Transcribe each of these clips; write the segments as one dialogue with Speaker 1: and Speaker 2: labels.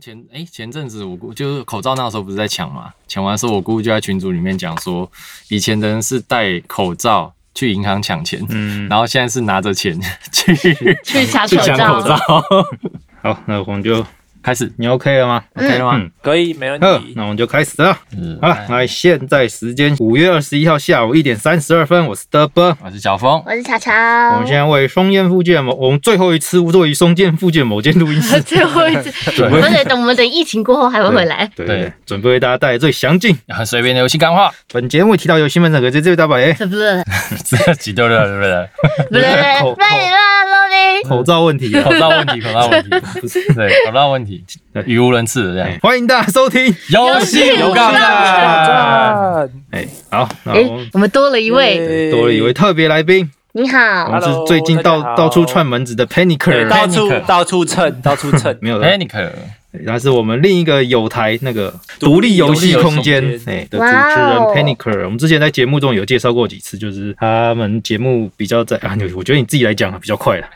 Speaker 1: 前哎、前阵子我姑就是口罩那时候不是在抢嘛，抢完的时候我姑就在群组里面讲说，以前的人是戴口罩去银行抢钱，
Speaker 2: 嗯，
Speaker 1: 然后现在是拿着钱 去去
Speaker 3: 去查口
Speaker 1: 抢
Speaker 3: 罩，
Speaker 1: 口罩。
Speaker 2: 好，那我们就
Speaker 1: 开始
Speaker 2: 你 OK 了吗？
Speaker 1: ，OK 了吗？
Speaker 2: 嗯
Speaker 4: 可以，没问
Speaker 2: 好，
Speaker 4: 题。
Speaker 2: 那我们就开始了。
Speaker 1: 嗯
Speaker 2: 好了，来，现在时间五月二十一号下午一点三十二分，我是德波。
Speaker 1: 我是小峰，
Speaker 3: 我是查
Speaker 2: 我
Speaker 3: 查。
Speaker 2: 们现，在为松燕附近的某，我们最后一次位于松燕附近的某间录音 室
Speaker 3: 最后一次，
Speaker 2: 准
Speaker 3: 我
Speaker 2: 备
Speaker 3: 们得等我们等疫情过后还会回来。
Speaker 2: 对
Speaker 1: 对
Speaker 2: 对，准备为大家带来最详尽。
Speaker 1: 很随便的游戏干话，
Speaker 2: 本节目提到有兴奋者，可这这位大宝爷
Speaker 3: 是不是？
Speaker 1: 这几对了，对不对？
Speaker 3: 不是，
Speaker 2: 口
Speaker 3: 那你乱录音。
Speaker 2: 口罩问题啊。
Speaker 1: 口罩问题，口罩问 题， 对，口罩问题
Speaker 2: 对，
Speaker 1: 语无伦次的这样
Speaker 2: 哎。欢迎大家收听。
Speaker 1: 游戏有啊干
Speaker 4: 啊
Speaker 1: 话，
Speaker 2: 哎，好，那我
Speaker 3: 哎
Speaker 2: 们，
Speaker 3: 我们多了一位，
Speaker 4: 耶
Speaker 2: 多了一位特别来宾，
Speaker 3: 你
Speaker 2: 我
Speaker 3: 好，
Speaker 2: 们
Speaker 4: Hello，
Speaker 2: 是最近
Speaker 4: 大家
Speaker 2: 到
Speaker 4: 好
Speaker 2: 到处串门子的 Panicker，。
Speaker 4: 对到处
Speaker 1: Panic
Speaker 4: 到处蹭，到处蹭
Speaker 2: 没有的，
Speaker 1: Panic，
Speaker 2: 他是我们另一个有台那个独立游戏空间
Speaker 4: 独立游戏空间
Speaker 2: 哎的主持人
Speaker 3: 哇哦
Speaker 2: Panicker，我们之前在节目中有介绍过几次，就是他们节目比较在啊，你我觉得你自己来讲啊比较快 了，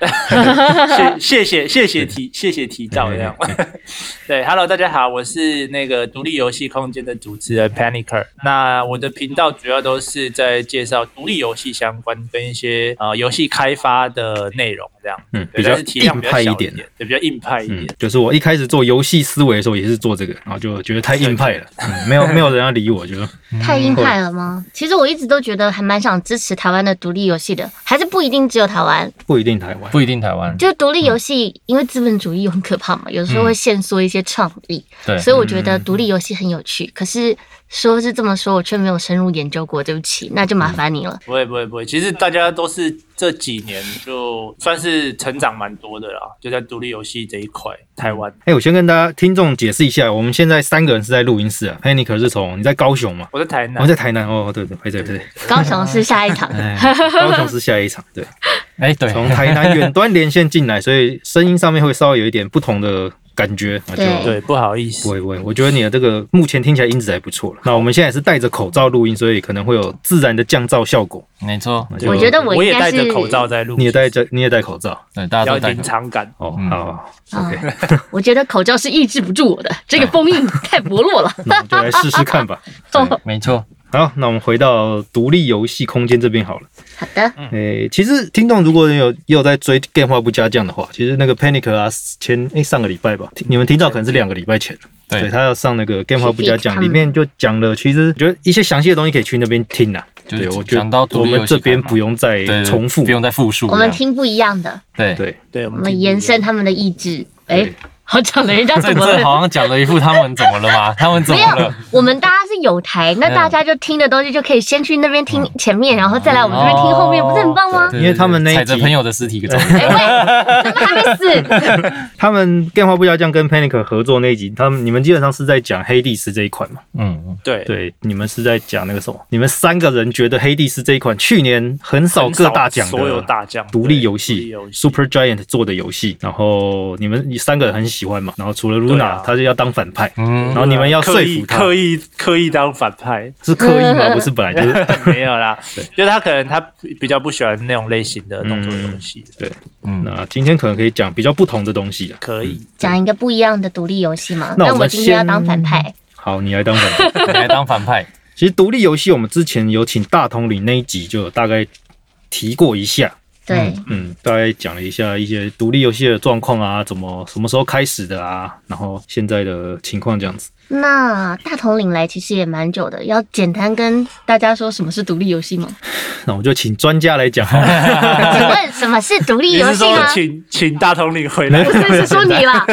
Speaker 4: 谢谢谢谢谢提谢谢提到这样。 对，Hello，大家好，我是那个独立游戏空间的主持人 Panicker。那我的频道主要都是在介绍独立游戏相关跟一些呃游戏开发的内容这样。
Speaker 2: 嗯，
Speaker 4: 对
Speaker 2: 比较
Speaker 4: 但是体量
Speaker 2: 硬
Speaker 4: 比较
Speaker 2: 派
Speaker 4: 小
Speaker 2: 一
Speaker 4: 一
Speaker 2: 点。，
Speaker 4: 对，比较硬派一
Speaker 2: 嗯
Speaker 4: 点。，
Speaker 2: 就是我一开始做游戏思维的时候也是做这个，然后就觉得太硬 派了，嗯没有没有人要理我，就
Speaker 3: 太硬派了吗？其实我一直都觉得还蛮想支持台湾的独立游戏的，还是不一定只有台湾。
Speaker 2: 不一定台湾。
Speaker 1: 不一定台湾，
Speaker 3: 就独立游戏，因为资本主义很可怕嘛，有时候会限缩一些创意，
Speaker 1: 嗯对，
Speaker 3: 所以我觉得独立游戏很有趣。可是说是这么说，我却没有深入研究过，对不起，那就麻烦你了。
Speaker 4: 不会不会不会，其实大家都是这几年就算是成长蛮多的啦，就在独立游戏这一块，台湾。
Speaker 2: 哎、我先跟大家听众解释一下，我们现在三个人是在录音室啊，Panic 是从你在高雄嘛，
Speaker 4: 我在台
Speaker 2: 我们
Speaker 4: 南，
Speaker 2: 在台南哦，对对对对对，
Speaker 3: 高雄是下一场，
Speaker 2: 哎，高雄是下一场，对，
Speaker 1: 哎，对，
Speaker 2: 从台南远端连线进来，所以声音上面会稍微有一点不同的感觉，啊，就
Speaker 3: 对
Speaker 4: 对，不好意
Speaker 2: 不
Speaker 4: 思，
Speaker 2: 会不会，我觉得你的这个目前听起来音质还不错了。那我们现在也是戴着口罩录音，所以可能会有自然的降噪效果。
Speaker 1: 没错，
Speaker 2: 那就
Speaker 3: 我觉得我
Speaker 4: 我
Speaker 3: 应
Speaker 4: 也
Speaker 3: 该
Speaker 4: 戴着
Speaker 3: 是，
Speaker 4: 口罩在录，
Speaker 2: 你也戴着，你也戴口罩
Speaker 1: 对，大家
Speaker 4: 要
Speaker 1: 都戴
Speaker 4: 临
Speaker 1: 口罩。
Speaker 4: 场感。
Speaker 2: 哦，
Speaker 1: 嗯
Speaker 2: 好好
Speaker 3: 啊
Speaker 2: ，OK，
Speaker 3: 我觉得口罩是抑制不住我的，这个封印太薄弱了。 哦
Speaker 2: 那我们就来试试 看吧。
Speaker 1: 对没错，
Speaker 2: 好，那我们回到独立游戏空间这边好了。
Speaker 3: 好的，
Speaker 2: 诶、其实听众如果有也有在追《电话不加酱》的话，其实那个 Panic 啊，前诶、上个礼拜吧，听你们听到可能是两个礼拜前，
Speaker 1: 对
Speaker 2: 他要上那个《电话不加酱
Speaker 3: 是》，
Speaker 2: 里面就讲了，其实我觉得一些详细的东西可以去那边听啦。
Speaker 1: 就是
Speaker 2: 对，我觉
Speaker 1: 讲到
Speaker 2: 得
Speaker 1: 独
Speaker 2: 我
Speaker 1: 立游戏
Speaker 2: 们这边不用再
Speaker 1: 对，对
Speaker 2: 重复
Speaker 1: 不。用再复述这
Speaker 3: 我
Speaker 1: 样。
Speaker 3: 们听不一样的，
Speaker 1: 对，
Speaker 2: 对，
Speaker 4: 对，我
Speaker 3: 我
Speaker 4: 们
Speaker 3: 们延伸他们的意志。哎
Speaker 2: 对，
Speaker 3: 好讲了，人家
Speaker 1: 这
Speaker 3: 怎么
Speaker 1: 这
Speaker 3: 了？
Speaker 1: 好像讲了一副他们怎么了 吗？他们怎
Speaker 3: 没
Speaker 1: 么了
Speaker 3: 有？，我们大家是有台，
Speaker 2: 嗯
Speaker 3: 那大家就听的东西就可以先去那边听前面，然后再
Speaker 2: 嗯
Speaker 3: 来我们这边听后面，
Speaker 1: 哦
Speaker 3: 不是很棒吗？
Speaker 1: 对
Speaker 2: 因为他们那一集
Speaker 1: 踩着朋友的尸体走，
Speaker 3: 哎喂，怎么 还没死？
Speaker 2: 他们《电话不加酱》跟 Panic 合作那一集，他们你们基本上是在讲黑帝斯这一款嘛？
Speaker 1: 嗯，
Speaker 4: 对
Speaker 2: 对，你们是在讲那个什么？你们三个人觉得黑帝斯这一款去年很少各大奖的
Speaker 4: 所有大奖
Speaker 2: 独立
Speaker 4: 对
Speaker 2: 游
Speaker 4: 独立
Speaker 2: 戏
Speaker 4: 游戏
Speaker 2: Super Giant 做的游戏，然后你们三个人很喜欢嘛，然后除了
Speaker 4: 对
Speaker 2: Luna，、
Speaker 4: 啊
Speaker 2: 他就要当反派，然
Speaker 1: 嗯，
Speaker 2: 后你们要说
Speaker 4: 刻意
Speaker 2: 服他，
Speaker 4: 刻意刻意当反 派，
Speaker 2: 是刻意吗？不是，本来就是。
Speaker 4: 没有啦
Speaker 2: 对，
Speaker 4: 就是他可能他比较不喜欢那种类型的动作游戏，
Speaker 1: 嗯，
Speaker 2: 那今天可能可以讲比较不同的东西了。
Speaker 4: 可以。
Speaker 3: 讲一个不一样的独立游戏嘛。
Speaker 2: 那我
Speaker 3: 那
Speaker 2: 们
Speaker 3: 我今天要
Speaker 2: 先
Speaker 3: 当反派，
Speaker 2: 好，你来当反 派。
Speaker 1: 你来当反派，
Speaker 2: 其实独立游戏我们之前有请大统领那一集就有大概提过一下，
Speaker 3: 对，
Speaker 2: 嗯，大概讲了一下一些独立游戏的状况啊，怎么什么时候开始的啊，然后现在的情况这样子。
Speaker 3: 那大统领来其实也蛮久的，要简单跟大家说什么是独立游戏吗？
Speaker 2: 那我就请专家来讲好了。
Speaker 3: 请问什么是独立
Speaker 4: 你
Speaker 3: 游
Speaker 4: 是
Speaker 3: 戏
Speaker 4: 说
Speaker 3: 呢？
Speaker 4: 请请大统领回来
Speaker 3: 不？是，是说你啦。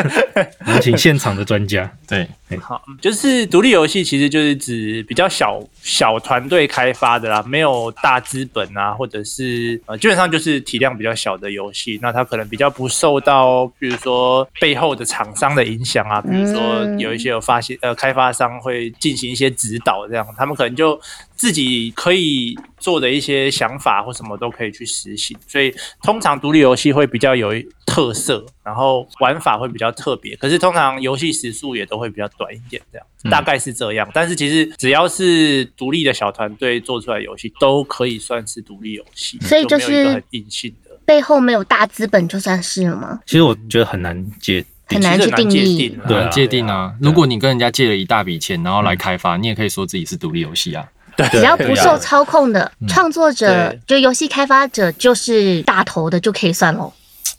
Speaker 2: 我们请现场的专家。
Speaker 1: 对，
Speaker 4: 好，就是独立游戏其实就是指比较小小团队开发的啦，没有大资本啊，或者是呃，基本上就是体量比较小的游戏。那它可能比较不受到，比如说背后的厂商的影响啊，比如说
Speaker 3: 嗯
Speaker 4: 有一些有发现呃，开发商会进行一些指导，这样他们可能就自己可以做的一些想法或什么都可以去实行。所以通常独立游戏会比较有特色，然后玩法会比较特别，可是通常游戏时速也都会比较短一点，这样。大概是这样。但是其实只要是独立的小团队做出来的游戏，都可以算是独立游戏，
Speaker 3: 所以就
Speaker 4: 没有一
Speaker 3: 是
Speaker 4: 个很硬性的。
Speaker 3: 背后没有大资本就算是了吗？
Speaker 2: 其实我觉得很难解
Speaker 3: 很难
Speaker 4: 其
Speaker 3: 去
Speaker 4: 实很
Speaker 3: 定
Speaker 4: 界
Speaker 3: 义
Speaker 4: 定。啊，
Speaker 2: 对
Speaker 1: 很难界定啊。
Speaker 2: 对啊嗯
Speaker 1: 如果你跟人家借了一大笔钱，然后来开发，你也可以说自己是独立游戏啊。
Speaker 3: 只要不受操控的
Speaker 1: 嗯
Speaker 3: 创作者
Speaker 4: 对，
Speaker 3: 就游戏开发者就是大头的就可以算喽。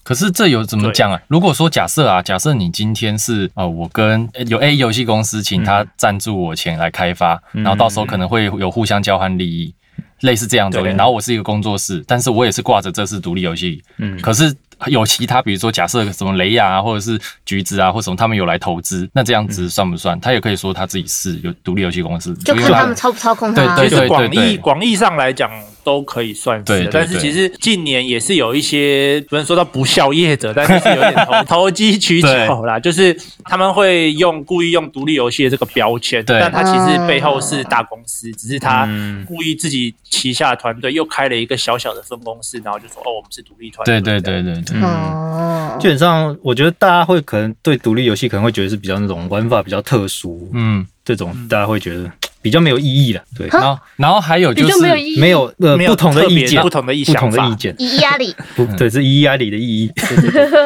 Speaker 1: 可是这有怎么讲啊？如果说假设啊，假设你今天是呃，我跟呃有 A 游戏公司请他赞助我钱来开发，然后到时候可能会有互相交换利益，类似这样的东西。
Speaker 4: 对
Speaker 1: 然后我是一个工作室，但是我也是挂着这是独立游戏，
Speaker 5: 嗯，
Speaker 1: 可是有其他，比如说假设什么雷亚啊，或者是橘子啊，或什么，他们有来投资，那这样子算不算？他也可以说他自己是有独立游戏公司，
Speaker 3: 就
Speaker 1: 因
Speaker 3: 看
Speaker 1: 为
Speaker 3: 他们操不操控它、
Speaker 1: 对
Speaker 4: 就
Speaker 1: 对
Speaker 4: 是广
Speaker 1: 对
Speaker 4: 义广义上来讲都可以算
Speaker 1: 对
Speaker 4: 是
Speaker 1: 对，
Speaker 4: 但是
Speaker 1: 对
Speaker 4: 其实近年也是有一些不能说到不孝业者，但是是有点 投投机取巧啦，就是他们会用故意用独立游戏的这个标签，
Speaker 1: 对嗯
Speaker 4: 但他其实背后是大公司，只是他故意自己旗下的团队又开了一个小小的分公司，然后就说哦，我们是独立团队，
Speaker 1: 对对对对对，
Speaker 3: 哦，
Speaker 2: 基本上，我觉得大家会可能对独立游戏可能会觉得是比较那种玩法比较特殊，
Speaker 1: 嗯，
Speaker 2: 这种大家会觉得比较没有意义了。对，
Speaker 3: 啊
Speaker 1: 然后然后还有
Speaker 3: 你
Speaker 1: 就
Speaker 3: 就是没有意义，
Speaker 2: 没有呃
Speaker 4: 没有
Speaker 2: 不同的
Speaker 4: 特别
Speaker 2: 意见，
Speaker 4: 不同的意
Speaker 2: 不同
Speaker 4: 想
Speaker 2: 的
Speaker 4: 法
Speaker 2: 意见，嗯
Speaker 3: 意义压力，
Speaker 2: 不对是意义压力的意义。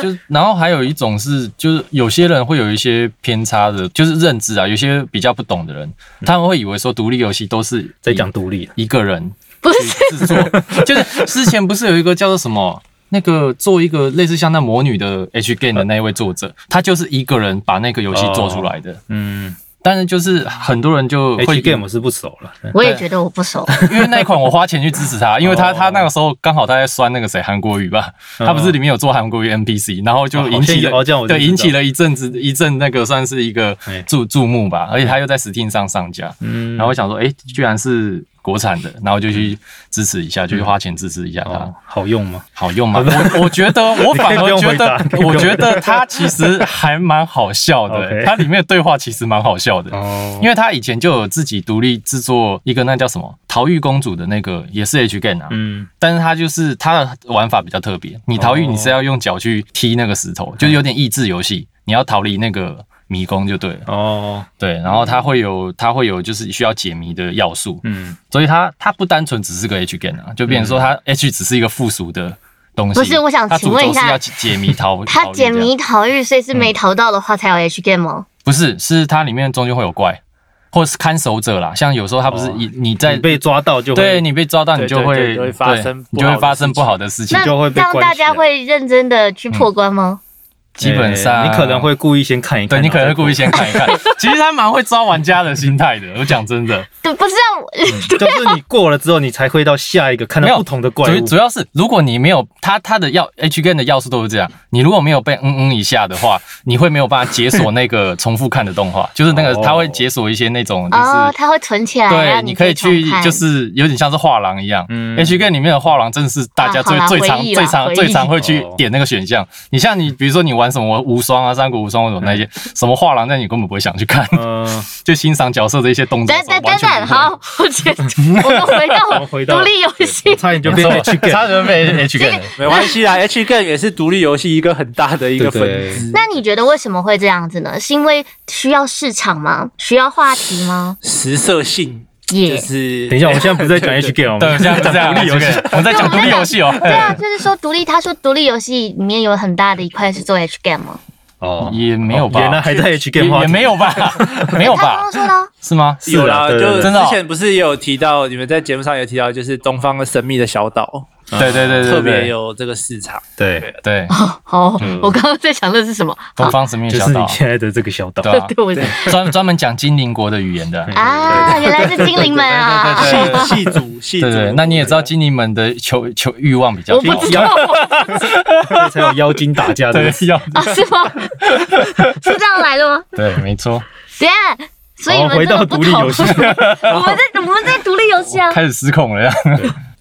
Speaker 1: 就是，然后还有一种是，就是有些人会有一些偏差的，就是认知啊，有些比较不懂的人，他们会以为说独立游戏都是
Speaker 2: 在讲独立，
Speaker 1: 一个人
Speaker 3: 不是
Speaker 1: 去制作， 就是之前不是有一个叫做什么？那个做一个类似像那魔女的 H game 的那一位作者，他就是一个人把那个游戏做出来的。
Speaker 5: 嗯，
Speaker 1: 但是就是很多人就会
Speaker 2: H 哎 game 我是不熟了， 嗯
Speaker 3: 我也觉得我不熟。
Speaker 1: 因为那一款我花钱去支持他，因为他
Speaker 2: 哦
Speaker 1: 他那个时候刚好他在酸那个谁韩国瑜吧，
Speaker 2: 嗯
Speaker 1: 他不是里面有做韩国瑜 NPC，然后就
Speaker 2: 哦
Speaker 1: 引起
Speaker 2: 好像有哦这样
Speaker 1: 了
Speaker 2: 我就
Speaker 1: 对
Speaker 2: 知道
Speaker 1: 引起了一阵子一阵那个算是一个
Speaker 2: 哎
Speaker 1: 注注目吧，而且他又在 Steam 上上架，
Speaker 2: 嗯
Speaker 1: 然后我想说，哎，居然是国产的，然后就去支持一下，就去花钱支持一下他
Speaker 2: 嗯哦，，好用吗？
Speaker 1: 好用吗？我我觉得 我反而觉得
Speaker 2: 你可以不用回答你可以不，用
Speaker 1: 我觉得他其实还蛮好笑 的，
Speaker 2: OK
Speaker 1: 他里面的对话其实蛮好笑的。
Speaker 2: 哦
Speaker 1: 因为他以前就有自己独立制作一个那叫什么《逃狱公主》的那个，也是 H game 啊，
Speaker 2: 嗯，
Speaker 1: 但是他就是他的玩法比较特别。你逃狱
Speaker 2: 哦
Speaker 1: 你是要用脚去踢那个石头，就是有点益智游戏，你要逃离那个迷宫就对了。
Speaker 2: 哦，
Speaker 1: 对，然后它会有它会有就是需要解谜的要素，
Speaker 2: 嗯，
Speaker 1: 所以它它不单纯只是个 H game 啊，就变成说它 H 只是一个附属的东西。
Speaker 3: 不是我想
Speaker 1: 它主
Speaker 3: 请问一
Speaker 1: 轴是
Speaker 3: 下
Speaker 1: 要解谜逃，逃
Speaker 3: 他
Speaker 1: 狱这
Speaker 3: 解
Speaker 1: 样
Speaker 3: 谜逃狱，所以是没逃到的话才有 H game 哦。
Speaker 1: 不是是它里面中间会有怪，或者是看守者啦，像有时候它不是
Speaker 2: 哦
Speaker 1: 你你在
Speaker 2: 在被抓到就
Speaker 1: 对
Speaker 2: 会
Speaker 1: 你被抓到，你
Speaker 4: 对
Speaker 1: 就
Speaker 4: 对对
Speaker 1: 会
Speaker 4: 就会发生
Speaker 1: 对
Speaker 4: 不
Speaker 1: 你就
Speaker 4: 好
Speaker 1: 会
Speaker 4: 的
Speaker 1: 发
Speaker 4: 事
Speaker 1: 生不
Speaker 4: 情
Speaker 1: 好的事情
Speaker 3: 那。
Speaker 2: 就会被
Speaker 3: 这样
Speaker 2: 关
Speaker 3: 大
Speaker 2: 起来
Speaker 3: 家会认真的去破关吗？
Speaker 1: 基本上
Speaker 2: 哎你可能会故意先看一看，
Speaker 1: 对你可能会故意
Speaker 2: 意，
Speaker 1: 先看一看，其实他蛮会抓玩家的心态的。我讲真的，
Speaker 3: 对，不是啊，
Speaker 2: 嗯
Speaker 3: 我
Speaker 2: 就是你过了之后，你才会到下一个看
Speaker 1: 没有
Speaker 2: 到不同的怪
Speaker 1: 主
Speaker 2: 物
Speaker 1: 主。要是如果你没有它它的要 H game 的要素都是这样，你如果没有被嗯嗯一下的话，你会没有办法解锁那个重复看的动画，就是那个
Speaker 2: 哦
Speaker 1: 它会解锁一些那种就
Speaker 3: 哦，
Speaker 1: 是。
Speaker 3: 他会存起来，
Speaker 1: 对，
Speaker 3: 让
Speaker 1: 你可
Speaker 3: 可
Speaker 1: 以去
Speaker 3: 重，看
Speaker 1: 就是有点像是画廊一样。
Speaker 5: 嗯
Speaker 1: H game 里面的画廊真的是大家
Speaker 3: 啊
Speaker 1: 最
Speaker 3: 好啦
Speaker 1: 最
Speaker 3: 回
Speaker 1: 常
Speaker 3: 忆啦
Speaker 1: 最常
Speaker 3: 回忆
Speaker 1: 最常会去
Speaker 2: 哦
Speaker 1: 点那个选项。你像
Speaker 2: 嗯
Speaker 1: 你，比如说你玩什么无双啊、三国无双那种那些什么画廊，那你根本不会想去看。
Speaker 2: 嗯，
Speaker 1: 就欣赏角色的一些动作
Speaker 3: 等
Speaker 1: 什么。
Speaker 3: 等
Speaker 1: 完
Speaker 3: 等
Speaker 1: 全
Speaker 3: 等，
Speaker 1: 不会，
Speaker 3: 好，我觉得 我们回
Speaker 2: 们回到
Speaker 3: 到独立游戏，
Speaker 2: 差点就
Speaker 1: 没
Speaker 2: 变
Speaker 1: 错
Speaker 2: H game，
Speaker 1: 差点被 H 给
Speaker 4: 没关系啦，H g a 也是独立游戏一个很大的一个
Speaker 2: 对
Speaker 4: 分
Speaker 2: 对
Speaker 4: 支。
Speaker 3: 那你觉得为什么会这样子呢？是因为需要市场吗？需要话题吗？
Speaker 4: 实色性就
Speaker 3: 也、
Speaker 4: 是
Speaker 2: 等一下，我们现在不是在讲
Speaker 4: 对对
Speaker 2: H game，
Speaker 1: 对，这样这样
Speaker 2: 独立游戏
Speaker 1: H game，我们在讲独立游戏哦。
Speaker 3: 对啊，就是说独立，他说独立游戏里面有很大的一块是做 H game 吗？
Speaker 2: 哦
Speaker 1: 也没有吧
Speaker 2: 原来还在 H
Speaker 1: 也
Speaker 2: game
Speaker 1: 也没有 吧，没有
Speaker 3: 他刚
Speaker 1: 吧
Speaker 3: 刚，说的啊，
Speaker 1: 是吗？
Speaker 2: 是
Speaker 4: 有
Speaker 2: 啦
Speaker 4: 啦，
Speaker 2: 对对
Speaker 4: 就
Speaker 2: 对
Speaker 1: 真的哦
Speaker 4: 之前不是也有提到，你们在节目上有提到，就是东方的神秘的小岛，
Speaker 2: 嗯
Speaker 1: 对对对对，
Speaker 4: 特别
Speaker 1: 有
Speaker 4: 有这个市场。
Speaker 2: 对，
Speaker 1: 对
Speaker 3: 哦，我刚刚在想的是什 么？
Speaker 1: 东方神秘
Speaker 2: 就
Speaker 1: 小
Speaker 2: 是你
Speaker 1: 岛，
Speaker 2: 现在的这个小岛，
Speaker 1: 对啊，
Speaker 3: 对，我
Speaker 1: 专专门讲精灵国的语言的。
Speaker 3: 啊，原来是精灵们啊！
Speaker 1: 对对对
Speaker 4: 戏戏组戏组
Speaker 1: 对，对，那你也知道精灵们的求求欲望比较
Speaker 3: 我
Speaker 1: 高
Speaker 3: 不，知道
Speaker 2: 所以才有妖精打架
Speaker 1: 对
Speaker 2: 的。
Speaker 1: 要
Speaker 3: 啊，是吗？ 是这样来的吗？
Speaker 1: 对，没错，
Speaker 3: 对啊，所以你
Speaker 2: 好，
Speaker 3: 们
Speaker 2: 回
Speaker 3: 真的
Speaker 2: 到
Speaker 3: 不
Speaker 2: 独
Speaker 3: 同。
Speaker 2: 立游戏，
Speaker 3: 我们在我们在独立游戏啊。
Speaker 1: 开始失控了呀。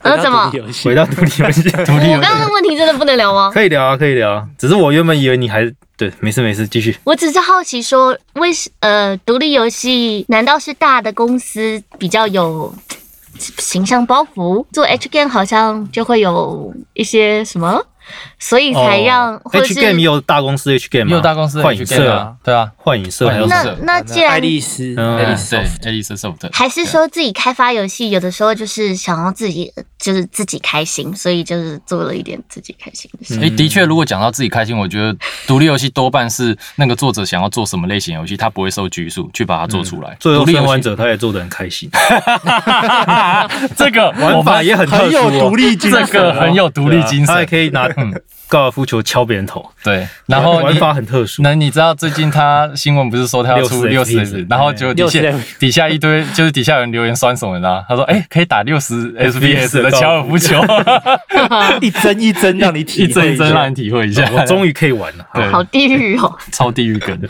Speaker 3: 然后怎么
Speaker 4: 独？立游戏
Speaker 2: 回 到独立游戏，
Speaker 1: 独立游
Speaker 3: 哎我刚刚的问题真的不能聊吗？
Speaker 2: 可以聊啊，可以聊啊。只是我原本以为你还对，没事没事，继续。
Speaker 3: 我只是好奇说，为什呃，独立游戏难道是大的公司比较有嘖形象包袱？做 H game 好像就会有一些什么所以才让、或者
Speaker 2: H
Speaker 3: 是
Speaker 2: Game 也有大公司 H Game，
Speaker 1: 哦也有大公司
Speaker 2: 幻
Speaker 1: 去
Speaker 2: 影
Speaker 1: game
Speaker 2: 社
Speaker 1: 啊，对啊，
Speaker 2: 幻影社
Speaker 1: 幻
Speaker 2: 还
Speaker 1: 影
Speaker 2: 有
Speaker 1: 社
Speaker 2: 什
Speaker 3: 那
Speaker 2: 么？
Speaker 3: 那既然
Speaker 4: 爱丽丝，
Speaker 2: 嗯
Speaker 4: 爱丽丝
Speaker 1: 哎对，爱丽丝 soft
Speaker 3: 还是说自己开发游戏，有的时候就是想要自己就是自己开心，所以就是做了一点自己开心的事。
Speaker 1: 哎、的确，如果讲到自己开心，我觉得独立游戏多半是那个作者想要做什么类型游戏，他不会受拘束去把它做出来。
Speaker 2: 嗯最后
Speaker 1: 独立
Speaker 2: 生
Speaker 1: 游
Speaker 2: 还
Speaker 1: 戏，
Speaker 2: 者他也做得很开心，
Speaker 1: 这个
Speaker 2: 玩
Speaker 1: 我发
Speaker 2: 法也很特
Speaker 4: 很
Speaker 2: 殊
Speaker 4: 有独
Speaker 2: 哦，
Speaker 4: 立精
Speaker 1: 这
Speaker 4: 神，
Speaker 1: 个很有独立精
Speaker 2: 啊他还
Speaker 1: 神，
Speaker 2: 可以拿高尔夫球敲别人头，
Speaker 1: 对。然后
Speaker 2: 玩
Speaker 1: 你
Speaker 2: 法很特 殊。
Speaker 1: 那你知道最近他新闻不是说他要出六
Speaker 2: 60S
Speaker 1: 十 S，然后就底下
Speaker 4: 60S
Speaker 1: 底下一堆就是底下有人留言酸什么的啊，他说哎、可以打六十 FPS 的
Speaker 2: 的
Speaker 1: 高尔夫球，
Speaker 4: 一针一针让你体
Speaker 1: 一针
Speaker 4: 会
Speaker 1: 一
Speaker 4: 下
Speaker 1: 针让你体会一下，
Speaker 2: 我终于可以玩了。
Speaker 1: 对
Speaker 3: 好地狱 哦！
Speaker 1: 超地狱梗的，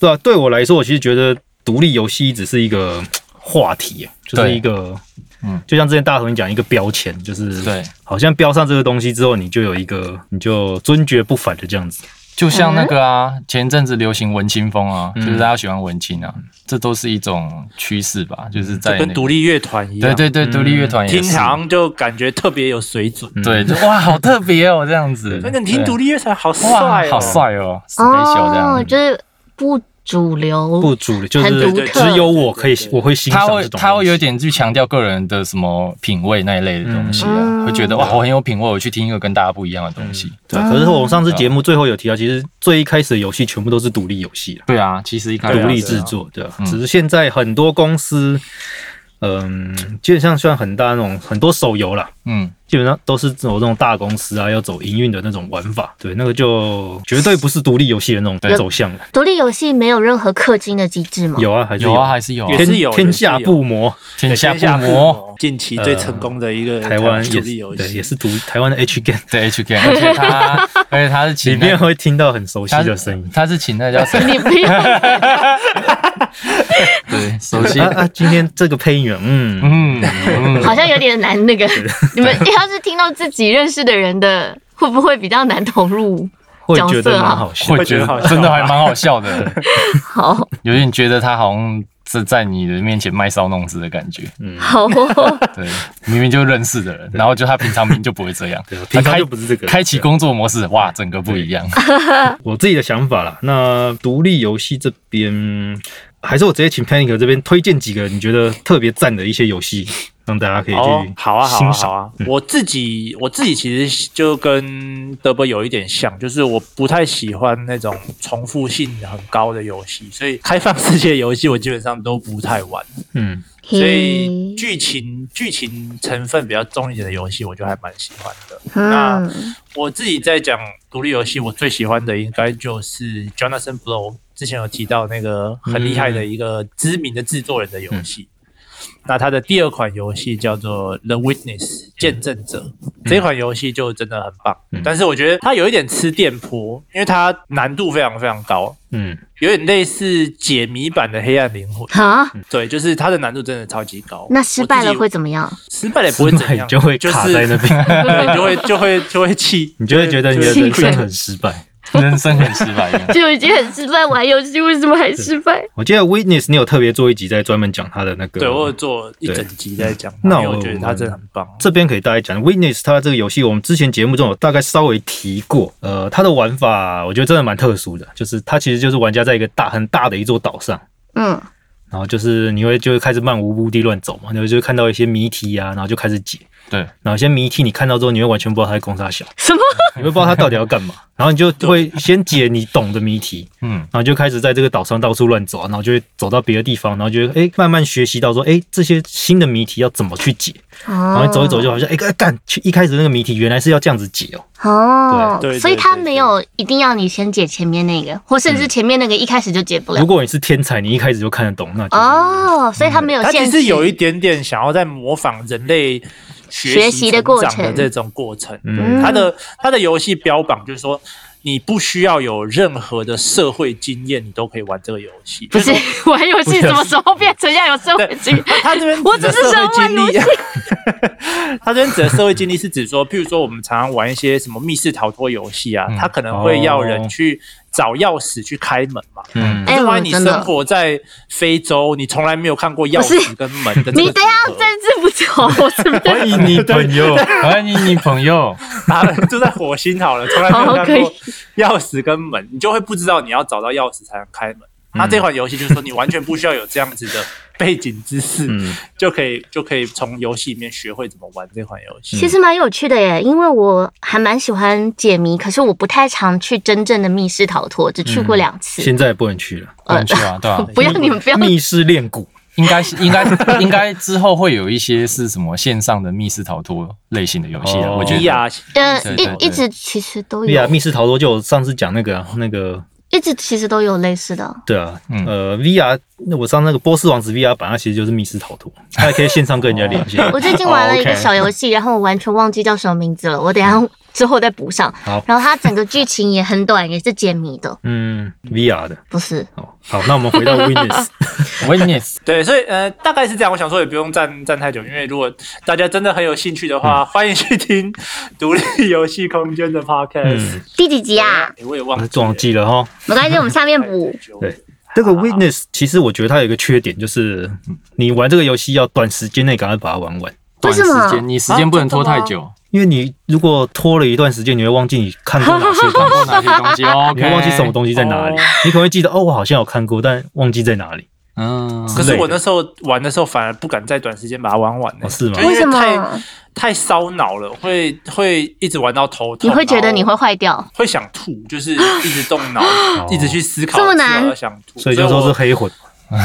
Speaker 2: 对啊，对我来说，我其实觉得独立游戏只是一个话题，就是一个，
Speaker 1: 嗯
Speaker 2: 嗯，就像之前大和你讲一个标签，就是
Speaker 1: 对，
Speaker 2: 好像标上这个东西之后，你就有一个，你就尊爵不凡的这样子。
Speaker 1: 就像那个啊，前一阵子流行文青风啊，就是大家喜欢文青啊，这都是一种趋势吧，就是在
Speaker 4: 就跟独
Speaker 1: 立
Speaker 4: 立啊乐团一
Speaker 1: 对
Speaker 4: 样，
Speaker 1: 对对独立乐团也
Speaker 4: 听
Speaker 1: 是嗯
Speaker 4: 好，像就感觉特别有水准。
Speaker 1: 对，就哇好特别哦这样子，
Speaker 4: 真的，你听独
Speaker 1: 立
Speaker 4: 立乐团好
Speaker 1: 哇
Speaker 4: 帅哦，
Speaker 1: 好，帅哦，special 这
Speaker 3: 哦，
Speaker 1: 样。
Speaker 3: 就是不主流，
Speaker 2: 不主流，就
Speaker 3: 很
Speaker 2: 是
Speaker 3: 独特
Speaker 2: 只有我可以
Speaker 4: 对对，对
Speaker 2: 我会欣
Speaker 1: 他
Speaker 2: 赏
Speaker 1: 会
Speaker 2: 这种。
Speaker 1: 他会有，点去强调个人的什么品味那一类的东西啊，
Speaker 3: 嗯
Speaker 1: 会觉得哇我很有品味，我去听一个跟大家不一样的东西。
Speaker 2: 对啊。可是我们上次节目最后有提到，其实最一开始的游戏全部都是独立游戏啦，
Speaker 1: 对啊，其实一开始
Speaker 4: 对啊
Speaker 2: 独立制作，对啊。只是现在很多公司，嗯，基本上像很大那种很多手游啦，
Speaker 1: 嗯，
Speaker 2: 基本上都是走这种大公司啊，要走营运的那种玩法，对，那个就绝对不是独立游戏的那种走向了。
Speaker 3: 独立游戏没有任何氪金的机制吗？
Speaker 2: 有啊，还是
Speaker 1: 有啊还是有啊
Speaker 4: 也
Speaker 2: 天
Speaker 4: 是有
Speaker 2: 天下不磨，
Speaker 1: 天下
Speaker 4: 下
Speaker 1: 不磨。嗯
Speaker 4: 近期最成功的一个
Speaker 2: 台湾
Speaker 4: 独
Speaker 2: 也
Speaker 4: 立
Speaker 2: 是
Speaker 4: 游
Speaker 2: 对，
Speaker 4: 戏
Speaker 2: 也是独台湾的 H game，
Speaker 1: 对 H K，而且他而且他是请
Speaker 2: 里
Speaker 1: 那
Speaker 2: 面会听到很熟悉
Speaker 1: 他
Speaker 2: 的声音。
Speaker 1: 他是请那叫谁？
Speaker 3: 你不要
Speaker 1: 对，首先
Speaker 2: 啊啊！今天这个配音员，嗯，
Speaker 1: 嗯嗯，
Speaker 3: 好像有点难那个。 你们要是听到自己认识的人的，会不会比较难投入？
Speaker 2: 会觉得蛮好笑
Speaker 1: 会。
Speaker 4: 会
Speaker 1: 觉
Speaker 4: 觉得好
Speaker 1: 得
Speaker 4: 笑
Speaker 1: 真的还蛮好笑的，
Speaker 3: 好
Speaker 1: 有点觉得他好像是在你的面前卖骚弄姿的感觉。
Speaker 3: 好哦，
Speaker 1: 对，明明就认识的人，然后就他平常明明就不会这样
Speaker 2: 对啊，
Speaker 1: 他
Speaker 2: 平
Speaker 1: 开
Speaker 2: 常就不是这个。
Speaker 1: 开启工作模式，哇，整个不一样。
Speaker 2: 我自己的想法啦。那独立游戏这边，嗯还是我直接请 Panic 这边推荐几个你觉得特别赞的一些游戏，让大家可以
Speaker 4: 哦
Speaker 2: 去，
Speaker 4: 好啊，好啊，
Speaker 2: 欣赏嗯
Speaker 4: 好啊！我自己我自己其实就跟德伯有一点像，就是我不太喜欢那种重复性很高的游戏，所以开放世界游戏我基本上都不太玩，
Speaker 2: 嗯，
Speaker 3: 所
Speaker 4: 所以剧情剧情成分比较重一点的游戏，我就还蛮喜欢的。那
Speaker 3: 嗯，
Speaker 4: 我自己在讲独立游戏，我最喜欢的应该就是 Jonathan Blow，之前有提到那个很厉害的一个知名的制作人的游
Speaker 2: 嗯
Speaker 4: 戏。那他的第二款游戏叫做《The
Speaker 2: 嗯
Speaker 4: Witness》见证者，这款游戏就真的很棒，但是我觉得它有一点吃电波，因为它难度非常非常高，
Speaker 2: 嗯，
Speaker 4: 有点类似解谜版的《黑暗灵魂》。
Speaker 3: 好，
Speaker 2: 嗯
Speaker 4: 对，就是它的难度真的超级高。
Speaker 3: 那失败
Speaker 4: 嗯我
Speaker 3: 了
Speaker 4: 自己
Speaker 3: 会怎么样？
Speaker 4: 失败了也不会怎样，
Speaker 2: 就会卡在那边。
Speaker 4: 对，就会就会就会气，
Speaker 2: 你就会觉得你的人生很失败。
Speaker 1: 人生很失败，
Speaker 3: 就已经很失败，玩游戏为什么还失败？
Speaker 2: 我记得 Witness 你有特别做一集在专门讲他的那个，
Speaker 4: 对我有做一整集在讲它，
Speaker 2: 那
Speaker 4: 因为我
Speaker 2: 我
Speaker 4: 觉得他真的很棒。
Speaker 2: 这边可以大概讲 Witness 它这个游戏，我们之前节目中有大概稍微提过。呃，它的玩法我觉得真的蛮特殊的，就是它其实就是玩家在一个大很大的一座岛上。
Speaker 3: 嗯，
Speaker 2: 然后就是你会就会开始漫无目的乱走嘛，然后就会看到一些谜题啊，然后就开始解。
Speaker 1: 对，
Speaker 2: 然后有些谜题你看到之后，你会完全不知道它在攻啥小，
Speaker 3: 什么？
Speaker 2: 你会不知道它到底要干嘛。然后你就会先解你懂的谜题，
Speaker 1: 嗯，
Speaker 2: 然后就开始在这个岛上到处乱走啊，然后就会走到别的地方，然后就哎慢慢学习到说，哎这些新的谜题要怎么去解，然后
Speaker 3: 哦
Speaker 2: 你走一走就好像哎干干，去一开始那个谜题原来是要这样子解哦，
Speaker 3: 哦，
Speaker 4: 对对
Speaker 3: 所以他
Speaker 4: 对对
Speaker 3: 没有一定要你先解前面那个，或甚至前面那个一开始就解不了
Speaker 2: 如。果你是天才，你一开始就看得懂，那就是
Speaker 3: 哦，所以他没有
Speaker 4: 嗯他其
Speaker 3: 限
Speaker 4: 实
Speaker 3: 制。
Speaker 4: 有一点点想要在模仿人类
Speaker 3: 学习
Speaker 4: 习
Speaker 3: 的
Speaker 4: 成
Speaker 3: 过
Speaker 4: 长的
Speaker 3: 程
Speaker 4: 这种过程。
Speaker 3: 嗯
Speaker 4: 他的他的游戏标榜就是说，你不需要有任何的社会经验，你都可以玩这个游戏。
Speaker 3: 不
Speaker 4: 就是说
Speaker 3: 玩游戏什么时候变成要有社会 经验？
Speaker 4: 他这边
Speaker 3: 我
Speaker 4: 指的
Speaker 3: 只是
Speaker 4: 社
Speaker 3: 想
Speaker 4: 会经
Speaker 3: 玩游
Speaker 4: 历，啊 他这边指的社会经历是指说，譬如说我们常常玩一些什么密室逃脱游戏
Speaker 2: 嗯
Speaker 4: 啊，他可能会要人
Speaker 2: 哦
Speaker 4: 去找钥匙去开门嘛。
Speaker 2: 嗯，
Speaker 3: 哎，
Speaker 4: 就
Speaker 3: 我
Speaker 4: 万一你
Speaker 3: 真
Speaker 4: 生
Speaker 3: 的，
Speaker 4: 活在非洲，你从来没有看过钥
Speaker 3: 不是
Speaker 4: 匙跟门的这个组合。
Speaker 3: 你等一下，这次不久，我身 边
Speaker 2: 欢迎你 朋友，
Speaker 1: 欢迎你哎朋友，
Speaker 4: 打了住在火星好了，从来没有
Speaker 3: 好
Speaker 4: 看
Speaker 3: 可以
Speaker 4: 过钥匙跟门，你就会不知道你要找到钥匙才能开门。
Speaker 2: 嗯
Speaker 4: 那这款游戏就是说，你完全不需要有这样子的背景知识，
Speaker 2: 嗯
Speaker 4: 就可以就可以从游戏里面学会怎么玩这款游戏。
Speaker 2: 嗯
Speaker 3: 其实蛮有趣的耶，因为我还蛮喜欢解谜，可是我不太常去真正的密室逃脱，只去过两次。
Speaker 2: 嗯现在也不能去了，
Speaker 1: 很去啊，对吧、
Speaker 3: 不要你们不要
Speaker 2: 密室练蛊，
Speaker 1: 应该是应该应该之后会有一些是什么线上的密室逃脱类型的游戏啊，
Speaker 2: 哦
Speaker 1: 我觉
Speaker 4: 一
Speaker 1: 得
Speaker 4: 啊，
Speaker 3: 呃
Speaker 1: 对，对
Speaker 3: 一
Speaker 1: 对
Speaker 3: 一直其实都
Speaker 2: 对呀，
Speaker 3: 有，
Speaker 2: 密室逃脱就我上次讲那个啊那个
Speaker 3: 一直其实都有类 似的。
Speaker 2: 对啊，
Speaker 1: 嗯
Speaker 2: 呃，VR，那我上那个波斯王子 VR 版，它其实就是密室逃脱，它也可以线上跟人家连线。
Speaker 3: 我最近玩了一个
Speaker 2: OK
Speaker 3: 小游戏，然后我完全忘记叫什么名字了，我等一下之后再补上
Speaker 2: 嗯好。
Speaker 3: 然后它整个剧情也很短，也是解谜的，
Speaker 2: 嗯，VR 的。
Speaker 3: 不是？
Speaker 2: 哦，好，那我们回到 Witness，
Speaker 1: Witness
Speaker 4: 对，所以呃，大概是这样。我想说也不用站站太久，因为如果大家真的很有兴趣的话， 欢迎去听独立游戏空间的 podcast。
Speaker 2: 嗯嗯，
Speaker 3: 第几集啊？
Speaker 4: 诶我也忘记了
Speaker 2: 忘记了哈。
Speaker 3: 没关系，我们下 面补。
Speaker 2: 对这个 Witness 其实我觉得它有一个缺点，就是你玩这个游戏要短时间内赶快把它玩完，
Speaker 3: 为
Speaker 1: 短
Speaker 3: 什
Speaker 1: 时
Speaker 3: 么
Speaker 1: 间，你时间不能拖太久，
Speaker 2: 因为你如果拖了一段时间，你会忘记你看过哪些东
Speaker 1: 看过哪
Speaker 2: 西，
Speaker 1: 些东西哦？OK，
Speaker 2: 你会忘记什么东西在哪里
Speaker 4: 哦，
Speaker 2: 你可能会记得哦，我好像有看过，但忘记在哪里。
Speaker 1: 嗯，
Speaker 4: 可是我那时候玩的时候，反而不敢在短时间把它玩完、呢
Speaker 2: 哦是吗
Speaker 4: 就因
Speaker 3: 为什
Speaker 4: 太
Speaker 3: 么？
Speaker 4: 太烧脑了，会会一直玩到头痛。
Speaker 3: 你会觉得
Speaker 4: 然后
Speaker 3: 你会坏掉？
Speaker 4: 会想吐，就是 一直动脑，一直去思考，
Speaker 3: 这么难
Speaker 4: 思考到想吐。
Speaker 2: 所以就说是黑魂，
Speaker 4: 我，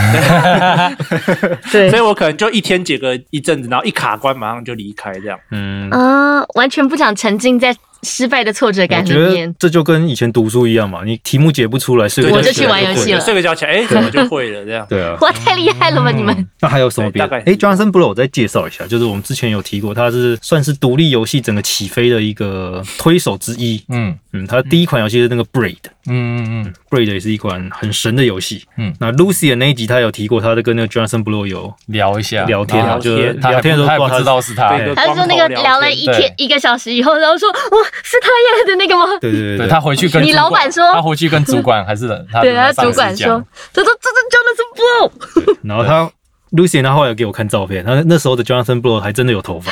Speaker 3: 对
Speaker 4: 所以我可能就一天解个一阵子，然后一卡关马上就离开这样。
Speaker 2: 嗯，
Speaker 3: 啊、完全不想沉浸在失败的挫折
Speaker 2: 我
Speaker 3: 感里
Speaker 2: 觉得
Speaker 3: 面。
Speaker 2: 这就跟以前读书一样嘛，你题目解不出来，睡个
Speaker 3: 我
Speaker 2: 觉
Speaker 3: 就
Speaker 2: 起
Speaker 3: 去
Speaker 2: 来
Speaker 3: 玩游
Speaker 2: 会
Speaker 3: 戏了
Speaker 4: 睡个觉起来，哎，怎么就会了这样？
Speaker 2: 对啊，嗯
Speaker 3: 哇，太厉害了吧你们！
Speaker 2: 那还有什么别的？
Speaker 4: 对大
Speaker 2: 哎
Speaker 4: 概
Speaker 2: ，Johnson Blow 我再介绍一下，就是我们之前有提过，它是算是独立游戏整个起飞的一个推手之一。
Speaker 1: 嗯
Speaker 2: 嗯，它第一款游戏是那个 Braid，Braid
Speaker 1: 嗯嗯
Speaker 2: 也是一款很神的游戏。
Speaker 1: 嗯
Speaker 2: 那 Lucy 的那一集，他有提过，他在跟那个 Johnson Blow 有
Speaker 1: 嗯，聊一下
Speaker 2: 聊天
Speaker 1: 然
Speaker 2: 啊，
Speaker 1: 后
Speaker 2: 就是
Speaker 1: 他
Speaker 2: 聊
Speaker 1: 还
Speaker 2: 天的
Speaker 1: 不
Speaker 2: 时
Speaker 1: 他
Speaker 2: 候
Speaker 1: 也
Speaker 2: 不
Speaker 1: 不知道
Speaker 2: 是
Speaker 1: 是他，
Speaker 4: 对
Speaker 1: 哎
Speaker 3: 他说那个聊了一天一个小时以后，然后说哇是他演的那个吗？
Speaker 2: 对对
Speaker 1: 对
Speaker 2: 对
Speaker 1: 他回去跟
Speaker 3: 你
Speaker 1: 主管
Speaker 3: 老板说
Speaker 1: 他回去跟主管还是他
Speaker 3: 对，他
Speaker 1: 上
Speaker 3: 主
Speaker 1: 司
Speaker 3: 管
Speaker 1: 讲
Speaker 3: 说，他说这这真的是
Speaker 2: 然后他 Lucy 他后来有给我看照片，他那时候的 Johnson Blow 还真的有 头发，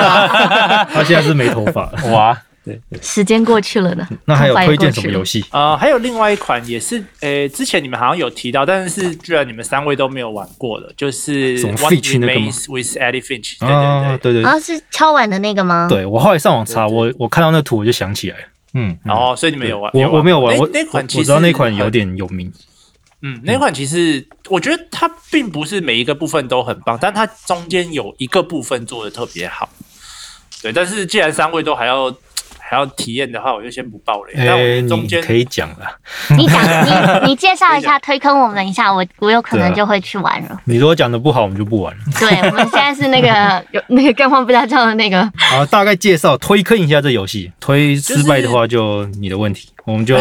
Speaker 2: 他现在是没头发了。
Speaker 1: 哇，
Speaker 3: 不，时间过去了呢。
Speaker 2: 那还有
Speaker 3: 头发也
Speaker 2: 推
Speaker 3: 过
Speaker 2: 荐
Speaker 3: 去
Speaker 2: 什么
Speaker 3: 了
Speaker 2: 游戏？
Speaker 4: 呃，还有另外一款也是，呃，之前你们好像有提到，但是居然你们三位都没有玩过的，就是
Speaker 2: 什么
Speaker 4: What
Speaker 2: Finch 那个吗
Speaker 4: Remains with Eddie Finch。对
Speaker 2: 啊，
Speaker 4: 对
Speaker 2: 对
Speaker 4: 对。
Speaker 2: 对
Speaker 3: 啊，是敲碗的那个吗？
Speaker 2: 对，我后来上网查，我我看到那图我就想起来了。
Speaker 1: 嗯，
Speaker 4: 然后，所以你们有玩？
Speaker 2: 我我没有玩，
Speaker 4: 那
Speaker 2: 我
Speaker 4: 那款
Speaker 2: 我
Speaker 4: 其实
Speaker 2: 我知道那款有
Speaker 4: 很
Speaker 2: 点有名，
Speaker 4: 嗯，那款其实我觉得它并不是每一个部分都很棒，但它中间有一个部分做的特别好。对，但是既然三位都还要还要体验的话，我就先不爆雷。但我觉
Speaker 2: 哎，
Speaker 4: 得中
Speaker 2: 你
Speaker 4: 间
Speaker 2: 可以讲啦。
Speaker 3: 你讲， 你你介绍一
Speaker 4: 对
Speaker 3: 下，推坑我们一下，我我有可
Speaker 2: 对
Speaker 3: 能
Speaker 2: 啊
Speaker 3: 就会去玩 了。
Speaker 2: 你如果讲的不好，我们就不 玩了。
Speaker 3: 对，我们现在是那个有那个干话不搭调的那个，
Speaker 2: 好，大概介绍推坑一下这游戏，推失败的话就你的问题，我们 就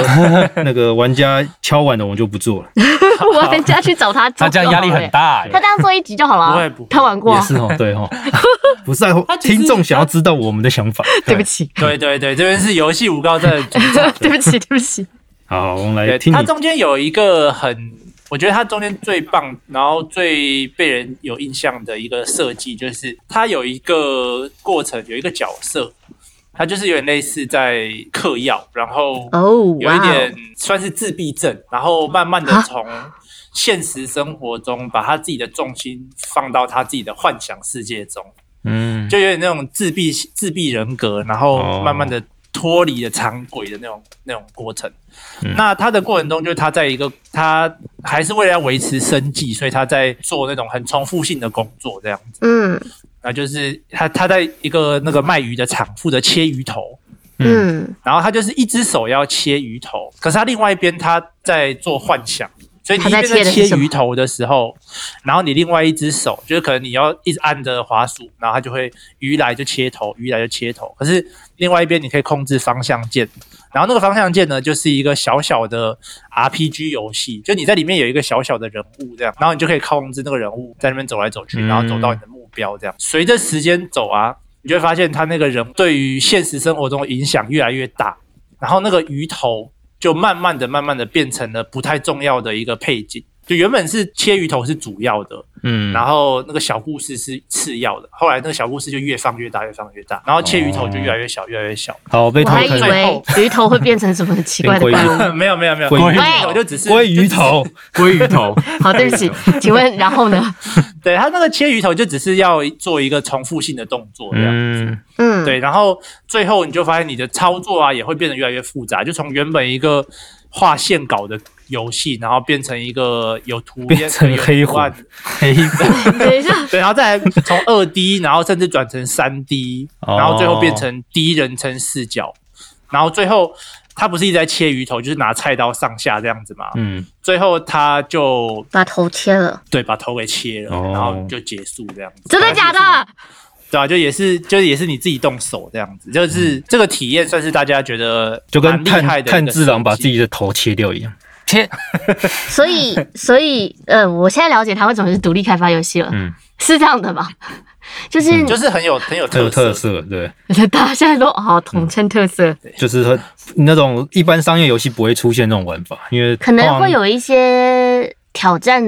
Speaker 2: 那个玩家敲碗的我们就不做 了。
Speaker 3: 我人家去找他做
Speaker 1: 他这样压力很大哎
Speaker 3: 就好了耶。他这样做一集就好了
Speaker 4: 不
Speaker 3: 啊
Speaker 4: 会不会，
Speaker 3: 他玩过
Speaker 2: 也，是哦，对 哦，不在乎
Speaker 4: 他其实
Speaker 2: 听众想要知道我们的想法。
Speaker 3: 对不起，
Speaker 4: 对对对，这边是游戏无高症的主题。
Speaker 2: 啊
Speaker 3: 对不起，对不起。
Speaker 2: 好，我们来
Speaker 3: 哎
Speaker 4: 对，
Speaker 2: 听你
Speaker 4: 它中间有一个很，我觉得它中间最棒，然后最被人有印象的一个设计，就是它有一个过程，有一个角色，它就是有点类似在嗑药，然后
Speaker 3: 哦，
Speaker 4: 有
Speaker 3: 哇
Speaker 4: 一
Speaker 3: 哦，
Speaker 4: 点算是自闭症，然后慢慢的
Speaker 3: 啊
Speaker 4: 从现实生活中把他自己的重心放到他自己的幻想世界中，
Speaker 2: 嗯，
Speaker 4: 就有点那种自闭自闭人格，然后
Speaker 2: 哦
Speaker 4: 慢慢的脱离了常轨的那种那种过程。那他的过程中，就是他在一个他还是为了要维持生计，所以他在做那种很重复性的工作这样子。
Speaker 3: 嗯
Speaker 4: 那就是他他在一个那个卖鱼的厂负责切鱼头，
Speaker 3: 嗯，
Speaker 4: 然后他就是一只手要切鱼头，可是他另外一边他在做幻想，所以你一
Speaker 3: 他在切
Speaker 4: 边
Speaker 3: 的
Speaker 4: 在
Speaker 3: 是
Speaker 4: 切
Speaker 3: 什么
Speaker 4: 鱼头的时候，然后你另外一只手就是可能你要一直按着滑鼠，然后它就会鱼来就切头，鱼来就切头。可是另外一边你可以控制方向键，然后那个方向键呢就是一个小小的 RPG 游戏，就你在里面有一个小小的人物这样，然后你就可以控制那个人物在那边走来走去，
Speaker 2: 嗯
Speaker 4: 然后走到你的目标这样。随着时间走啊，你就会发现他那个人对于现实生活中的影响越来越大，然后那个鱼头就慢慢的、慢慢的变成了不太重要的一个配景。就原本是切鱼头是主要的，
Speaker 2: 嗯，
Speaker 4: 然后那个小故事是次要的，后来那个小故事就越放越大，越放越大，然后切鱼头就越来越小，越来越小。
Speaker 2: 好被
Speaker 3: 我
Speaker 2: 偷
Speaker 3: 还
Speaker 2: 看
Speaker 3: 以
Speaker 4: 最
Speaker 3: 为
Speaker 4: 后
Speaker 3: 鱼头会变成什么奇怪的
Speaker 2: 变
Speaker 3: 怪
Speaker 2: 鲑鱼
Speaker 3: 物。
Speaker 4: 没有没有没有，
Speaker 2: 鲑鱼
Speaker 4: 鱼头就只是
Speaker 2: 鲑鱼，头，
Speaker 5: 鲑鱼头，
Speaker 3: 好，对不起，请问然后呢？
Speaker 4: 就只是对他那个切鱼头就只是要做一个重复性的动作这样。
Speaker 2: 嗯，
Speaker 3: 嗯，
Speaker 4: 对，然后最后你就发现你的操作啊也会变得越来越复杂，就从原本一个画线稿的游戏，然后变成一个有图片、
Speaker 2: 变成
Speaker 4: 有
Speaker 2: 黑
Speaker 4: 图案
Speaker 2: 魂
Speaker 1: 黑虎
Speaker 3: 等一下，
Speaker 4: 对，然后再来从二 D，然后甚至转成三 D，
Speaker 2: 哦
Speaker 4: 然后最后变成第一人称视角，然后最后他不是一直在切鱼头，就是拿菜刀上下这样子嘛，
Speaker 2: 嗯，
Speaker 4: 最后他就
Speaker 3: 把头切了，
Speaker 4: 对把头给切了，
Speaker 2: 哦
Speaker 4: 然后就结束这样子，
Speaker 3: 真的假的？？
Speaker 4: 对啊，就也是，就也是你自己动手这样子，就是这个体验算是大家觉得
Speaker 2: 嗯就
Speaker 4: 蛮
Speaker 2: 跟
Speaker 4: 厉
Speaker 2: 炭
Speaker 4: 害的一个
Speaker 2: 炭治郎把
Speaker 4: 设计
Speaker 2: 自己的头切掉一样，
Speaker 1: 天，
Speaker 3: 所以，所以，呃，我现在了解他为什么是独立开发游戏了，
Speaker 2: 嗯
Speaker 3: 是这样的吧？嗯就是你，
Speaker 4: 就是很有很有
Speaker 2: 很有
Speaker 4: 特
Speaker 2: 特色，
Speaker 4: 色，
Speaker 2: 对，
Speaker 3: 大家现在都好统称特色，
Speaker 2: 就是它那种一般商业游戏不会出现这种玩法，因为
Speaker 3: 可能会
Speaker 2: 通常
Speaker 3: 有一些挑战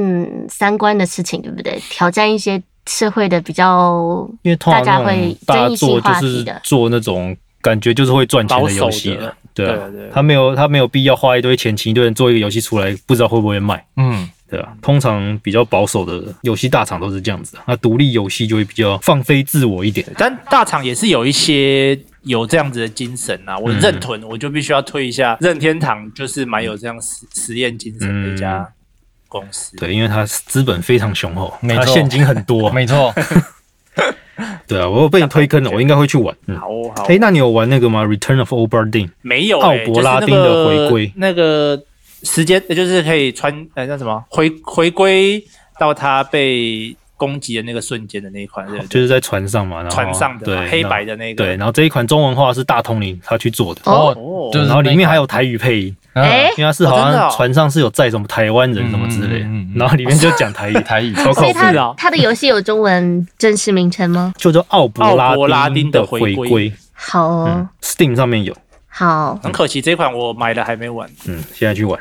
Speaker 3: 三观的事情，对不对？挑战一些社会的比较，
Speaker 2: 因为通常
Speaker 3: 大家
Speaker 2: 那种
Speaker 3: 会
Speaker 2: 大
Speaker 3: 争议性
Speaker 2: 作就
Speaker 3: 话题
Speaker 2: 是
Speaker 3: 的。
Speaker 2: 做那种感觉就是会赚钱
Speaker 4: 保
Speaker 2: 的游
Speaker 4: 守
Speaker 2: 戏了
Speaker 4: 的，，
Speaker 2: 对
Speaker 4: 对
Speaker 2: 啊
Speaker 4: 啊对啊，
Speaker 2: 他没有他没有必要花一堆钱请一堆人做一个游戏出来，不知道会不会卖。
Speaker 1: 嗯，
Speaker 2: 对啊，通常比较保守的游戏大厂都是这样子啊的，那独立游戏就会比较放飞自我一点。
Speaker 4: 但大厂也是有一些有这样子的精神啊，
Speaker 2: 嗯
Speaker 4: 我任屯我就必须要推一下任天堂，就是蛮有这样实实验精神的一家公司。
Speaker 2: 嗯对，因为它资本非常雄厚，
Speaker 1: 没
Speaker 2: 它
Speaker 1: 错
Speaker 2: 现金很多。
Speaker 1: 没错，
Speaker 2: 对啊，我有被你推坑了，我应该会去玩。嗯，
Speaker 4: 好哦好哦
Speaker 2: 哎，那你有玩那个吗？Return of Oberdin？
Speaker 4: 没有欸
Speaker 2: 奥伯拉丁的回归
Speaker 4: 就是那个那个时间，呃就是可以穿呃叫什么回回归到他被攻击的那个瞬间的那一款，对不对
Speaker 2: 就是在船上嘛，然后
Speaker 4: 船上的嘛
Speaker 2: 对
Speaker 4: 黑白的那个，
Speaker 2: 对，然后这一款中文化是大通灵他去做的，
Speaker 1: 哦，
Speaker 4: 哦，
Speaker 1: 就是
Speaker 2: 然后里面还有台语配音，
Speaker 1: 嗯
Speaker 3: 哎、
Speaker 2: 因为它是好
Speaker 4: 哦真的
Speaker 2: 像
Speaker 4: 哦
Speaker 2: 船上是有载什么台湾人什么之类的
Speaker 1: 嗯嗯嗯嗯，
Speaker 2: 然后里面就讲台语，
Speaker 1: 台语
Speaker 2: 超
Speaker 3: 所
Speaker 2: 靠
Speaker 3: 以
Speaker 2: 谱
Speaker 3: 他
Speaker 4: 是哦
Speaker 3: 他的游戏有中文正式名称吗？
Speaker 2: 就叫奥伯
Speaker 4: 奥伯拉
Speaker 2: 拉
Speaker 4: 丁
Speaker 2: 丁
Speaker 4: 的
Speaker 2: 的回
Speaker 4: 回
Speaker 2: 归。
Speaker 3: 好哦，
Speaker 2: 嗯，Steam 上面有，
Speaker 3: 好，
Speaker 4: 很可惜这款我买了还没 玩，
Speaker 2: 嗯，现在去玩。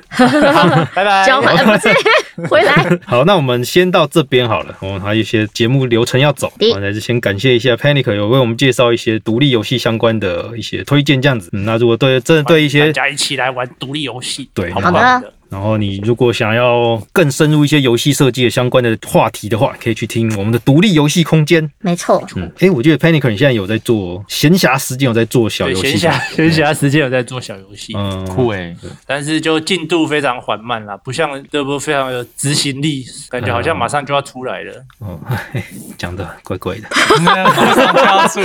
Speaker 4: 拜拜。
Speaker 3: 交换、呃、不 是回来。
Speaker 2: 好，那我们先到这边好了，我们还有一些节目流程要走，
Speaker 3: 对
Speaker 2: 我们还是先感谢一下 Panic 有为我们介绍一些独立游戏相关的一些推荐，这样子。嗯，那如果对真的对一些
Speaker 4: 大，家一起来玩独立游戏，
Speaker 2: 对
Speaker 4: 好
Speaker 2: 好
Speaker 4: 不
Speaker 3: 的
Speaker 4: 的？
Speaker 2: 然后你如果想要更深入一些游戏设计的相关的话题的话，可以去听我们的独立游戏空间。
Speaker 3: 没错，
Speaker 2: 嗯，诶，我觉得 Panic 你现在有在做闲暇时间有在做小
Speaker 4: 对，
Speaker 2: 游
Speaker 4: 闲
Speaker 2: 戏，
Speaker 4: 暇闲暇时间有在做小游戏，
Speaker 2: 嗯，
Speaker 1: 酷 哎，
Speaker 4: 但是就进度非常缓慢啦，不像这部非常有执行力，感觉好像马上就要出来了。
Speaker 2: 嗯，嘿 讲的怪怪的，
Speaker 1: 马上就要出，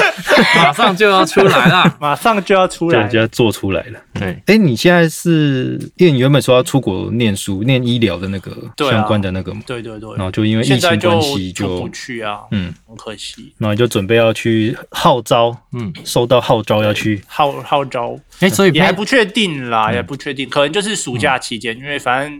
Speaker 1: 马上就要出来了。
Speaker 4: 马上就要出
Speaker 2: 就
Speaker 4: 来
Speaker 2: 就要做出来了。
Speaker 1: 对，
Speaker 2: 哎、你现在是因为你原本说要出国念书，念医疗的那个
Speaker 4: 对啊
Speaker 2: 相关的那个嘛，
Speaker 4: 对对对
Speaker 2: 然，后就因为疫
Speaker 4: 现在
Speaker 2: 情
Speaker 4: 就
Speaker 2: 关系
Speaker 4: 出
Speaker 2: 就
Speaker 4: 不去啊，
Speaker 2: 嗯，
Speaker 4: 很可惜。
Speaker 2: 然后你就准备要去号召，
Speaker 1: 嗯，
Speaker 2: 收到号召要去，
Speaker 4: 号号召
Speaker 1: 哎，所以
Speaker 4: 也还
Speaker 1: Pan-
Speaker 4: 不确定
Speaker 2: 嗯
Speaker 4: 啦，也不确定，可能就是暑假期间，因为反正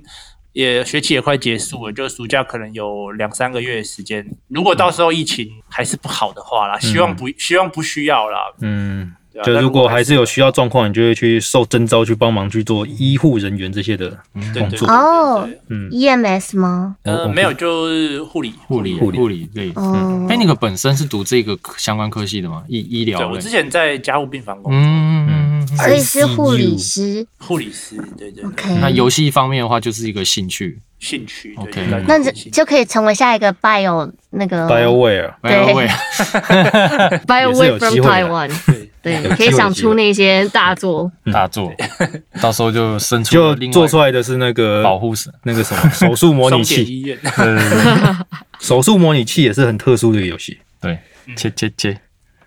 Speaker 4: 也学期也快结束了，就暑假可能有两三个月的时间。如果到时候疫情还是不好的话啦，希望不希望不需要啦。
Speaker 2: 嗯，
Speaker 4: 对啊
Speaker 2: 就
Speaker 4: 但
Speaker 2: 如果还是有
Speaker 4: 需
Speaker 2: 需要状况，你就会去受征召去帮忙去做医护人员这些的
Speaker 4: 对
Speaker 2: 工
Speaker 4: 对
Speaker 2: 作
Speaker 4: 对。
Speaker 3: 哦
Speaker 4: 对
Speaker 2: 嗯，
Speaker 3: ，EMS 吗？
Speaker 4: 呃，没有，就是护理
Speaker 1: 护理
Speaker 2: 护理
Speaker 1: 护理对。
Speaker 3: 哦，
Speaker 2: 嗯
Speaker 1: 哎，那个本身是读这个相关科系的吗？医医疗
Speaker 4: 对
Speaker 1: 类？
Speaker 4: 我之前在加护病房工作，
Speaker 1: 嗯，
Speaker 3: 所以是护理
Speaker 2: ICU
Speaker 3: 师。
Speaker 4: 护理师，对对，对
Speaker 3: OK，
Speaker 1: 嗯
Speaker 2: 嗯
Speaker 1: 那游戏方面的话，就是一个兴趣。
Speaker 4: 兴趣，对
Speaker 1: OK
Speaker 4: 对，对
Speaker 3: 那这
Speaker 4: 对兴趣
Speaker 3: 就可以成为下一个 bio 那个
Speaker 2: BioWare
Speaker 1: 哎呦喂，
Speaker 3: bio
Speaker 2: 也是
Speaker 3: way
Speaker 2: 有
Speaker 3: from
Speaker 2: 机会的
Speaker 3: Taiwan。
Speaker 4: 对
Speaker 3: 对，你
Speaker 2: 有
Speaker 3: 可以
Speaker 2: 机会
Speaker 3: 想
Speaker 2: 有机会
Speaker 3: 出那些大作。
Speaker 1: 大 作，到时候嗯就生出
Speaker 2: 就
Speaker 1: 了另外
Speaker 2: 做
Speaker 1: 一
Speaker 2: 出
Speaker 1: 个
Speaker 2: 来的是那个
Speaker 1: 保护伞。
Speaker 2: 那个什么 手术模拟
Speaker 4: 松点
Speaker 2: 器，
Speaker 4: 医院，
Speaker 1: 对对对
Speaker 2: 手术模拟器也是很特殊的一个游戏。
Speaker 1: 对对，切切切，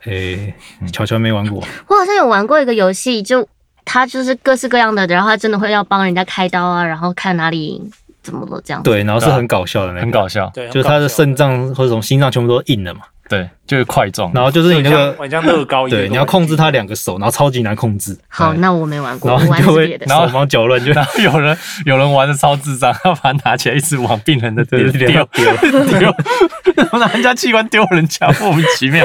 Speaker 2: 诶，乔乔没玩过，
Speaker 3: 我好像有玩过一个游戏，就它就是各式各样的，然后它真的会要帮人家开刀啊，然后看哪里怎么了这样。，
Speaker 2: 对，然后是很搞笑的那个
Speaker 1: 很，搞笑。
Speaker 4: 对，
Speaker 2: 就是他的肾
Speaker 4: 肾，
Speaker 2: 脏或者什么心脏全部都硬了嘛，
Speaker 1: 对，就是块状。
Speaker 2: 然后就是你那
Speaker 4: 像
Speaker 2: 个
Speaker 4: 很像乐高一样，
Speaker 2: 对，你要控制他两个手，然后超级难控制，
Speaker 3: 好，
Speaker 1: 对
Speaker 3: 那我没玩过，
Speaker 2: 然
Speaker 3: 我
Speaker 2: 后
Speaker 3: 玩
Speaker 2: 你
Speaker 3: 的
Speaker 2: 就是
Speaker 3: 别
Speaker 2: 会
Speaker 3: 的。
Speaker 1: 然
Speaker 2: 手忙脚乱，就
Speaker 1: 然后有人有人玩的超智障，他把它拿起来一直往病人的
Speaker 2: 对
Speaker 1: 脸
Speaker 2: 脸
Speaker 1: 丢
Speaker 2: 上
Speaker 1: 丢，然后拿人家器官丢人家，莫名其妙。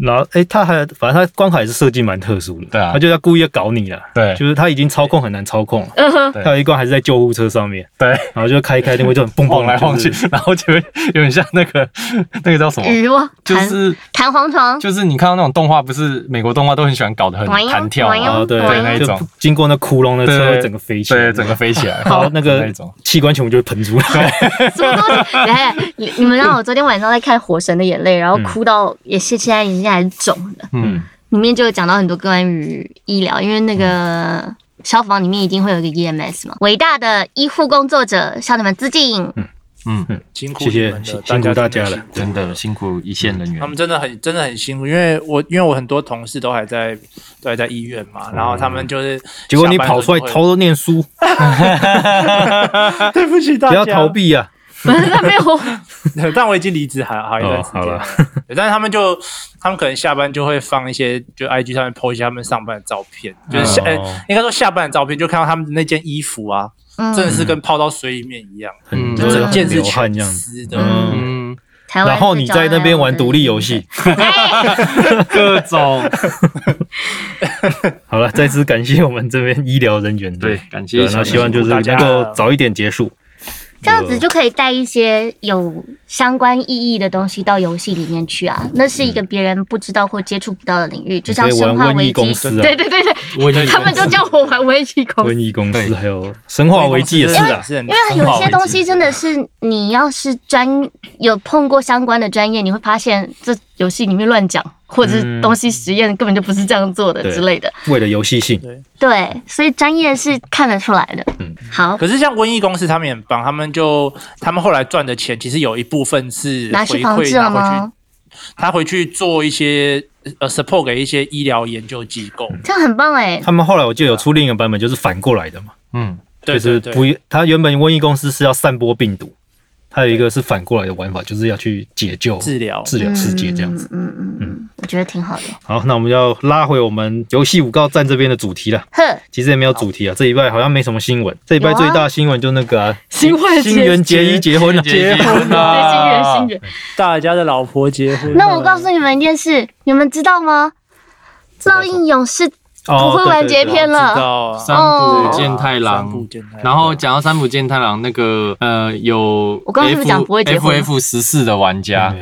Speaker 2: 然后哎、诶他还反正他关卡也是设计蛮特殊的，
Speaker 1: 对啊
Speaker 2: 他就要故意要搞你啦，
Speaker 1: 对
Speaker 2: 就是他已经操控很难操控了。
Speaker 3: 嗯哼，
Speaker 1: 对
Speaker 2: 还有一关还是在救护车上面，
Speaker 1: 对，
Speaker 2: 然后就开一开定位就很蹦蹦
Speaker 1: 晃来晃去，然后就会有点像那个那个叫什么，
Speaker 3: 雨落
Speaker 1: 就
Speaker 3: 嗯弹
Speaker 1: 是
Speaker 3: 弹簧床，
Speaker 1: 就是你看到那种动画，不是美国动画都很喜欢搞得很
Speaker 3: 玩呀
Speaker 1: 弹跳
Speaker 3: 玩呀
Speaker 1: 吗？
Speaker 2: 啊，对
Speaker 3: 嗯对
Speaker 1: 那一
Speaker 2: 就
Speaker 1: 种
Speaker 2: 经过那窟窿，那车
Speaker 1: 对
Speaker 2: 会整个飞起来，
Speaker 1: 对，整个飞起来，
Speaker 2: 然后那个
Speaker 1: 那种。
Speaker 2: 器官全部就会喷出来，
Speaker 3: 什么东西？ 哎，你你们让我昨天晚上在看《火神的眼泪》，然
Speaker 2: 嗯
Speaker 3: 后哭到也是现在眼睛还是肿的。
Speaker 1: 嗯，
Speaker 3: 里面就有讲到很多关于医疗，因为那
Speaker 2: 嗯
Speaker 3: 个消防里面一定会有一个 EMS 嘛。伟大的医护工作者向你们致敬。
Speaker 2: 嗯
Speaker 4: 辛苦
Speaker 2: 谢 谢
Speaker 4: 你们了
Speaker 2: 辛辛苦大家了
Speaker 1: 真
Speaker 4: 真的辛苦
Speaker 1: 的辛苦一线人员
Speaker 4: 他。们真的很真的很辛苦，因为我因为我很多同事都还在都还在医院嘛，然后他们就是
Speaker 2: 嗯结果你
Speaker 4: 下班的
Speaker 2: 跑
Speaker 4: 时候
Speaker 2: 出来
Speaker 4: 会啊
Speaker 2: 偷，偷念书，
Speaker 4: 对不起大
Speaker 2: 不
Speaker 4: 家，
Speaker 2: 要逃。避啊！
Speaker 3: 本来 没 有，
Speaker 4: 但我已经离职好好一段时间了，
Speaker 2: 哦
Speaker 4: 对但是他们就他们可能下班就会放一些就 IG 上面 po 一些他们上班的照片，就是下、
Speaker 2: 哦
Speaker 4: 呃应该说下班的照片，就看到他们的那件衣服啊，
Speaker 3: 嗯
Speaker 4: 真的是跟泡到水里面一样，
Speaker 1: 嗯
Speaker 2: 很
Speaker 4: 就整件是
Speaker 2: 流汗
Speaker 4: 全
Speaker 2: 这样子，
Speaker 4: 湿的。
Speaker 3: 嗯
Speaker 1: 嗯，
Speaker 3: 台湾
Speaker 2: 然后你在那边玩独立游戏，
Speaker 1: 各种
Speaker 2: 好了，再次感谢我们这边医疗人员。
Speaker 1: 对，，感谢
Speaker 2: 对，
Speaker 1: 一线
Speaker 2: 那希望就是
Speaker 4: 辛苦大
Speaker 2: 能
Speaker 4: 家
Speaker 2: 够早一点结束。
Speaker 3: 这样子就可以带一些有相关意义的东西到游戏里面去啊，那是一个别人不知道或接触不到的领域，就像
Speaker 2: 你可以
Speaker 3: 生化
Speaker 2: 玩瘟
Speaker 3: 危
Speaker 2: 疫公
Speaker 3: 机，
Speaker 2: 司啊
Speaker 3: 对对对对，
Speaker 1: 我已经
Speaker 3: 他们就叫我玩瘟疫公
Speaker 2: 瘟
Speaker 3: 司，
Speaker 2: 疫公
Speaker 1: 对
Speaker 2: 司还有生化危机也是啊，
Speaker 4: 是因
Speaker 3: 因为有些东西真的是你要是专有碰过相关的专业，你会发现这游戏里面乱讲，或者是
Speaker 2: 嗯
Speaker 3: 东西实验根本就不是这样做的
Speaker 2: 对
Speaker 3: 之类的。
Speaker 2: 为了游戏性，
Speaker 3: 对，所以专业是看得出来的。
Speaker 2: 嗯
Speaker 3: 好，
Speaker 4: 可是像瘟疫公司，他们也很棒，他们就他们后来赚的钱，其实有一部分是
Speaker 3: 拿
Speaker 4: 回
Speaker 3: 去防治
Speaker 4: 馈
Speaker 3: 了
Speaker 4: 拿回
Speaker 3: 吗
Speaker 4: 去，？他回去做一些呃 support 给一些医疗研究机构。
Speaker 3: 这样很棒哎、
Speaker 2: 他们后来我记得有出另一个版本，就是反过来的嘛，
Speaker 1: 嗯，
Speaker 4: 对对
Speaker 2: 就
Speaker 4: 对
Speaker 2: 是不，他原本瘟疫公司是要散播病毒，它有一个是反过来的玩法，就是要去解救
Speaker 4: 治疗
Speaker 2: 治疗世界这样子。
Speaker 3: 嗯嗯嗯嗯，我觉得挺好的。
Speaker 2: 好，那我们要拉回我们游戏五告站这边的主题了。
Speaker 3: 呵，
Speaker 2: 其实也没有主题啊，这礼拜好像没什么新闻。这礼拜
Speaker 3: 有啊
Speaker 2: 最大的新闻就那个 啊，
Speaker 3: 新会
Speaker 2: 新垣结衣结婚了，啊
Speaker 1: 结婚啊
Speaker 3: 对，新人
Speaker 1: 啦
Speaker 3: 新！人。
Speaker 4: 大家的老婆结婚了，
Speaker 3: 那我告诉你们一件事，你们知道吗？烙印勇士 不
Speaker 2: 哦
Speaker 3: 会玩截
Speaker 4: 我
Speaker 3: 片
Speaker 4: 知
Speaker 3: 了，
Speaker 4: 道啊，
Speaker 1: 三
Speaker 3: 哦
Speaker 1: 浦健太郎
Speaker 4: 三浦健太郎
Speaker 1: 然后讲到三浦健太郎那个呃有 F,
Speaker 3: 我刚刚是不是讲不会结婚
Speaker 1: F F 十四的玩家，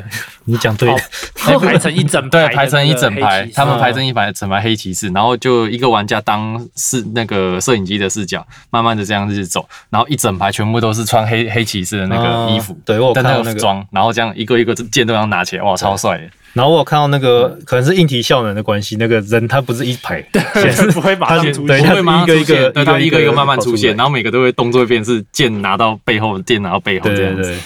Speaker 2: 你讲对
Speaker 4: 哦
Speaker 2: 了，
Speaker 4: 哎排成一整
Speaker 1: 对
Speaker 4: 排，
Speaker 1: 排成一整排，他们
Speaker 2: 嗯
Speaker 1: 排成一排整排黑骑士，然后就一个玩家当是那个摄影机的视角，慢慢的这样子走，然后一整排全部都是穿黑黑骑士的那个衣服
Speaker 2: 哦，对我有
Speaker 1: 的
Speaker 2: 看
Speaker 1: 那
Speaker 2: 到那
Speaker 1: 个
Speaker 2: 个
Speaker 1: 装，然后这样一个一个剑都要拿起来，哇，超帅的！
Speaker 2: 然后我有看到那个可能是硬体效能的关系，那个人他不是一排，显示
Speaker 4: 不会马上
Speaker 2: 他是
Speaker 4: 出现
Speaker 2: 对，
Speaker 1: 不
Speaker 2: 他
Speaker 1: 会马上
Speaker 2: 是一
Speaker 1: 出
Speaker 2: 个一
Speaker 1: 现，
Speaker 2: 个
Speaker 1: 对，它一个一个慢慢出现，
Speaker 2: 然后
Speaker 1: 然后每个都会动作变是剑拿到背后，剑拿到背后
Speaker 2: 对
Speaker 1: 这样
Speaker 2: 对
Speaker 1: 子，
Speaker 2: 对，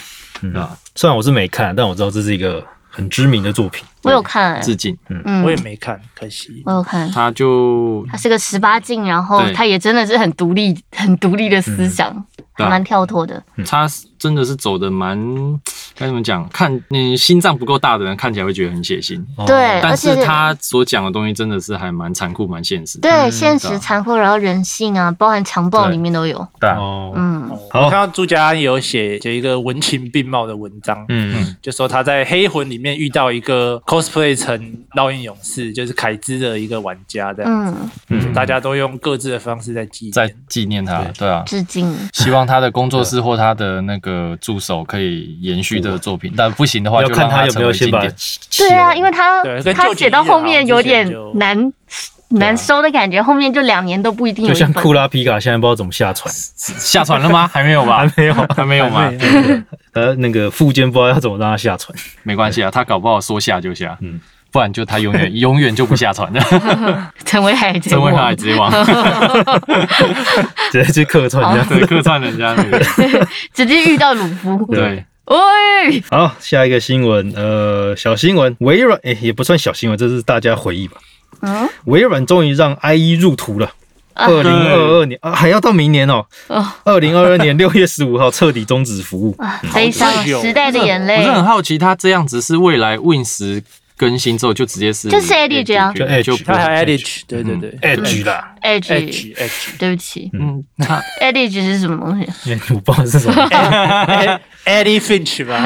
Speaker 2: 嗯
Speaker 1: 对吧，
Speaker 2: 虽然我是没看，但我知道这是一个很知名的作品。
Speaker 3: 我有看、欸，
Speaker 1: 致敬。
Speaker 3: 嗯，
Speaker 4: 我也没看，可惜。
Speaker 3: 我有看。
Speaker 1: 他就
Speaker 3: 他是个十八禁，然后
Speaker 1: 对
Speaker 3: 他也真的是很独立、很独立的思想，
Speaker 1: 对
Speaker 3: 还
Speaker 1: 啊
Speaker 3: 蛮跳脱的。
Speaker 2: 嗯
Speaker 1: 他真的是走的蛮该怎么讲？看你心脏不够大的人看起来会觉得很血腥，
Speaker 2: 哦
Speaker 3: 对
Speaker 1: 但是
Speaker 3: 而且
Speaker 1: 他所讲的东西真的是还蛮残酷、蛮现实的。
Speaker 3: 对，
Speaker 2: 嗯
Speaker 3: 现
Speaker 1: 对
Speaker 3: 实
Speaker 1: 啊
Speaker 3: 残酷，然后人性啊，包含强暴里面都有。
Speaker 1: 对啊，
Speaker 2: 哦，
Speaker 3: 嗯，
Speaker 4: 我
Speaker 2: 好
Speaker 4: 看，到朱家安有写写一个文情并茂的文章，
Speaker 2: 嗯，
Speaker 4: 就说他在黑魂里面遇到一个 cosplay 成烙印勇士，就是凯兹的一个玩家这样，
Speaker 3: 嗯，
Speaker 4: 嗯、大家都用各自的方式在纪
Speaker 1: 在
Speaker 4: 念。
Speaker 1: 纪念他，对啊。
Speaker 3: 致敬。
Speaker 1: 希望他的工作室或他的那个助手可以延续这个作品，但不行的话
Speaker 2: 要
Speaker 1: 就
Speaker 2: 看
Speaker 1: 让
Speaker 2: 他有没
Speaker 1: 成
Speaker 2: 有
Speaker 1: 为
Speaker 2: 先
Speaker 1: 经
Speaker 2: 把
Speaker 1: 典。
Speaker 2: 哦
Speaker 3: 对啊，因为他
Speaker 4: 对跟
Speaker 3: 他
Speaker 4: 旧
Speaker 3: 写
Speaker 4: 景
Speaker 3: 到
Speaker 4: 一样
Speaker 3: 后面有
Speaker 4: 之前
Speaker 3: 点
Speaker 4: 就
Speaker 3: 难难收的感觉，后面就两年都不一定有
Speaker 2: 就
Speaker 3: 一
Speaker 2: 像
Speaker 3: 本。
Speaker 2: 库拉皮卡现在不知道怎么下船，
Speaker 1: 下船了吗？还没有吧？
Speaker 2: 还没有
Speaker 1: 还没有吗？
Speaker 2: 呃，那个附件不知道要怎么让他下船。
Speaker 1: 没关系啊，他搞不好说下就下，
Speaker 2: 嗯
Speaker 1: 不然就他永远 永远就不下 船了，
Speaker 3: 成为海贼
Speaker 1: 成为
Speaker 3: 王，
Speaker 1: 他海贼王，
Speaker 2: 直接去客串这样。
Speaker 1: 对，客串人家那个，
Speaker 3: 直接遇到鲁夫。
Speaker 1: 对，
Speaker 3: 喂，
Speaker 2: 好，下一个新闻，呃，小新闻，微软，诶、也不算小新闻，这是大家回忆吧。
Speaker 3: 嗯，
Speaker 2: 微软终于让 IE 入图了。
Speaker 3: 啊
Speaker 2: 二零二二年啊，还要到明年哦
Speaker 3: 哦。
Speaker 2: 二零二二年六月十五 号彻底终止服务。
Speaker 3: 悲伤
Speaker 4: 好久
Speaker 3: 时代的眼
Speaker 1: 我
Speaker 3: 泪
Speaker 1: 是。很好奇，他这样子是未来 Win 十更新之后就直接是
Speaker 3: 就是 Edge 啊
Speaker 2: 就 Edge
Speaker 1: 就不
Speaker 4: 它还有
Speaker 1: 是
Speaker 4: Edge，对对对
Speaker 2: Edge 啦，
Speaker 3: Edge，
Speaker 4: ，Edge，Edge，
Speaker 3: 对不起
Speaker 1: 嗯，它
Speaker 3: ，Edge 是什么东西？
Speaker 2: 因为哎我不知道是什 么，
Speaker 4: Eddie Finch 吧，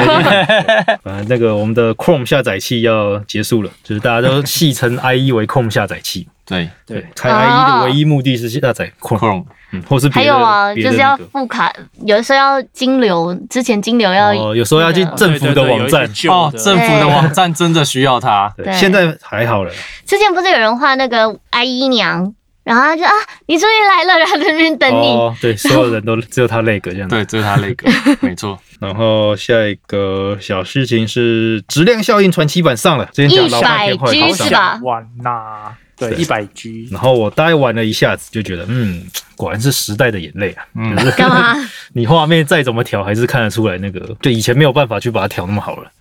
Speaker 2: 反正那个我们的 Chrome 下载器要结束了，就是大家都戏称 IE 为 Chrome 下载器，
Speaker 1: 对
Speaker 4: 对，
Speaker 2: 开 IE 的唯一目的是下载 Chrome，
Speaker 1: Chrome
Speaker 2: 嗯或是
Speaker 3: 啊还
Speaker 2: 别的
Speaker 3: 有啊，
Speaker 2: 别
Speaker 3: 就
Speaker 2: 的
Speaker 3: 是
Speaker 2: 那
Speaker 3: 要
Speaker 2: 个
Speaker 3: 付卡，有的时候要金流，之前金流要
Speaker 2: 哦，有时候要去政府的网站。
Speaker 1: 哦，政
Speaker 4: 府
Speaker 1: 府的网站真的需要它，
Speaker 2: 对
Speaker 3: 对
Speaker 2: 现在还好了，
Speaker 3: 之前不是有人画那个阿姨娘，然后他就啊，你终于来了，然后在那边等你。
Speaker 2: 哦，对，所有人都只有他那个这样子。
Speaker 1: 对，这是它那个，没错，
Speaker 2: 然后下一个小事情是《质量效应传奇版》上了，之前讲老半天后来
Speaker 3: 100
Speaker 2: 它上
Speaker 3: 是吧
Speaker 2: 了。
Speaker 4: 玩呐，对，一百 G，
Speaker 2: 然后我大概玩了一下子，就觉得，嗯，果然是时代的眼泪啊！
Speaker 1: 嗯，
Speaker 3: 干嘛？
Speaker 2: 你画面再怎么调，还是看得出来那个，对，以前没有办法去把它调那么好了。对啊吧，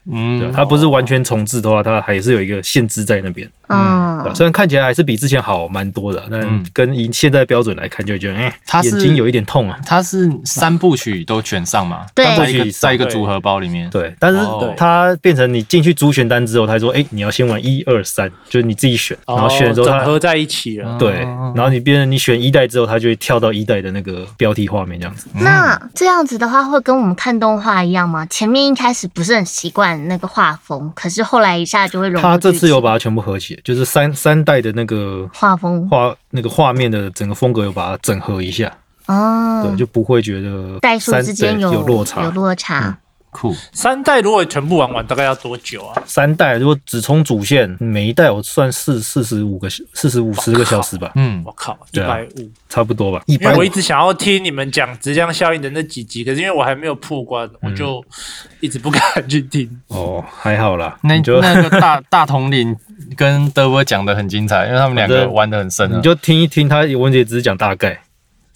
Speaker 1: 嗯，
Speaker 2: 它不是完全重置的话，它还是有一个限制在那边。对吧
Speaker 3: 嗯，
Speaker 2: 虽然看起来还是比之前好蛮多的，但
Speaker 1: 嗯
Speaker 2: 跟以现在标准来看，就觉得，哎、
Speaker 1: 它是
Speaker 2: 眼睛有一点痛啊。
Speaker 1: 它是三部曲都全上嘛，
Speaker 3: 对
Speaker 1: 在一
Speaker 2: 三部曲
Speaker 1: 个在一个
Speaker 4: 对
Speaker 1: 组合包里面，
Speaker 2: 对，但是
Speaker 1: 哦
Speaker 2: 它变成你进去主选单之后，它说，哎、你要先玩一二三，就是你自己选，然后选嗯了之后它
Speaker 4: 哦整合在一起了，
Speaker 2: 对，
Speaker 1: 哦
Speaker 2: 然后你变成你选一代之后，它就会跳到一代的那个标题画面这样子。
Speaker 4: 嗯
Speaker 3: 那这样子的话，会跟我们看动画一样吗？前面一开始不是很习惯那个画风，可是后来一下就会融入
Speaker 2: 它这
Speaker 3: 自己
Speaker 2: 次有把它全部合起来，就是三三代的那个
Speaker 3: 画风
Speaker 2: 画那个画面的整个风格有把它整合一下，
Speaker 3: 哦
Speaker 2: 对，，就不会觉得
Speaker 3: 代数
Speaker 2: 三
Speaker 3: 之间
Speaker 2: 对
Speaker 3: 有
Speaker 2: 有落差。
Speaker 3: 有落差。
Speaker 1: 酷，
Speaker 4: 三代如果全部玩完，大概要多久啊？
Speaker 2: 三代如果只冲主线，每一代我算四四十五个四十五十个小 时吧，
Speaker 1: 嗯，
Speaker 4: 我靠，一
Speaker 2: 对啊
Speaker 4: 百五！
Speaker 2: 差不多吧，一
Speaker 4: 因
Speaker 2: 百
Speaker 4: 为
Speaker 2: 五
Speaker 4: 我一直想要听你们讲质量效应的那几集，可是因为我还没有破关，我就
Speaker 2: 嗯
Speaker 4: 一直不敢去听。
Speaker 2: 哦，还好啦，
Speaker 1: 那
Speaker 2: 你就
Speaker 1: 那个大大统领跟德波讲的很精彩，因为他们两
Speaker 2: 反
Speaker 1: 个
Speaker 2: 正
Speaker 1: 玩的很深啊
Speaker 2: 你。就听一听他，文姐只是讲大概，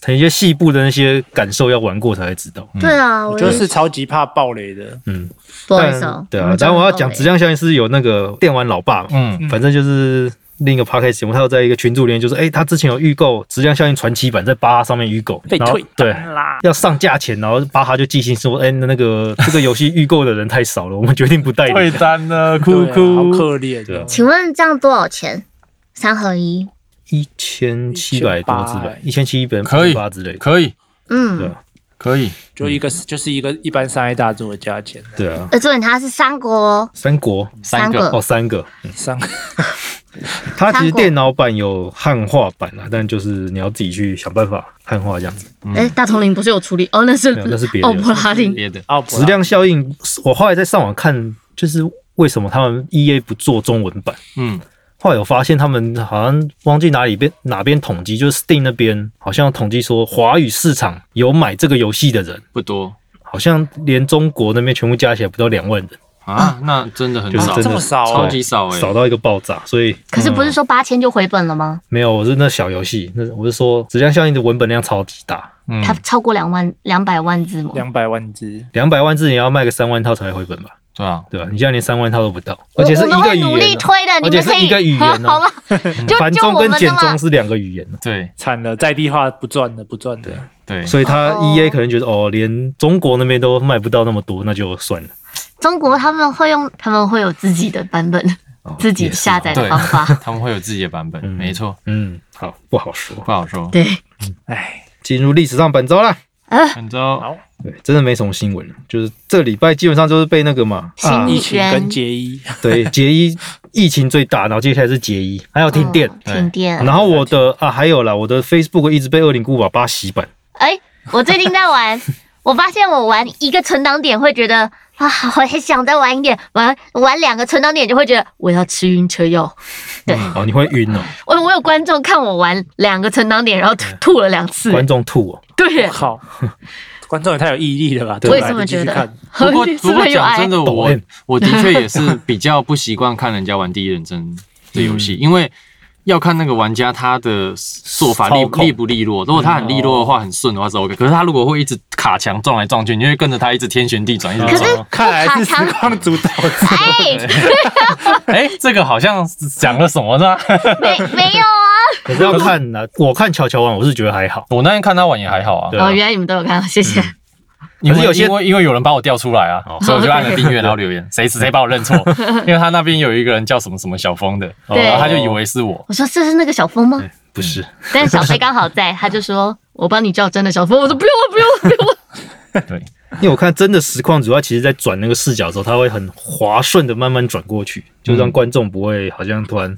Speaker 2: 他一些细部的那些感受要玩过才会知道。
Speaker 3: 对啊，我
Speaker 4: 嗯就
Speaker 3: 也
Speaker 4: 是超级怕爆雷的，
Speaker 2: 嗯，
Speaker 3: 不好意
Speaker 2: 但
Speaker 3: 思哦。
Speaker 2: 对
Speaker 3: 我
Speaker 2: 啊
Speaker 3: 们，
Speaker 2: 然后我要
Speaker 3: 到
Speaker 2: 讲
Speaker 3: 尾
Speaker 2: 质量效应是有那个电玩老爸嘛，
Speaker 1: 嗯，
Speaker 2: 反正就是另一个 podcast 节目，他有在一个群组里面就说，哎、他之前有预购《质量效应传奇版》在巴哈上面预购，
Speaker 4: 被
Speaker 2: 然后
Speaker 4: 退
Speaker 2: 对。
Speaker 4: 单啦。
Speaker 2: 要上架前，然后巴哈就寄信说：“哎、那那个这个游戏预购的人太少了，我 们决定不代
Speaker 1: 退
Speaker 2: 理。
Speaker 1: 单了，
Speaker 4: 对
Speaker 1: 哭
Speaker 4: 啊好
Speaker 1: 哭。
Speaker 4: 可怜
Speaker 2: 对啊
Speaker 4: 哦。
Speaker 3: 请问这样多少钱？三合一，”
Speaker 2: 一千七百多字吧，一千七百
Speaker 1: 可以
Speaker 2: 八之类的。
Speaker 1: 可以，
Speaker 2: 对
Speaker 3: 嗯，
Speaker 2: 啊，
Speaker 1: 可以，
Speaker 4: 就一个就是一个一般商业大作的价钱，
Speaker 2: 对啊，
Speaker 3: 呃而重点它是三国哦，
Speaker 2: 三国
Speaker 1: 三
Speaker 3: 三
Speaker 1: 个
Speaker 3: 个
Speaker 2: 哦，三个。
Speaker 4: 商
Speaker 2: 它其
Speaker 3: 三
Speaker 2: 实
Speaker 3: 国
Speaker 2: 电脑版有汉化版啊，但就是你要自己去想办法汉化这样子。
Speaker 3: 哎，大统领不是有处理哦，那是
Speaker 2: 嗯没有那是别的
Speaker 3: 哦，布拉
Speaker 2: 嗯
Speaker 3: 林，
Speaker 1: 别的，
Speaker 4: 奥普
Speaker 2: 质量效应，我后来在上网看，就是为什么他们 E A 不做中文版。
Speaker 1: 嗯，
Speaker 2: 后来有发现，他们好像忘记哪里边哪边统计，就是 Steam 那边好像统计说，华语市场有买这个游戏的人，
Speaker 1: 不多
Speaker 2: 好像连中国那边全部加起来不到两万人，
Speaker 1: 啊，那真的很
Speaker 2: 就是
Speaker 1: 少
Speaker 2: 真，
Speaker 4: 这么
Speaker 2: 的
Speaker 4: 少
Speaker 1: 超
Speaker 4: 哦
Speaker 1: 级少哎，
Speaker 2: 少到一个爆炸。所以嗯
Speaker 3: 可是不是说八千就回本了吗？
Speaker 2: 没有，我是那小游戏，那我是说质量效应的文本量超级大，
Speaker 1: 嗯，
Speaker 3: 它超过两万两百万字吗？
Speaker 4: 两百万只，
Speaker 2: 两百万字也要卖个三万套才会回本吧？
Speaker 1: 对啊，
Speaker 2: 对吧？你现在连三万套都不到，
Speaker 3: 我
Speaker 2: 而且是
Speaker 3: 我
Speaker 2: 一
Speaker 3: 们
Speaker 2: 个
Speaker 3: 会
Speaker 2: 语言哦、
Speaker 3: 努力推的，你
Speaker 2: 而且
Speaker 3: 们
Speaker 2: 是
Speaker 3: 可以
Speaker 2: 一个语言哦
Speaker 3: 好了，就
Speaker 2: 繁
Speaker 3: 就
Speaker 2: 中
Speaker 3: 我
Speaker 2: 跟
Speaker 3: 们的
Speaker 2: 简
Speaker 3: 啦
Speaker 2: 中。是两个语言哦
Speaker 1: 对
Speaker 4: 惨了，在地化不赚的不赚的，
Speaker 1: 对，
Speaker 2: 所以他
Speaker 3: 哦
Speaker 2: E A 可能觉得哦，连中国那边都卖不到那么多，那就算了。
Speaker 3: 中国他们会用，他们会有自己的版本，
Speaker 2: 哦
Speaker 3: 自己
Speaker 2: 啊
Speaker 3: 下载的
Speaker 1: 对
Speaker 3: 方 法。
Speaker 1: 他们会有自己的版本，
Speaker 2: 嗯
Speaker 1: 没错，
Speaker 2: 嗯，好，不好说。
Speaker 1: 不好说。
Speaker 3: 对，呃
Speaker 4: 哎，
Speaker 2: 进入历史上本周啦，
Speaker 1: 本
Speaker 2: 哦
Speaker 1: 周
Speaker 4: 好
Speaker 2: 对，真的没什么新闻了，就是这礼拜基本上就是被那个嘛，
Speaker 3: 新
Speaker 2: 啊，
Speaker 4: 疫情跟结衣，
Speaker 2: 对，结衣疫情最大，然后接下来是结衣，还有停电，
Speaker 3: 嗯停电。
Speaker 2: 然后我的啊还有啦，我的 Facebook 一直被恶灵古堡八洗版，
Speaker 3: 哎，我最近在玩， 我发现我玩一个存档点会觉得啊，我还想再玩一点，玩玩两个存档点就会觉得我要吃晕车药。
Speaker 4: 嗯
Speaker 2: 哦，你会晕哦，
Speaker 3: 我我有观众看我玩两个存档点，然后吐吐了两次。
Speaker 2: 观众吐哦，
Speaker 3: 对，
Speaker 4: 靠，观众也太有毅力了吧？
Speaker 3: 我
Speaker 4: 对
Speaker 3: 也
Speaker 4: 吧？
Speaker 3: 这么
Speaker 4: 继
Speaker 3: 觉
Speaker 4: 续
Speaker 3: 得
Speaker 4: 看，。
Speaker 1: 不过
Speaker 3: 是
Speaker 1: 不
Speaker 3: 不
Speaker 1: 过
Speaker 3: 是有
Speaker 1: 讲
Speaker 3: 爱
Speaker 1: 真？的，
Speaker 2: 抖
Speaker 1: 我
Speaker 2: M
Speaker 1: 我的确也是比较不习惯看人家玩第一人称的游戏，因为要看那个玩家他的做法利
Speaker 2: 操控
Speaker 1: 利不利落。如果他很利落的话，很顺的话是 OK。可是他如果会一直卡墙撞来撞去，你会跟着他一直天旋地转，一直
Speaker 3: 可
Speaker 1: 转。
Speaker 3: 是
Speaker 2: 啊
Speaker 4: 看来是
Speaker 3: 卡
Speaker 4: 时光主导者，
Speaker 3: 哎，
Speaker 1: 哎，这个好像是讲了什么呢？
Speaker 3: 没没有啊？
Speaker 2: 可是要看呐、我看乔乔玩，我是觉得还好，
Speaker 1: 我那天看他玩也还好啊
Speaker 3: 哦
Speaker 2: 对。啊
Speaker 4: 嗯
Speaker 3: 哦，原来你们都有看到，谢谢。
Speaker 1: 因
Speaker 2: 可
Speaker 1: 为
Speaker 2: 是有些
Speaker 1: 因为因为有人把我调出来啊，
Speaker 2: 哦
Speaker 1: 所以我就按了订阅，然后留言，谁谁把我认错，因为他那边有一个人叫什么什么小峰的，
Speaker 2: 哦
Speaker 3: 对
Speaker 1: 然后他就以为是我，
Speaker 3: 我说这是那个小峰吗？
Speaker 2: 哎不是，
Speaker 3: 但小飞刚好在，他就说我帮你叫真的小峰，我说不用了，啊不用了，不用 了。
Speaker 1: 对，
Speaker 2: 因为我看真的实况主，他其实在转那个视角的时候，他会很滑顺的慢慢转过去，就让观众不会好像突然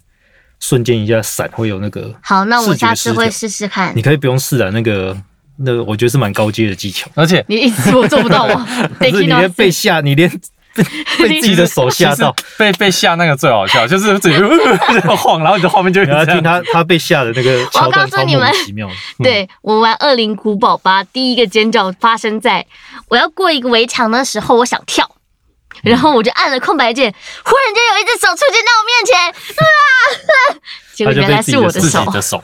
Speaker 2: 瞬间一下闪，会有那个。
Speaker 3: 好，那我
Speaker 2: 视觉
Speaker 3: 下
Speaker 2: 失
Speaker 3: 次
Speaker 2: 调
Speaker 3: 会试试看
Speaker 2: 你。可以不用试啊，那个那个，我觉得是蛮高阶的技巧。
Speaker 1: 而且
Speaker 3: 你一直我做不到哦 吗？得
Speaker 2: 不是
Speaker 3: 听
Speaker 2: 你
Speaker 3: 到
Speaker 2: 连被吓，你连 被被自己的手吓到，
Speaker 1: 被被吓那个最好笑，就是自己 在晃，然后你的画面就会
Speaker 2: 你要
Speaker 1: 这
Speaker 2: 听
Speaker 1: 样。
Speaker 2: 他他被吓的那个桥段，
Speaker 3: 我告
Speaker 2: 超
Speaker 3: 诉你
Speaker 2: 莫
Speaker 3: 们
Speaker 2: 名其妙的。
Speaker 3: 对我玩《恶灵古堡八》，第一个尖叫发生在我要过一个围墙的时候，我想跳，然后我就按了空白键，忽然间有一只手出现在我面前，啊！结 果原来是我的
Speaker 1: 自
Speaker 3: 手
Speaker 1: 己，的手，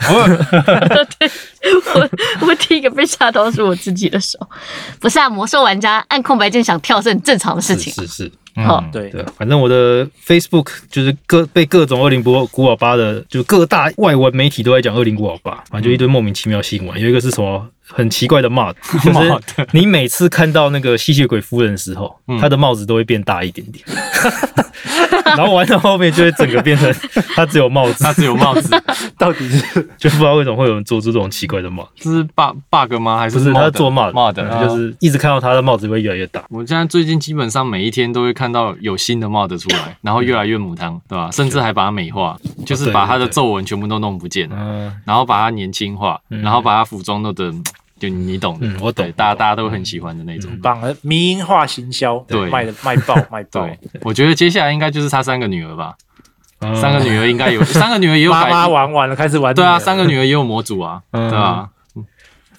Speaker 3: 我我第一个被吓到是我自己的手，不是啊，魔兽玩家按空白键想跳是很正常的事
Speaker 2: 是
Speaker 3: 情。
Speaker 2: 是是，
Speaker 3: 好
Speaker 1: 嗯，
Speaker 4: 对，
Speaker 2: 对，啊反正我的 Facebook 就是各被各种二零古古堡八的，就各大外文媒体都在讲二零古堡八，反正就一堆莫名其妙的新闻。有一个是什么很奇怪的帽子，就
Speaker 1: 帽
Speaker 2: 是你每次看到那个吸血鬼夫人的时候，她的帽子都会变大一点点，然后玩到后面就会整个变成她只有帽子
Speaker 1: 他，只有帽子，
Speaker 4: 到底是
Speaker 2: 就不知道为什么会有人做出这种奇怪的帽子。
Speaker 1: 这是 bug bug 吗？还
Speaker 2: 不
Speaker 1: 是
Speaker 2: 是，他做帽
Speaker 1: 帽
Speaker 2: 子，
Speaker 1: 的帽啊的，
Speaker 2: 嗯就是一直看到他的帽子会越来越大。
Speaker 1: 我现在最近基本上每一天都会看到有新的帽子出来，然后越来越母汤，对吧？甚至还把它美化，就是把它的皱纹全部都弄不见了，
Speaker 2: 嗯，
Speaker 1: 然后把它年轻化，然后把它服装弄得，就你懂的
Speaker 2: 嗯，我懂嗯
Speaker 1: 对大家大家都很喜欢的那种。
Speaker 4: 绑了迷因化行销，
Speaker 1: 对
Speaker 4: 卖的卖 爆卖爆
Speaker 1: 对。，我觉得接下来应该就是他三个女儿吧，
Speaker 2: 嗯
Speaker 1: 三个女儿应该有， 三个女儿也有
Speaker 4: 妈
Speaker 1: 改，
Speaker 4: 妈玩完了，开始玩
Speaker 1: 对
Speaker 4: 女
Speaker 1: 啊，
Speaker 4: 儿
Speaker 1: 三个女儿也有模组啊，
Speaker 2: 嗯
Speaker 1: 对吧？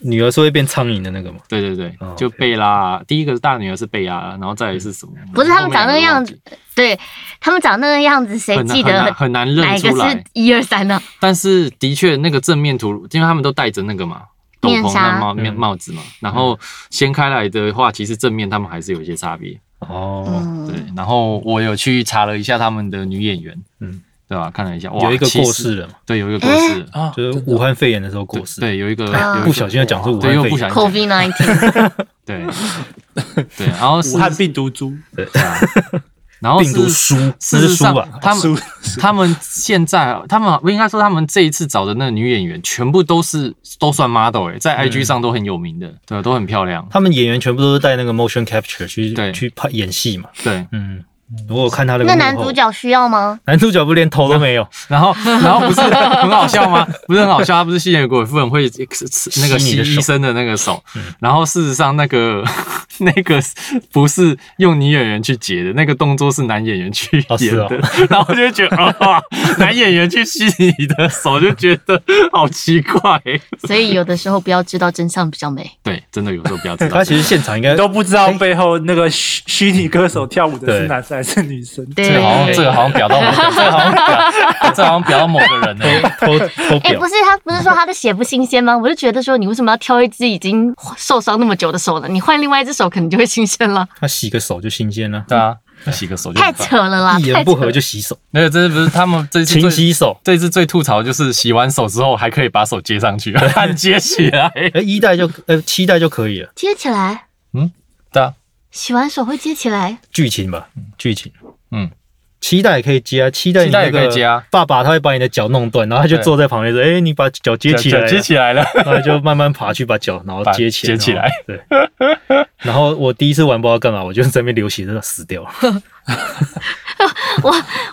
Speaker 2: 女儿是会变苍蝇的那个吗？
Speaker 1: 对对对
Speaker 2: 哦，
Speaker 1: 就贝拉啊，第一个大女儿是贝拉啊，然后再来是什么？
Speaker 3: 嗯不是他们长那个样
Speaker 1: 后
Speaker 3: 子， 对他们长那个样子，谁
Speaker 1: 面我忘
Speaker 3: 记
Speaker 1: 记了，很难很
Speaker 3: 得
Speaker 1: 难很
Speaker 3: 哪
Speaker 1: 难认
Speaker 3: 一个
Speaker 1: 出来
Speaker 3: 是。一二三呢？
Speaker 1: 但是的确，那个正面图，因为他们都戴着那个嘛斗
Speaker 3: 面
Speaker 1: 篷、
Speaker 3: 纱
Speaker 1: 那帽面
Speaker 2: 嗯
Speaker 1: 帽子嘛，然后掀开来的话，其实正面他们还是有一些差别。
Speaker 2: 哦，
Speaker 1: 对
Speaker 3: 嗯，，
Speaker 1: 然后我有去查了一下他们的女演员，
Speaker 2: 嗯
Speaker 1: 嗯，对吧？看了一下，哇，
Speaker 2: 有一个过
Speaker 1: 其实，
Speaker 2: 世了嘛，
Speaker 1: 对，有一个过世了，
Speaker 4: 啊，
Speaker 2: 就是武汉肺炎的时候过世。
Speaker 1: 对，有一个
Speaker 3: 啊
Speaker 1: 有一
Speaker 2: 不
Speaker 1: 个
Speaker 2: 小心要讲出武汉
Speaker 1: 对，又
Speaker 2: 肺
Speaker 1: 不
Speaker 2: 炎
Speaker 1: 小，心
Speaker 3: COVID nineteen，
Speaker 1: 对对，然 后是
Speaker 4: 武汉病毒株，
Speaker 1: 对啊然后
Speaker 2: 病毒
Speaker 1: 是
Speaker 2: 书，
Speaker 1: 事实
Speaker 2: 那是书
Speaker 1: 上
Speaker 2: 吧？，
Speaker 1: 他
Speaker 4: 输
Speaker 1: 们他们现在，他们我应该说，他们这一次找的那个女演员，全部都是都算 model 哎、
Speaker 2: 嗯
Speaker 1: 在 IG 上都很有名的，对，都很漂亮。
Speaker 2: 他们演员全部都是带那个 motion capture 去
Speaker 1: 对
Speaker 2: 去拍演戏嘛。
Speaker 1: 对，
Speaker 2: 嗯，如果看他的
Speaker 3: 那男主，角需要吗？
Speaker 2: 男主角不连头都没 有，
Speaker 1: 然 后然后不是很好笑吗？不是很好笑，他不是吸血鬼夫人会那个
Speaker 2: 吸
Speaker 1: 吸
Speaker 2: 你的手
Speaker 1: 医生的那个手，嗯然后事实上那个 那个不是用女演员去截的，那个动作是男演员去
Speaker 2: 哦是
Speaker 1: 演的，
Speaker 2: 哦
Speaker 1: 然后我就觉得啊，男演员去吸你的手，就觉得好奇 怪、欸。
Speaker 3: 所以有的时候不要知道真相比较美。
Speaker 1: 对，真的有时候不要知 道
Speaker 2: 他。其实现场应
Speaker 1: 哎
Speaker 2: 该
Speaker 4: 都不知道背后那个虚虚拟歌手跳舞的
Speaker 2: 对
Speaker 4: 是男生还是女 生。
Speaker 1: 这个好像
Speaker 3: 对，
Speaker 1: 这个好像表到 某个，这个好像表，这个好像表到某个人呢、
Speaker 2: 偷偷
Speaker 3: 哎、
Speaker 2: 表
Speaker 3: 不。是他不是说他的血不新鲜吗？我就觉得说，你为什么要挑一只已经受伤那么久的手呢？你换另外一只手，可能就会新鲜了。
Speaker 2: 他洗个手就新鲜了，
Speaker 1: 对啊，洗个手就
Speaker 3: 太扯了啦！
Speaker 2: 一
Speaker 3: 太
Speaker 2: 言
Speaker 3: 扯
Speaker 2: 不合就 洗手，
Speaker 1: 没有，这不是他们这次
Speaker 2: 勤
Speaker 1: 最
Speaker 2: 洗手。
Speaker 1: 这次最吐槽的就是洗完手之后还可以把手接上 去，按接起来。
Speaker 2: 哎，一代就呃七代就可以了，
Speaker 3: 接起来，
Speaker 1: 对啊，
Speaker 3: 洗完手会接起来。
Speaker 2: 剧情吧，剧情。
Speaker 1: 嗯，
Speaker 2: 期待也可以接啊，期待你
Speaker 1: 期待
Speaker 2: 那
Speaker 1: 也可以接
Speaker 2: 个
Speaker 1: 啊
Speaker 2: 爸爸他会把你的脚弄断，然后他就
Speaker 1: 对
Speaker 2: 坐在旁边说：“哎、你把脚接起来了。”
Speaker 1: 接起来了。
Speaker 2: 然后就慢慢爬去把脚，然后
Speaker 1: 把
Speaker 2: 接起来，
Speaker 1: 接起来
Speaker 2: 然后。对。然后我第一次玩不知道干嘛，我就在那边流血，真的死掉了。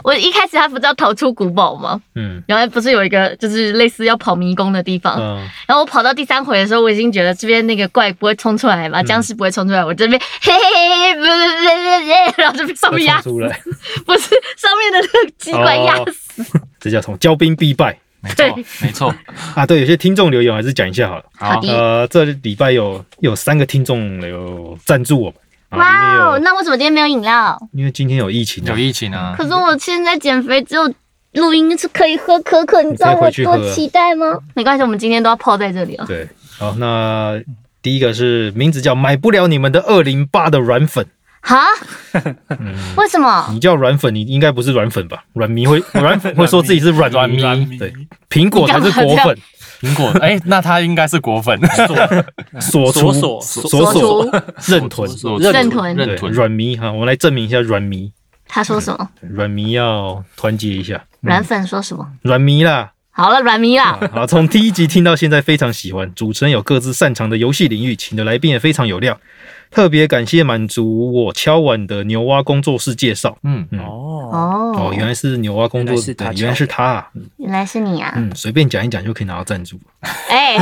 Speaker 3: 我一开始他不是要逃出古堡吗？
Speaker 2: 嗯
Speaker 3: 然后不是有一个就是类似要跑迷宫的地方，
Speaker 2: 嗯，
Speaker 3: 然后我跑到第三回的时候，我已经觉得这边那个怪不会冲出来嘛，僵尸不会冲出来，我这边嘿嘿嘿嘿，不不不不不，然后就被上面压
Speaker 2: 要，出来，
Speaker 3: 不是上面的那个机关压
Speaker 2: 哦这叫什么？骄兵必败
Speaker 1: 没
Speaker 3: 对
Speaker 1: 错，哦没 错。
Speaker 2: 啊！对，有些听众留言我还是讲一下好了。
Speaker 3: 好
Speaker 1: 好
Speaker 3: 的，
Speaker 2: 呃，这礼拜有有三个听众有赞助我们
Speaker 3: 哇
Speaker 2: 啊，因为
Speaker 3: 哦，
Speaker 2: 有嗯
Speaker 3: 那为什么今天没有饮料？
Speaker 2: 因为今天有疫情啊
Speaker 1: 有，疫情啊，
Speaker 3: 可是我现在减肥，只有录音是可以喝可可，你知道
Speaker 2: 你可以
Speaker 3: 我
Speaker 2: 回去喝
Speaker 3: 多期待吗？没关系，我们今天都要泡在这里了。
Speaker 2: 对，好，那第一个是名字叫买不了你们的二零八的软粉，
Speaker 3: 哈？
Speaker 2: 嗯
Speaker 3: 为什么？
Speaker 2: 你叫软粉，你应该 不是软粉吧？软迷会软粉会说自己是软
Speaker 1: 软迷
Speaker 2: 对，苹果才是果
Speaker 3: 你干嘛
Speaker 2: 粉，
Speaker 1: 苹果，哎、那他应该是果 粉，
Speaker 2: 锁
Speaker 4: 锁
Speaker 2: 锁
Speaker 4: 锁
Speaker 2: 锁
Speaker 3: 锁
Speaker 2: 锁认屯
Speaker 4: 锁锁
Speaker 1: 认
Speaker 3: 认
Speaker 1: 屯
Speaker 3: 屯
Speaker 2: 对
Speaker 1: 认屯
Speaker 2: 软迷哈，我来证明一下软迷，
Speaker 3: 他说什么？
Speaker 2: 软迷要团结一下，
Speaker 3: 软粉说什么？
Speaker 2: 软迷啦。
Speaker 3: 好了，软迷啦，
Speaker 2: 好，从第一集听到现在非常喜欢，主持人有各自擅长的游戏领域，请的来宾也非常有料，特别感谢满足我敲碗的牛蛙工作室介绍。
Speaker 1: 嗯，
Speaker 4: 哦，
Speaker 3: 哦
Speaker 2: 哦，，原来是牛蛙工作，
Speaker 4: 原来是他
Speaker 2: 对原来是他、啊，
Speaker 3: 原来是你啊！
Speaker 2: 嗯，随便讲一讲就可以拿到赞助。
Speaker 3: 哎，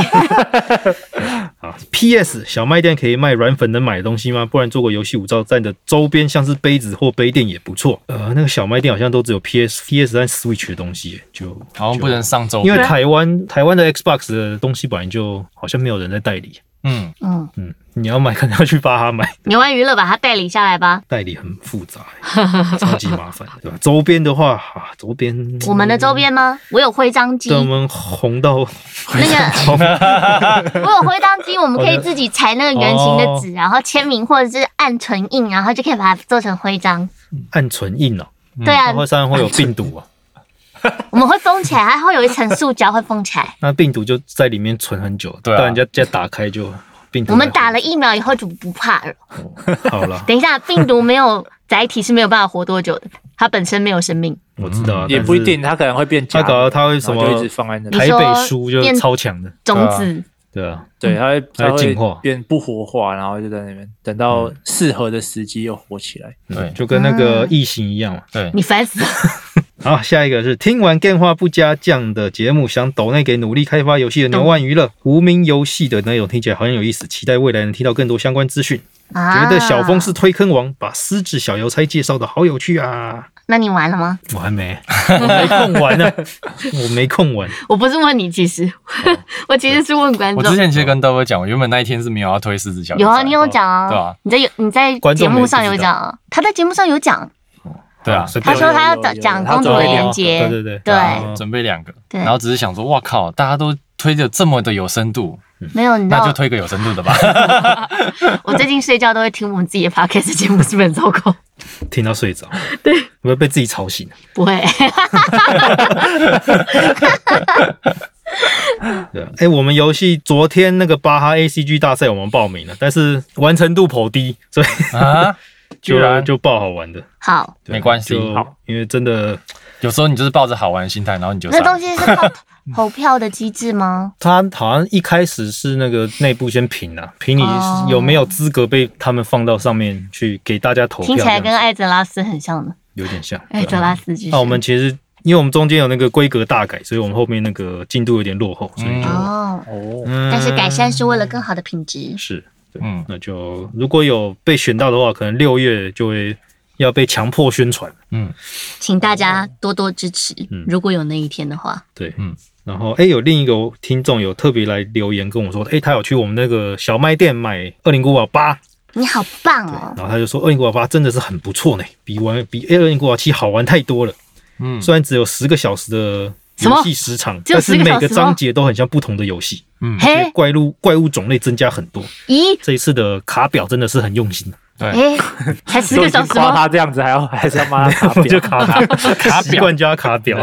Speaker 2: 啊，P.S. 小卖店可以卖软粉能买的东西吗？不然做个游戏五照站的周边，像是杯子或杯垫也不错。呃，那个小卖店好像都只有 P.S. P.S. 和 Switch 的东西耶，就
Speaker 1: 好像不能上周
Speaker 2: 因
Speaker 1: 边，
Speaker 2: 为台湾台湾的 Xbox 的东西本来就好像没有人在代理，
Speaker 1: 嗯，
Speaker 3: 嗯，
Speaker 2: 嗯，你要买可能要去巴哈买，
Speaker 3: 牛丸娱乐把它代理下来吧。
Speaker 2: 代理很复杂耶， 超级麻烦，对吧？周边的话，啊，周边
Speaker 3: 我们的周，边吗？我有徽章机，
Speaker 2: 等我们红到
Speaker 3: 那个 我有徽章机，我们可以自己裁那个圆形的纸，然后签名或者是按唇印，然后就可以把它做成徽章。
Speaker 2: 按唇印哦，
Speaker 3: 对啊，
Speaker 2: 会上面会有病毒啊，
Speaker 3: 我们会封起来，还会有一层塑胶会封起来。
Speaker 2: 那病毒就在里面存很久，
Speaker 1: 对啊
Speaker 2: 到人家家打开就病毒。
Speaker 3: 我们打了疫苗以后就不怕了。
Speaker 2: 好了，
Speaker 3: 等一下，病毒没有 载体是没有办法活多久的，它本身没有生命。
Speaker 2: 我知道啊，
Speaker 4: 嗯也
Speaker 2: 但是
Speaker 4: 不一定，他可能会变假
Speaker 2: 他
Speaker 4: 的，
Speaker 2: 搞到他会什
Speaker 4: 然后就
Speaker 2: 么
Speaker 4: 一直放在那里，
Speaker 2: 台北书就是超强的，
Speaker 3: 种子，
Speaker 2: 对啊，
Speaker 4: 对，他会
Speaker 2: 它会
Speaker 4: 他
Speaker 2: 进化嗯
Speaker 4: 会变不活化，然后就在那边等到适合的时机又活起来。
Speaker 1: 对
Speaker 2: 就跟那
Speaker 3: 啊
Speaker 2: 个异形一样嘛。
Speaker 1: 对，
Speaker 3: 你烦死了。
Speaker 2: 好，下一个是听完电话不加酱的节目，想抖内给努力开发游戏的牛万娱乐无名游戏的内容，听起来很有意思，期待未来能听到更多相关资讯。
Speaker 3: 啊
Speaker 2: 觉得小峰是推坑王，把狮子小邮差介绍的好有趣啊！
Speaker 3: 那你玩了吗？
Speaker 2: 我还没， 我没空玩呢、我没空玩。
Speaker 3: 我不是问你，其实 我其实是问观
Speaker 1: 我之
Speaker 3: 众。
Speaker 1: 前其实跟豆哥讲，我原本那一天是没有要推狮子小
Speaker 3: 有
Speaker 1: 牛仔
Speaker 3: 啊，你有讲啊，
Speaker 1: 对啊
Speaker 3: 你在有你在
Speaker 2: 观众
Speaker 3: 节
Speaker 2: 们
Speaker 3: 目上有
Speaker 2: 不知道
Speaker 3: 讲啊，他在节目上有讲，
Speaker 1: 对啊，
Speaker 2: 随
Speaker 3: 他
Speaker 2: 便
Speaker 3: 说他
Speaker 4: 有有
Speaker 3: 要
Speaker 4: 有
Speaker 3: 讲
Speaker 4: 他
Speaker 3: 公主
Speaker 4: 准
Speaker 3: 的
Speaker 4: 备
Speaker 3: 连
Speaker 4: 两
Speaker 3: 接，
Speaker 2: 对对对
Speaker 3: 对，
Speaker 1: 准备两个，
Speaker 3: 对
Speaker 1: 然后只是想说，哇靠，大家都推的这么的有深度，
Speaker 3: 没有，你知
Speaker 1: 那就
Speaker 3: 道，
Speaker 1: 推个有深度的 吧。
Speaker 3: 我最近睡觉都会听我们自己的 podcast 节目，是不是很糟糕？
Speaker 2: 听到睡着，对，我会被自己吵醒。
Speaker 3: 不会，
Speaker 2: 对啊，哎、我们游戏昨天那个巴哈 ACG 大赛我们报名了，但是完成度颇低，所以
Speaker 1: 啊，居
Speaker 2: 就
Speaker 1: 然
Speaker 2: 就报好玩的，
Speaker 3: 好，
Speaker 2: 对啊
Speaker 1: 没关系
Speaker 2: 就
Speaker 1: 好
Speaker 2: 因为真的
Speaker 1: 有时候你就是抱着好玩的心态，然后你就
Speaker 3: 那
Speaker 1: 上
Speaker 3: 东西是 靠投票的机制吗？
Speaker 2: 他好像一开始是那个内部先评啊，评你
Speaker 3: 哦
Speaker 2: 有没有资格被他们放到上面去给大家投票
Speaker 3: 听
Speaker 2: 这
Speaker 3: 起
Speaker 2: 样
Speaker 3: 来
Speaker 2: 子，
Speaker 3: 跟哎艾泽拉斯很像呢，
Speaker 2: 有点像。对
Speaker 3: 艾
Speaker 2: 啊
Speaker 3: 泽拉斯就是
Speaker 2: 那我们其实因为我们中间有那个规格大改，所以我们后面那个进度有点落后，所以就、
Speaker 3: 哦，
Speaker 4: 哦，
Speaker 2: 嗯
Speaker 3: 但是改善是为了更好的品质，
Speaker 2: 是，对，
Speaker 1: 嗯
Speaker 2: 那就如果有被选到的话，可能六月就会要被强迫宣传。
Speaker 3: 请大家多多支持
Speaker 2: 嗯，
Speaker 3: 如果有那一天的话，
Speaker 2: 对，
Speaker 1: 嗯
Speaker 2: 嗯。然后，哎，有另一个听众有特别来留言跟我说，哎，他有去我们那个小卖店买二零古堡八，
Speaker 3: 你好棒哦
Speaker 2: 然，后他就说二零古堡八真的是很不错呢，比玩比二零古堡七好玩太多了。
Speaker 1: 嗯
Speaker 2: 虽然只有十个小时的
Speaker 3: 什么
Speaker 2: 游戏时长，
Speaker 3: 只有
Speaker 2: 但
Speaker 3: 10
Speaker 2: 是
Speaker 3: 个
Speaker 2: 每
Speaker 3: 小时
Speaker 2: 个
Speaker 3: 吗
Speaker 2: 章节都很像不同的游戏，
Speaker 1: 嗯，
Speaker 2: 而且
Speaker 3: 嘿，
Speaker 2: 怪物怪物种类增加很多。
Speaker 3: 咦，
Speaker 2: 这一次的卡表真的是很用心，
Speaker 3: 哎，才十
Speaker 4: 都
Speaker 3: 个
Speaker 4: 已
Speaker 3: 小
Speaker 4: 经
Speaker 3: 时
Speaker 4: 夸
Speaker 3: 吗？
Speaker 4: 他这样子，还要 还是要骂他卡
Speaker 2: 我就
Speaker 4: 表。
Speaker 2: 卡 卡卡习惯加卡表。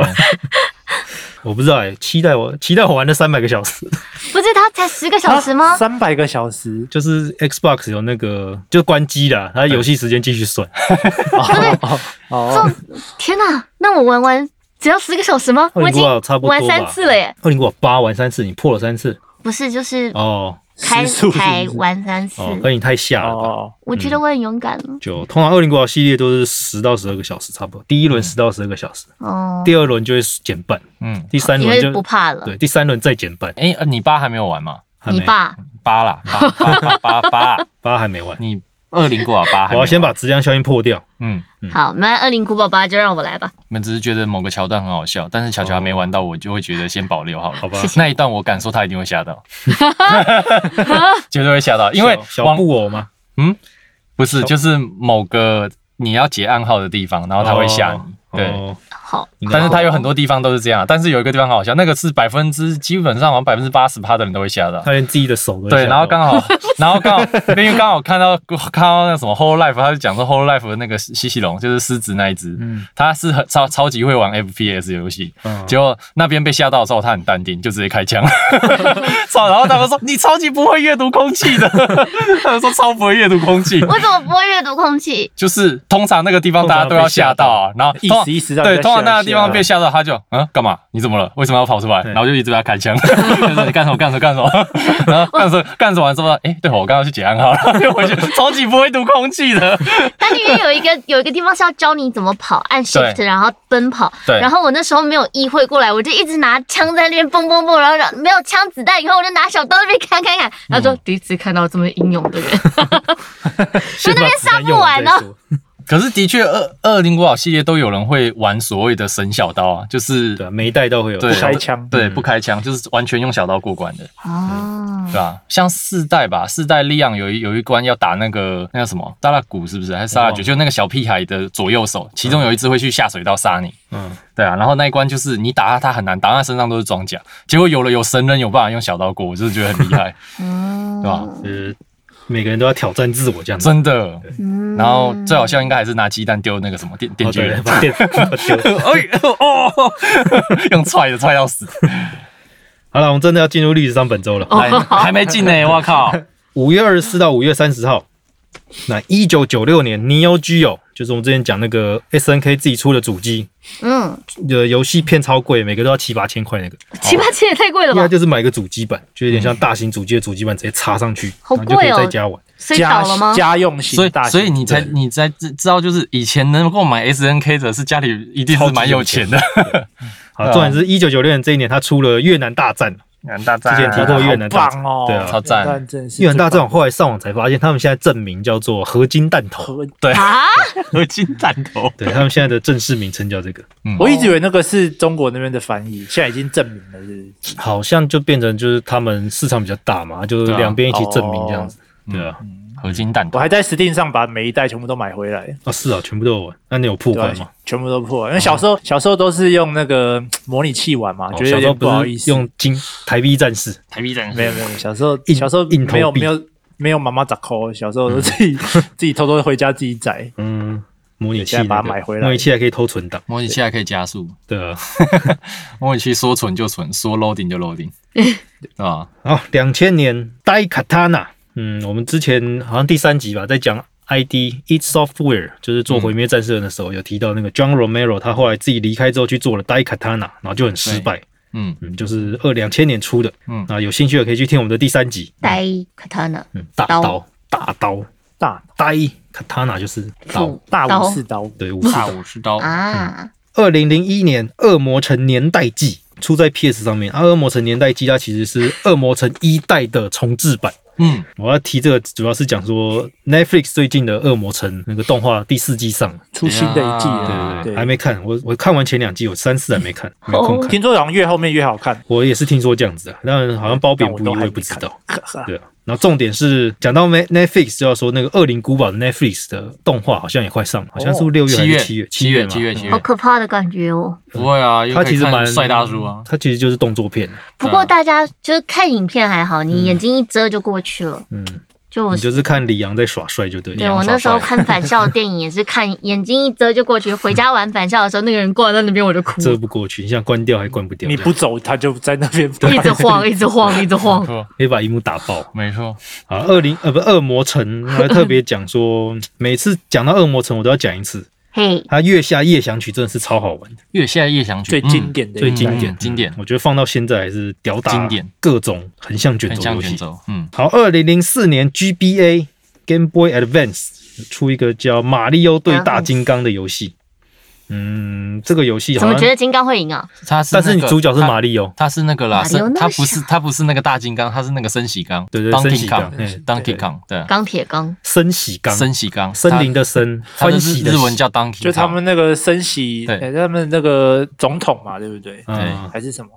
Speaker 2: 我不知道哎、期待我期待我玩了三百个小时，
Speaker 3: 不是，他才十个小时吗？
Speaker 2: 啊
Speaker 4: 三百个小时，
Speaker 2: 就是 Xbox 有那个就关机啦，它游戏时间继续算。
Speaker 4: 哦哦，
Speaker 3: 天哪，那我玩完只要十个小时吗？
Speaker 2: 二
Speaker 3: 我
Speaker 2: 零
Speaker 3: 已经
Speaker 2: 古堡哦差不多吧
Speaker 3: 玩三次了耶，
Speaker 2: 二零古堡八玩三次，你破了三次
Speaker 3: 不是，就是
Speaker 2: 哦
Speaker 3: 开
Speaker 4: 时速是不是
Speaker 3: 台玩三次，
Speaker 2: 哦，那你太吓了吧？
Speaker 4: 哦，
Speaker 3: 我觉得我很勇敢了。
Speaker 2: 就通常二零古堡系列都是十到十二个小时，差不多。第
Speaker 3: 嗯
Speaker 2: 一轮十到十二个小时，
Speaker 3: 哦，
Speaker 2: 嗯第二轮就会减半，
Speaker 1: 嗯，
Speaker 2: 第三
Speaker 3: 因
Speaker 2: 轮
Speaker 3: 为不
Speaker 2: 就
Speaker 3: 怕了。
Speaker 2: 对，第三轮再减半。
Speaker 1: 哎、呃你爸还没有玩吗？
Speaker 2: 还
Speaker 3: 你
Speaker 2: 没
Speaker 3: 爸
Speaker 1: 八啦，八八八八八，
Speaker 2: 八还没完，
Speaker 1: 你二零过啊八还
Speaker 2: 我
Speaker 1: 没有
Speaker 2: 要
Speaker 1: 玩
Speaker 2: 先把质量效应破掉。
Speaker 1: 嗯，
Speaker 3: 好，那二零古堡八就让我来吧。
Speaker 1: 你们只是觉得某个桥段很好笑，但是巧巧还没玩到，我就会觉得先保留好了。
Speaker 2: 哦好吧
Speaker 1: 那一段我敢说他一定会吓 到，绝对会吓到，因为
Speaker 2: 小小
Speaker 1: 网
Speaker 2: 布偶吗？
Speaker 1: 不是就是某个你要解暗号的地方，然后他会吓你。
Speaker 2: 哦
Speaker 1: 对，
Speaker 2: 哦
Speaker 3: 好，
Speaker 2: 应该
Speaker 1: 但是它有很多地方都是这样，但是有一个地方很好笑，那个是百分之基本上好像百分之八十趴的人都会吓到。
Speaker 2: 他连自己的手都
Speaker 1: 对，然后刚
Speaker 2: 好
Speaker 1: 好， 然后刚好，因为刚好看到看到那什么 Whole Life，他就讲说 Whole Life 的那个西西龙就是狮子那一只，
Speaker 2: 嗯
Speaker 1: 他是很超超级会玩 FPS 游戏，
Speaker 2: 嗯
Speaker 1: 结果那边被吓到的时候，他很淡定，就直接开枪。 操！然后他们说你超级不会阅读空气的， 他们说超不会阅读空气。
Speaker 3: 我怎么不会阅读 空气？
Speaker 1: 就是通常那个地方大家都要吓到啊，然后
Speaker 4: 意
Speaker 1: 通
Speaker 4: 思意思让
Speaker 1: 对，
Speaker 4: 人
Speaker 1: 通常
Speaker 4: 家吓一
Speaker 1: 那个地
Speaker 4: 吓
Speaker 1: 方被吓到，啊他就嗯干嘛？你怎么了？为什么要跑出来？
Speaker 2: 对
Speaker 1: 然后就一直被他开 枪，就说你干什么干什么干什么， 然后干什么干什么完之后，哎，对我刚刚去解暗号了， 又回去，超级不会读空气的，
Speaker 3: 它里面有一个有一个地方是要教你怎么跑，按 shift 然后奔跑。
Speaker 1: 对
Speaker 3: 然后我那时候没有意会过来，我就一直拿枪在那边蹦蹦蹦，然后让没有枪子弹以后，我就拿小刀在那边砍砍砍，
Speaker 2: 哦
Speaker 3: 然后说第一次看到这么英勇的人。
Speaker 2: 先把子弹用完再
Speaker 3: 杀不完
Speaker 2: 说。
Speaker 1: 可是的确，恶恶灵古堡系列都有人会玩所谓的神小刀啊，就是
Speaker 2: 对啊，每一代都会有。
Speaker 1: 对
Speaker 4: 不开枪
Speaker 2: 嗯
Speaker 1: 对不开枪，就是完全用小刀过关的。
Speaker 3: 哦
Speaker 2: 啊
Speaker 1: 对，吧、像四代吧，四代利昂有一有一关要打那个那叫什么萨拉古是不是？还是萨拉
Speaker 2: 我忘
Speaker 1: 爵？
Speaker 2: 了
Speaker 1: 就那个小屁孩的左右手，其中有一只会去下水道杀你。
Speaker 2: 嗯，
Speaker 1: 对啊，然后那一关就是你打他，他很难打，他身上都是装甲。结果有了有神人有办法用小刀过，我就是觉得很厉 害，
Speaker 3: 嗯
Speaker 1: 对吧、
Speaker 2: 就是每个人都要挑战自我这样子。
Speaker 1: 真的。
Speaker 3: 嗯
Speaker 1: 然后最好笑应该还是拿鸡蛋丢那个什么电电
Speaker 2: 哦
Speaker 1: 锯
Speaker 2: 对
Speaker 1: 人，
Speaker 2: 把电把丢
Speaker 1: 哎哦， 用踹的踹到死，
Speaker 2: 好了，我们真的要进入历史上本周
Speaker 3: 哦
Speaker 2: 了。
Speaker 1: 还还没进呢，我靠！
Speaker 2: 五月二十四到五月三十号，那一九九六年 E Neo Geo 就是我们之前讲那个 SNK 自己出的主机，
Speaker 3: 嗯，
Speaker 2: 呃，游戏片超贵，每个都要七八千块那个，
Speaker 3: 七八千也太贵了
Speaker 2: 应该
Speaker 3: 吧？
Speaker 2: 就是买个主机版，就有点像大型主机的主机版，直接插上去，
Speaker 3: 好
Speaker 2: 然后就可以
Speaker 3: 贵哦
Speaker 2: 在家玩。
Speaker 3: 睡
Speaker 4: 家
Speaker 3: 着了吗？
Speaker 4: 家用
Speaker 1: 所
Speaker 4: 型
Speaker 1: 以
Speaker 4: 大型，
Speaker 1: 所以你才
Speaker 2: 对
Speaker 1: 你才知知道，就是以前能够买 SNK 的是家里一定是蛮有钱的。
Speaker 2: 好，
Speaker 1: 对啊
Speaker 2: 重点是一九九六年这一年，他出了越南大战。
Speaker 1: 南 大
Speaker 2: 之前提过越南大
Speaker 4: 好
Speaker 2: 战
Speaker 4: 棒，哦，
Speaker 2: 对啊
Speaker 1: 超赞
Speaker 4: 越南真是
Speaker 2: 越南大
Speaker 4: 最
Speaker 2: 战，
Speaker 4: 棒
Speaker 2: 我后来上网才发现，他们现在正名叫做合金弹头，
Speaker 4: 我
Speaker 3: 啊，
Speaker 1: 合金弹头，
Speaker 2: 对他们现在的正式名称叫这个，
Speaker 4: 我一直以为那个是中国那边的翻译，现在已经证明了，是不是
Speaker 2: 好像就变成就是他们市场比较大嘛，就是
Speaker 1: 对啊
Speaker 2: 两边一起正
Speaker 4: 哦
Speaker 2: 名这样子。
Speaker 4: 嗯
Speaker 2: 对啊，
Speaker 1: 合金弹
Speaker 4: 我
Speaker 1: 头，
Speaker 4: 还在 Steam 上把每一代全部都买回来，
Speaker 2: 啊是啊，全部都有玩。那你有破
Speaker 4: 对吧啊
Speaker 2: 关吗？？哦
Speaker 4: 全部都破，因为小时候小时候都是用那个嗯模拟器玩嘛，觉得有
Speaker 2: 小时候
Speaker 4: 点
Speaker 2: 不
Speaker 4: 不好意
Speaker 2: 是
Speaker 4: 思。
Speaker 2: 用金台币战士，
Speaker 1: 台币战
Speaker 4: 没有没有，小时候
Speaker 2: 硬
Speaker 4: 小时候
Speaker 2: 硬投
Speaker 4: 没有
Speaker 2: 币
Speaker 4: 没有没有妈妈砸扣，小时候都自 己自己偷偷回家自己宰。
Speaker 2: 嗯，模拟器
Speaker 4: 现在把它
Speaker 2: 那个
Speaker 4: 买回来
Speaker 2: 模拟器还可以偷存档。
Speaker 1: 模拟器还可以加速，
Speaker 2: 对啊，
Speaker 1: 模拟器说存就存，说 loading 就 loading，啊，
Speaker 2: 好，两千年 Dai Katana，嗯，我们之前好像第三集吧，在讲 ID It Software，就是做毁灭战士人的时候，有提到那个 John Romero，他后来自己离开之后去做了 Dai Katana，然后就很失败，
Speaker 1: 嗯，
Speaker 2: 嗯，就是二两千年出的，
Speaker 1: 嗯
Speaker 2: 啊，有兴趣的可以去听我们的第三集，
Speaker 3: 带 katana
Speaker 2: 嗯，大
Speaker 3: 刀
Speaker 2: 刀，大刀
Speaker 4: 大
Speaker 2: ，Dai Katana 就是刀
Speaker 3: 斧，
Speaker 4: 大
Speaker 3: 刀
Speaker 4: 武士刀，
Speaker 2: 对，武士
Speaker 1: 大
Speaker 2: 刀。
Speaker 1: 武士刀，
Speaker 3: 啊，
Speaker 2: 二零零一年《恶魔城年代记》出在 PS 上面，啊，《恶魔城年代记》它其实是《恶魔城一代》的重置版。
Speaker 1: 嗯，
Speaker 2: 我要提这个，主要是讲说 Netflix 最近的《恶魔城》那个动画第四季上了，
Speaker 4: 出新的一季
Speaker 1: 啊
Speaker 4: 了，
Speaker 2: 还没看。我我看完前两季，我三四还没看，没有空看。
Speaker 4: 听说好像越后面越好看，
Speaker 2: 我也是听说这样子的，啊但好像褒贬
Speaker 4: 但我
Speaker 2: 不一，
Speaker 4: 都
Speaker 2: 我
Speaker 4: 还
Speaker 2: 也
Speaker 4: 没
Speaker 2: 不知
Speaker 4: 看
Speaker 2: 道。
Speaker 4: 呵呵
Speaker 2: 对啊，然后重点是讲到 Net- Netflix 就要说那个《恶灵古堡》Netflix 的动画好像也快上了，好像是不是六月还
Speaker 1: 七
Speaker 2: 是
Speaker 1: 月
Speaker 2: 七月？
Speaker 1: 七
Speaker 2: 月
Speaker 1: 月
Speaker 2: 嘛
Speaker 1: 七月七
Speaker 3: 好
Speaker 1: 月，
Speaker 3: 嗯哦可怕的感觉哦。
Speaker 1: 不会啊，
Speaker 2: 他其实蛮
Speaker 1: 帅大叔啊，
Speaker 2: 它其实就是动作片，
Speaker 3: 不
Speaker 2: 嗯
Speaker 3: 过大家就是看影片还好，你眼睛一遮就过去了。
Speaker 2: 嗯，
Speaker 3: 就我
Speaker 2: 你就是看李阳在耍帅就对了。
Speaker 3: 哦对啊我那时候看返校的电影也是看 眼睛一遮就过去，回家玩返校的时候，那个人挂在那边我就哭，
Speaker 2: 遮不过去，你想关掉还关不掉，
Speaker 4: 你不走，他就在那边
Speaker 3: 一 直晃，一直晃，一直
Speaker 1: 没
Speaker 3: 晃。
Speaker 1: 错
Speaker 2: 可以把荧幕打爆
Speaker 1: 没错，
Speaker 2: 啊！恶灵呃不，恶魔城还特别讲说，每次讲到恶魔城我都要讲一次，
Speaker 3: 嘿，
Speaker 2: 它月下夜想曲真的是超好玩的，
Speaker 1: 月下夜想曲
Speaker 4: 最经典的
Speaker 2: 最
Speaker 4: 一代
Speaker 2: 经典
Speaker 1: 嗯经典
Speaker 2: 我觉得放到现在还是屌打
Speaker 1: 经典
Speaker 2: 各种横向卷
Speaker 1: 很
Speaker 2: 轴
Speaker 1: 像
Speaker 2: 游
Speaker 1: 卷
Speaker 2: 戏。
Speaker 1: 轴，嗯，
Speaker 2: 好，二零零四年 GBA Game Boy Advance 出一个叫《马里奥对大金刚》的游戏，嗯，这个游戏
Speaker 3: 怎
Speaker 2: 好
Speaker 3: 么
Speaker 2: 像
Speaker 3: 觉，得金刚会赢啊？
Speaker 1: 他是
Speaker 2: 但是你主角是
Speaker 1: 马。
Speaker 2: 马里奥，
Speaker 1: 他是那个啦，
Speaker 3: 哪里有
Speaker 1: 是
Speaker 3: 那
Speaker 1: 他
Speaker 3: 么
Speaker 1: 不是
Speaker 3: 小
Speaker 1: 他不是那个大金刚，他是那个升喜刚，
Speaker 2: 对对升喜
Speaker 1: Donkey
Speaker 2: 刚
Speaker 1: Kong，
Speaker 2: 嗯
Speaker 1: Donkey Kong，对啊，
Speaker 3: 钢铁刚，
Speaker 2: 森喜刚，
Speaker 1: 升喜刚，
Speaker 2: 森林
Speaker 1: 的
Speaker 2: 的森，
Speaker 1: 欢
Speaker 2: 欢
Speaker 1: 喜
Speaker 2: 喜
Speaker 1: 日
Speaker 2: 的
Speaker 1: 文叫 Donkey，
Speaker 4: 就他
Speaker 1: Kong
Speaker 4: 们那个升息，
Speaker 1: 对
Speaker 4: 哎他们那个总统嘛，对不对？
Speaker 2: 嗯，
Speaker 4: 还是什么？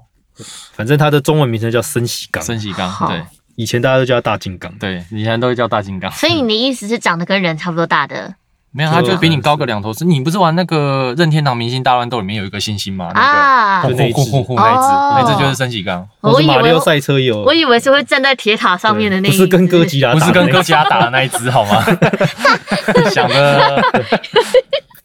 Speaker 2: 反正它的中文名称叫森喜刚，
Speaker 1: 升喜刚，
Speaker 3: 好
Speaker 1: 对
Speaker 2: 以前大家都叫它大金刚。
Speaker 1: 对，以前都会叫大金刚，
Speaker 3: 所以你的意思是长得跟人差不多大的
Speaker 1: 没有，他就是比你高个两头身。你不是玩那个任天堂明星大乱斗里面有一个星星吗？
Speaker 2: 嗯
Speaker 1: 那
Speaker 3: 啊
Speaker 1: 个，
Speaker 2: 就那一只
Speaker 1: 轰轰轰轰那一只，
Speaker 3: 哦
Speaker 1: 那一只就是升级缸，
Speaker 2: 或
Speaker 3: 我
Speaker 2: 哦是
Speaker 3: 以
Speaker 2: 马里
Speaker 3: 为
Speaker 2: 奥赛车也有，
Speaker 3: 我以为是会站在铁塔上面的那一
Speaker 2: 不是跟哥
Speaker 3: 只
Speaker 2: 吉拉
Speaker 1: 不
Speaker 2: 打
Speaker 1: 是
Speaker 2: 的那个，
Speaker 1: 跟哥吉拉打的那一只好 吗？想的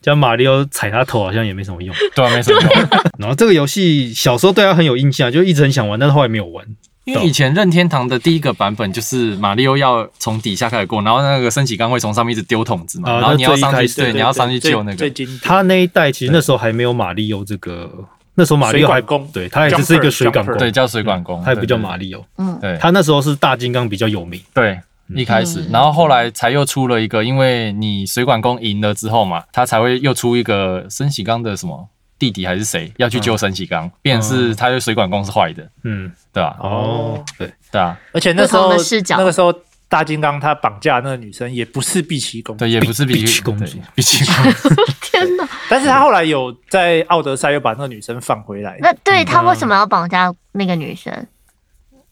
Speaker 2: 叫马里奥踩他头好像也没什么 用。
Speaker 1: 对啊，没什么用。
Speaker 2: 然后这个游戏小时候对他很有印象，就一直很想玩，但是后来没有玩。
Speaker 1: 因为以前任天堂的第一个版本就是马里奥要从底下开始过，然后那个升级缸会从上面一直丢桶子嘛，
Speaker 2: 啊
Speaker 1: 然后你要
Speaker 2: 那最一
Speaker 1: 上
Speaker 2: 开
Speaker 1: 去，
Speaker 2: 始
Speaker 1: 对，你要上去救那
Speaker 4: 最
Speaker 1: 个。
Speaker 4: 最经典
Speaker 2: 他那一代其实那时候还没有马里奥这个，那时候马里奥还
Speaker 4: 水管工
Speaker 2: 对他也只是一个
Speaker 4: Jumper，
Speaker 2: 水管工，
Speaker 4: Jumper
Speaker 1: 对，叫水管工，
Speaker 2: 他也不叫
Speaker 1: 对
Speaker 2: 马里奥。
Speaker 3: 嗯，
Speaker 1: 对
Speaker 2: 他那时候是大金刚比较有名，
Speaker 1: 对，一开始，然后后来才又出了一个，因为你水管工赢了之后嘛，他才会又出一个升喜刚的什么弟弟还是谁要去救升喜刚，变成是他的水管工是坏的，
Speaker 2: 嗯，
Speaker 1: 对吧、
Speaker 2: 哦，对，
Speaker 1: 对啊，
Speaker 4: 而且那时候
Speaker 3: 不同的视角
Speaker 4: 那个时候大金刚他绑架那个女生也不是碧琪公主，
Speaker 1: 对，也不是比
Speaker 2: 比奇公主
Speaker 1: 对比奇公主，
Speaker 3: 天哪！
Speaker 4: 但是他后来有在奥德赛又把那个女生放回来，
Speaker 3: 那对
Speaker 2: 嗯
Speaker 3: 他为什么要绑架那个女生？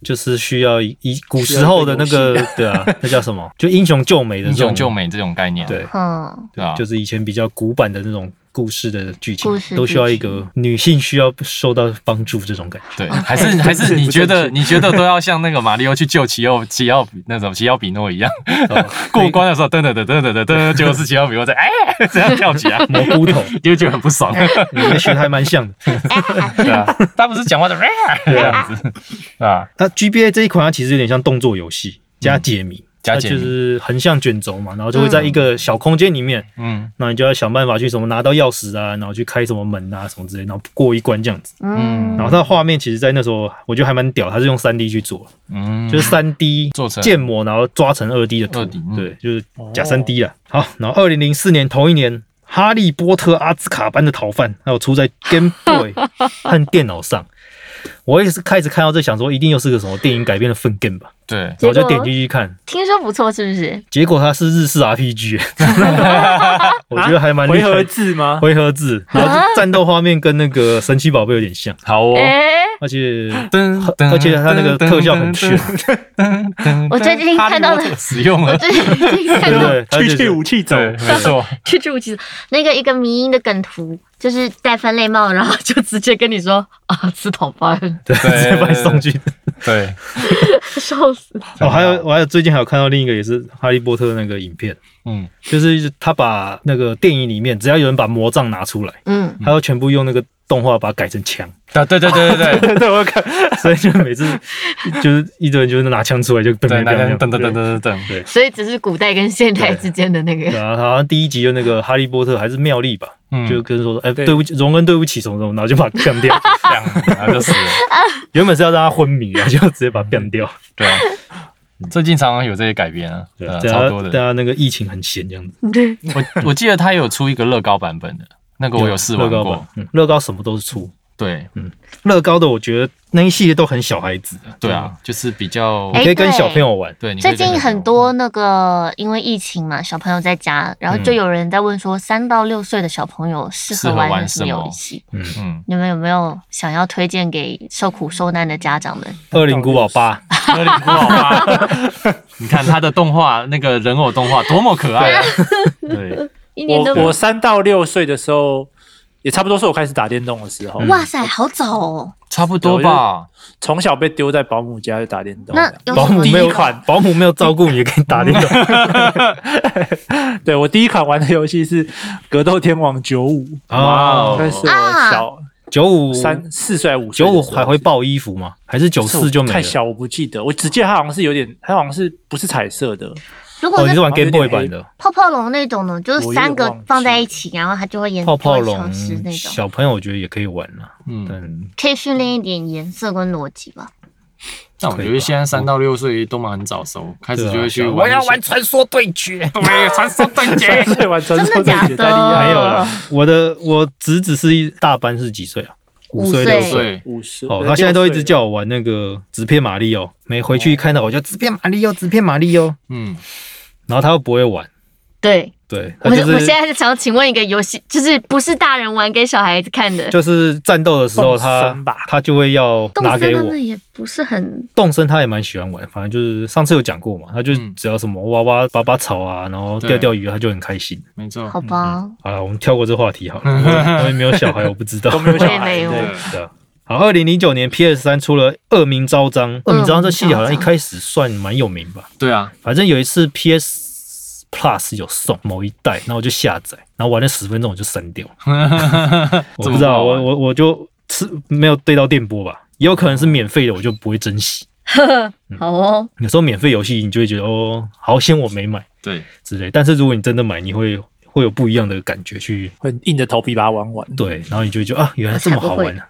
Speaker 2: 就是需要一一古时候的那个， 对啊，那叫什么？就英雄救美的
Speaker 1: 英
Speaker 2: 这种
Speaker 1: 雄救，美这种概念，
Speaker 2: 对，
Speaker 3: 嗯，
Speaker 1: 对啊，
Speaker 2: 就是以前比较古板的那种故事的剧情
Speaker 3: 故事，
Speaker 2: 都需要一个女性需要受到帮助这种感觉。
Speaker 1: 哦对，还 是还是你觉得你觉得都要像那个马里奥去救奇奥奇奥比那种奇奥比诺一样，
Speaker 2: 哦
Speaker 1: 过关的时候噔噔噔噔噔噔噔，结果是奇奥比诺在哎这样跳起来，
Speaker 2: 蘑菇头，
Speaker 1: 你 就觉得很不爽，
Speaker 2: 你们学的还蛮 像的。
Speaker 1: 对 啊，他不是讲话的这样子，对 啊，
Speaker 2: 那 GBA 这一款它其实有点像动作游戏加解谜，
Speaker 1: 嗯加解谜
Speaker 2: 它就是横向卷轴嘛，然后就会在一个小空间里面，
Speaker 1: 嗯。
Speaker 2: 那、你就要想办法去什么拿到钥匙啊，然后去开什么门啊什么之类，然后过一关这样子。
Speaker 1: 嗯
Speaker 3: 嗯，
Speaker 2: 然后它的画面其实，在那时候我觉得还蛮屌，它是用三 D 去做，
Speaker 1: 嗯，
Speaker 2: 就是三 D
Speaker 1: 做成
Speaker 2: 建模，然后抓成二 D 哦的图
Speaker 1: 2D，嗯，
Speaker 2: 对，就是假三 D 啦。好，然后二零零四年同一年。哈利波特阿兹卡班的逃犯，还有出在 Game Boy 和电脑上。我也是开始看到这，想说一定又是个什么电影改编的粪 game 吧。
Speaker 1: 对，
Speaker 2: 然后就点进去看，
Speaker 3: 听说不错，是不是？
Speaker 2: 结果它是日式 RPG，我觉得还蛮厉
Speaker 4: 回
Speaker 2: 害
Speaker 4: 合制吗？
Speaker 2: 啊回合制，然后就战斗画面跟那个神奇宝贝有点像，
Speaker 1: 好哦
Speaker 3: 哎，
Speaker 2: 而且
Speaker 1: 噔
Speaker 2: 而且它那个特效很炫，
Speaker 3: 我最近看到了
Speaker 1: 使用了，
Speaker 3: 最近看
Speaker 2: 对不
Speaker 3: 到
Speaker 2: 对？它就
Speaker 4: 啊去
Speaker 2: 是
Speaker 4: 去武器 走，
Speaker 1: 对，没错，
Speaker 3: 去住其实那个一个迷因的梗图，就是戴分类帽，然后就直接跟你说啊，吃头饭，
Speaker 2: 对，
Speaker 1: 对
Speaker 2: 直接把你送去。
Speaker 1: 对，
Speaker 3: 笑死了。
Speaker 2: 哦，还有我还有最近还有看到另一个也是哈利波特那个影片，
Speaker 1: 嗯，
Speaker 2: 就是他把那个电影里面只要有人把魔杖拿出来，
Speaker 3: 嗯，
Speaker 2: 他要全部用那个动画把它改成枪，
Speaker 1: 啊对对对对对对，
Speaker 2: 对，我有看， 所以就每次就是一堆人就是拿枪出来就 噔
Speaker 1: 对，
Speaker 2: 噔
Speaker 1: 那
Speaker 2: 噔
Speaker 1: 噔噔
Speaker 2: 噔
Speaker 1: 噔
Speaker 2: 噔。
Speaker 1: 噔噔噔，
Speaker 3: 所以只是古代跟现代之间的那
Speaker 2: 对
Speaker 3: 个，
Speaker 2: 啊，好像第一集就那个哈利波特还是妙丽吧，
Speaker 1: 嗯，
Speaker 2: 就
Speaker 1: 就
Speaker 2: 跟说，哎、
Speaker 4: 对
Speaker 2: 对不起，荣恩，对不起，什么什么，然后就把 他干掉。
Speaker 1: 这样，然后就死了，
Speaker 2: 原本是要让他昏迷啊，就 直接把他干掉。
Speaker 1: 对啊。 最近常常有这些改编啊，对啊，
Speaker 2: 对
Speaker 1: 超
Speaker 2: 啊
Speaker 1: 多，
Speaker 2: 对
Speaker 1: 的。
Speaker 2: 啊，那个疫情很闲这样子。
Speaker 3: 对，
Speaker 1: 我我记得他有出一个乐高版本的，那个我有试玩
Speaker 2: 乐高
Speaker 1: 过
Speaker 2: 吧。，嗯乐高什么都是出。
Speaker 1: 对
Speaker 2: 乐高的我觉得那一系列都很小孩子的，
Speaker 1: 对啊，就是比较
Speaker 2: 你
Speaker 3: 哎
Speaker 2: 可以跟小朋友玩。
Speaker 1: 对。你可以
Speaker 3: 最近很多那个因为疫情嘛，小朋友在家，然后就有人在问说，三到六岁的小朋友适合
Speaker 1: 适合玩
Speaker 3: 玩
Speaker 1: 什么
Speaker 3: 什么游戏？
Speaker 1: 嗯，
Speaker 3: 你们有没有想要推荐给受苦受难的家长们？
Speaker 2: 恶灵古堡八，
Speaker 1: 格林古堡吧。 你看他的动画，那个人偶动画多么可爱啊！
Speaker 2: 对，
Speaker 3: 一年都
Speaker 4: 我
Speaker 3: 没
Speaker 4: 我三到六岁的时候，也差不多是我开始打电动的时候。
Speaker 3: 嗯哇塞，好早哦！
Speaker 1: 差不多吧，
Speaker 4: 从小被丢在保姆家就打电动。
Speaker 3: 那哦有
Speaker 2: 保
Speaker 3: 什
Speaker 2: 姆
Speaker 3: 么啊
Speaker 2: 没
Speaker 4: 第
Speaker 2: 有
Speaker 4: 一款
Speaker 2: 保姆没有照顾你，也可以打电动。
Speaker 4: 对我第一款玩的游戏是《格斗天王九五》，
Speaker 2: 哦
Speaker 4: 那是我
Speaker 3: 啊
Speaker 4: 小
Speaker 2: 九五
Speaker 4: 三四岁还五岁
Speaker 2: 九
Speaker 4: 的时
Speaker 2: 五
Speaker 4: 候，
Speaker 2: 还会爆衣服吗？还是九
Speaker 4: 是我
Speaker 2: 四就没
Speaker 4: 太
Speaker 2: 了？
Speaker 4: 小，我不记得。我只记得它好像是有点，它好像是不是彩色的，
Speaker 3: 如
Speaker 2: 哦，
Speaker 3: 果
Speaker 2: 你
Speaker 3: 是
Speaker 2: 是玩 Game
Speaker 4: 有
Speaker 2: Boy
Speaker 4: 点
Speaker 2: 版的
Speaker 3: 泡泡龙那种呢，就是三
Speaker 4: 我有
Speaker 3: 个
Speaker 4: 点忘记
Speaker 3: 放在一起，然后它就会延
Speaker 2: 泡泡龙
Speaker 3: 长时，那种，
Speaker 2: 小朋友我觉得也可以玩啊，
Speaker 1: 嗯，
Speaker 2: 但
Speaker 3: 可以训练一点颜色跟逻辑 吧。
Speaker 1: 但我觉得现在三到六岁都蛮很早熟，开始就会去
Speaker 2: 对啊
Speaker 1: 玩一些。
Speaker 2: 传说对决。
Speaker 1: 对传说对 决，
Speaker 4: 对，玩
Speaker 2: 哦
Speaker 4: 真
Speaker 3: 哎真的假的？
Speaker 2: 没有
Speaker 3: 哦
Speaker 2: 啦，我的我侄子是一大班是几岁啊？
Speaker 3: 五
Speaker 2: 岁
Speaker 3: 岁
Speaker 2: 六岁。
Speaker 1: 对，
Speaker 4: 五十
Speaker 2: 哦，他现在都一直叫我玩那个纸片马里奥，每
Speaker 3: 哦
Speaker 2: 哦回去一看到我就纸片马里奥，纸片马里奥，
Speaker 1: 嗯，
Speaker 2: 然后他又不会玩，
Speaker 3: 对，
Speaker 2: 对，它
Speaker 3: 我
Speaker 2: 就
Speaker 3: 我现
Speaker 2: 是
Speaker 3: 在想要请问一个游戏，就是不是大人玩给小孩子看的，
Speaker 2: 就是战斗的时候，
Speaker 4: 动
Speaker 2: 他
Speaker 4: 森吧
Speaker 2: 他就会要
Speaker 3: 动
Speaker 2: 拿
Speaker 3: 森
Speaker 2: 给
Speaker 3: 他
Speaker 2: 我。
Speaker 3: 们也不是很
Speaker 2: 动森他也蛮喜欢玩，反正就是上次有讲过嘛，他就
Speaker 1: 嗯
Speaker 2: 只要什么挖挖拔拔草啊，然后
Speaker 1: 对
Speaker 2: 钓钓鱼啊，他就很开心。
Speaker 1: 没错，
Speaker 3: 好吧。
Speaker 2: 好了，我们跳过这话题好 了，我我也没有小孩，我不知道。
Speaker 4: 都没有小
Speaker 3: 我也
Speaker 4: 孩
Speaker 3: 没有
Speaker 4: 对
Speaker 1: 对
Speaker 2: 对啊。好，二零零九年 PS 三出了《恶名昭彰》，《恶名昭彰》这系列好像一开始算蛮有名吧，
Speaker 1: 对啊，
Speaker 2: 反正有一次 PS Plus 有送某一代，然后我就下载，然后玩了十分钟我就删 掉，我不知道，
Speaker 1: 好玩
Speaker 2: 我我我就是没有对到电波吧，也有可能是免费的，我就不会珍惜。嗯
Speaker 3: 好哦，
Speaker 2: 有时候免费游戏你就会觉得哦，好险我没买
Speaker 1: 对，
Speaker 2: 之类，但是如果你真的买，你会会有不一样的感觉去
Speaker 4: 会硬着头皮把它玩完。
Speaker 2: 对，然后你就会觉得啊，原来这么好玩啊，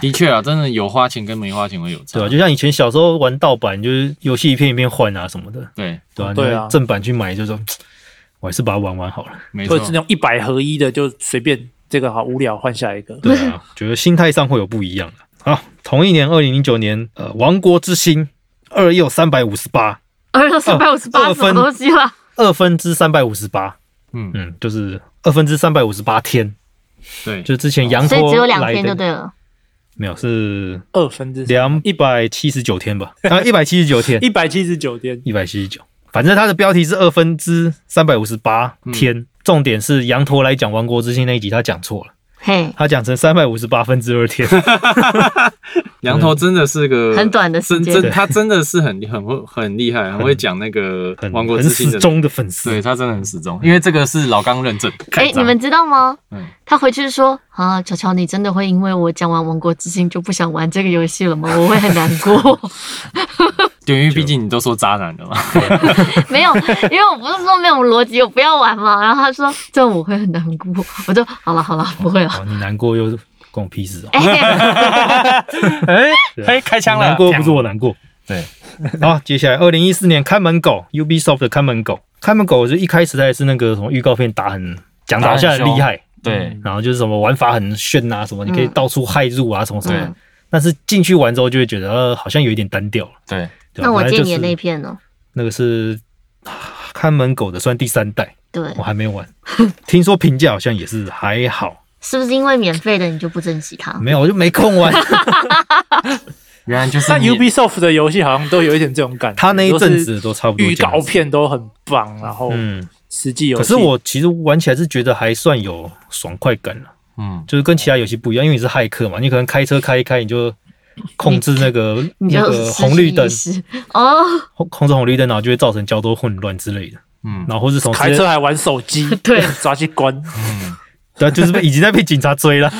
Speaker 1: 的确啊，真的有花钱跟没花钱会有差，
Speaker 2: 对吧、就像以前小时候玩盗版，就是游戏一片一片换啊什么的，
Speaker 1: 对，
Speaker 2: 对吧、
Speaker 3: 嗯
Speaker 2: 啊？
Speaker 4: 对啊
Speaker 2: 正版去买就说，嘖我还是把它玩完好了。
Speaker 1: 没
Speaker 4: 或
Speaker 1: 错
Speaker 4: 者，是那种一百合一的，就随便这个好无聊，换下一个。
Speaker 2: 对啊，觉得心态上会有不一样的。好，同一年，二零零九年，呃，《王国之心》二又三百五十八，
Speaker 3: 二到
Speaker 2: 哦
Speaker 3: 三百五十八
Speaker 2: 二
Speaker 3: 什么
Speaker 2: 分
Speaker 3: 东西啊啦？
Speaker 2: 二分之三百五十八，
Speaker 1: 嗯，
Speaker 2: 嗯，就是二分之三百五十八天，
Speaker 1: 对，
Speaker 2: 就之前杨
Speaker 3: 哦所以
Speaker 2: 波
Speaker 3: 只有两
Speaker 2: 来
Speaker 3: 天就
Speaker 2: 的，
Speaker 3: 对了。
Speaker 2: 没有是
Speaker 4: 二分之
Speaker 2: 两一百七十九天吧？啊，一百七十九天，
Speaker 4: 一百七十九天，
Speaker 2: 一百七十九，反正它的标题是二分之三百五十八天。重点是羊驼来讲《王国之心》那一集，他讲错了，
Speaker 3: 嘿，
Speaker 2: 他讲成三百五十八分之二天。
Speaker 1: 羊头真的是个
Speaker 3: 很短的时
Speaker 1: 真
Speaker 3: 间
Speaker 1: 真他真的是很很会很厉害，很会讲那个
Speaker 2: 很
Speaker 1: 王国
Speaker 2: 很
Speaker 1: 之心
Speaker 2: 死
Speaker 1: 的，
Speaker 2: 忠嗯的粉丝。
Speaker 1: 对他真的很始终，因为这个是老刚认证，
Speaker 3: 哎、你们知道吗？
Speaker 1: 嗯
Speaker 3: 他回去说啊，乔乔，你真的会因为我讲完《王国之心》就不想玩这个游戏了吗？我会很难过。
Speaker 1: 对，因为毕竟你都说渣男 了嘛，
Speaker 3: 没有，因为我不是说没有逻辑，我不要玩嘛。然后他说这样我会很难过， 我就好了好了，不会了。
Speaker 2: 哦，你难过又关我屁事哦。
Speaker 3: 哎，
Speaker 1: 哎
Speaker 2: 对，
Speaker 1: 嘿，开枪了，
Speaker 2: 难过又不是我难过。
Speaker 1: 对，
Speaker 2: 好，接下来二零一四年看门狗 Ubisoft 的看门狗，看门狗就一开始它也是那个什么预告片打很讲打下很厉害，
Speaker 1: 对，
Speaker 2: 然后就是什么玩法很炫啊，什么你可以到处骇入啊，什么什么的
Speaker 3: 嗯。
Speaker 2: 但是进去玩之后就会觉得呃好像有一点单调了。
Speaker 1: 对，
Speaker 2: 对吧
Speaker 3: 那我
Speaker 2: 本来
Speaker 3: 借
Speaker 2: 就
Speaker 3: 你的
Speaker 2: 是
Speaker 3: 那片哦呢？
Speaker 2: 那个是啊看门狗的，算第三代，
Speaker 3: 对
Speaker 2: 我，还没有玩。 听说评价好像也是还好，
Speaker 3: 是不是因为免费的你就不珍惜它？
Speaker 2: 没有我就没空 玩。
Speaker 1: 原来就是
Speaker 4: 但
Speaker 1: 你
Speaker 4: Ubisoft 的游戏好像都有一点这种感觉。
Speaker 2: 他那一阵
Speaker 4: 都是
Speaker 2: 子都差不多
Speaker 4: 预
Speaker 2: 这样
Speaker 4: 告
Speaker 2: 子，
Speaker 4: 片都很棒，然后
Speaker 2: 嗯，
Speaker 4: 实际游
Speaker 2: 可
Speaker 4: 戏，
Speaker 2: 是我其实玩起来是觉得还算有爽快感了，
Speaker 1: 嗯，
Speaker 2: 就是跟其他游戏不一样，因为你是骇客嘛，你可能开车开一开你就控制那个
Speaker 3: 你就
Speaker 2: 那个红绿灯
Speaker 3: 失，去意识 哦，
Speaker 2: 控控制红绿灯，然后就会造成交通混乱之类的，
Speaker 1: 嗯
Speaker 2: 然后或是从
Speaker 4: 开车，还玩手机，
Speaker 3: 对，
Speaker 4: 抓去关。
Speaker 2: 对啊，就是被已经在被警察追了，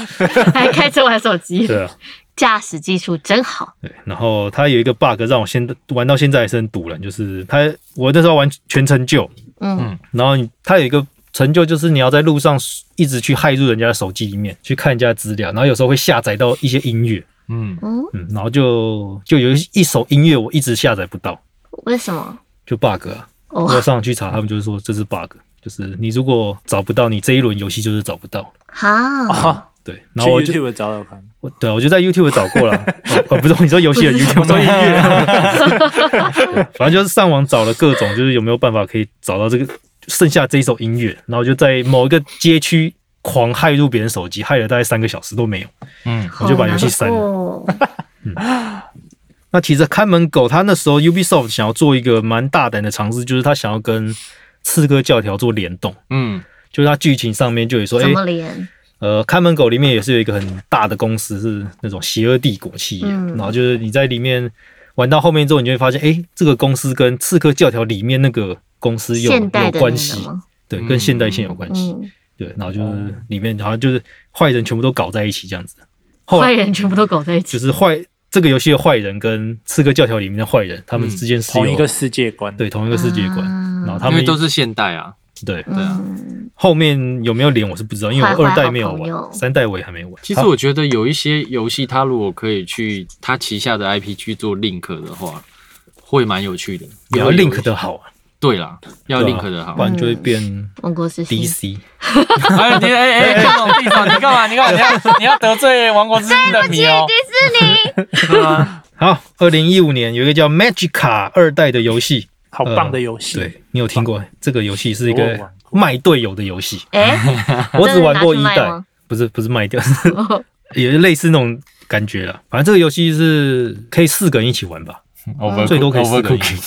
Speaker 3: 还开车玩手机，
Speaker 2: 对啊，
Speaker 3: 驾驶技术真好。
Speaker 2: 对，然后它有一个 bug 让我现在玩到现在还是很堵然，就是它我那时候玩全成就，
Speaker 3: 嗯，
Speaker 2: 然后你它有一个成就，就是你要在路上一直去骇入人家的手机里面去看人家的资料，然后有时候会下载到一些音乐，
Speaker 1: 嗯，
Speaker 2: 嗯，然后就就有一一首音乐我一直下载不到，
Speaker 3: 为什么？
Speaker 2: 就 bug 啊。
Speaker 3: 哦
Speaker 2: 我上去查，他们就是说这是 bug，就是你如果找不到，你这一轮游戏就是找不到。
Speaker 3: 哈，
Speaker 4: 啊，
Speaker 2: 对，
Speaker 4: 去
Speaker 2: 然后我就
Speaker 4: YouTube 找找看，
Speaker 2: 我对啊我就在 YouTube 找过了，哦哦不是你说游戏的 YouTube，
Speaker 4: 说音乐，
Speaker 2: 对 反正就是上网找了各种，就是有没有办法可以找到这个剩下这一首音乐，然后就在某一个街区狂骇入别人手机，害了大概三个小时都没有。
Speaker 1: 嗯，
Speaker 2: 我就把游戏删了
Speaker 3: 了。
Speaker 2: 那其实看门狗它那时候 Ubisoft 想要做一个蛮大胆的尝试，就是它想要跟刺客教条做联动，
Speaker 1: 嗯，
Speaker 2: 就是它剧情上面就有说，
Speaker 3: 怎
Speaker 2: 哎、
Speaker 3: 么连？
Speaker 2: 呃，看门狗里面也是有一个很大的公司是那种邪恶帝国企业，
Speaker 3: 嗯
Speaker 2: 然后就是你在里面玩到后面之后，你就会发现，哎、这个公司跟刺客教条里面那个公司有
Speaker 3: 现代
Speaker 2: 有
Speaker 3: 的
Speaker 2: 关
Speaker 3: 那个
Speaker 2: 系，
Speaker 3: 吗？
Speaker 2: 对，
Speaker 1: 嗯
Speaker 2: 跟现代线有关系，
Speaker 3: 嗯，
Speaker 2: 对，然后就是里面好像就是坏人全部都搞在一起这样子，后来
Speaker 3: 坏人全部都搞在一
Speaker 2: 就
Speaker 3: 起。
Speaker 2: 是坏这个游戏的坏人跟刺客教条里面的坏人，他们
Speaker 1: 嗯
Speaker 2: 之间是有
Speaker 4: 同一个世界观。
Speaker 2: 对同一个世界观，
Speaker 3: 啊
Speaker 2: 然后他
Speaker 1: 因
Speaker 2: 们
Speaker 1: 为都是现代啊，
Speaker 2: 对
Speaker 1: 对啊，
Speaker 3: 嗯，
Speaker 2: 后面有没有连我是不知道，因为我
Speaker 3: 坏坏
Speaker 2: 二代
Speaker 3: 好
Speaker 2: 没有
Speaker 3: 朋友
Speaker 2: 玩，三代我也还没玩。
Speaker 1: 其实我觉得有一些游戏，它如果可以去它旗下的 IP 去做 link 的话，会蛮有趣的。
Speaker 2: 也要
Speaker 1: 有
Speaker 2: link 的好啊，
Speaker 1: 对啦，要
Speaker 2: 对啊
Speaker 1: link 的好
Speaker 2: 不。然就会变
Speaker 6: 嗯
Speaker 3: 王国之心。
Speaker 2: DC。
Speaker 1: 哎，你哎哎，哎这种地方你干嘛？你干嘛？你要你要得罪王国之心的迷哦？
Speaker 3: 迪士尼，
Speaker 1: 对啊，
Speaker 2: 好，二零一五年有一个叫 Magica 二代的游戏，
Speaker 4: 好棒的游戏。
Speaker 2: 对你有听过这个游戏是一
Speaker 4: 我
Speaker 2: 个
Speaker 4: 有玩
Speaker 2: 卖队友的游戏，
Speaker 3: 嗯
Speaker 6: 哎，
Speaker 2: 我只玩过
Speaker 6: 真
Speaker 2: 一
Speaker 6: 的拿去卖
Speaker 2: 代
Speaker 6: 吗，哦
Speaker 2: 不是不是卖掉，是 也是类似那种感觉了。反正这个游戏是可以四个人一起玩吧？
Speaker 1: Overcook-
Speaker 2: 最多可以四个
Speaker 1: Overcooking，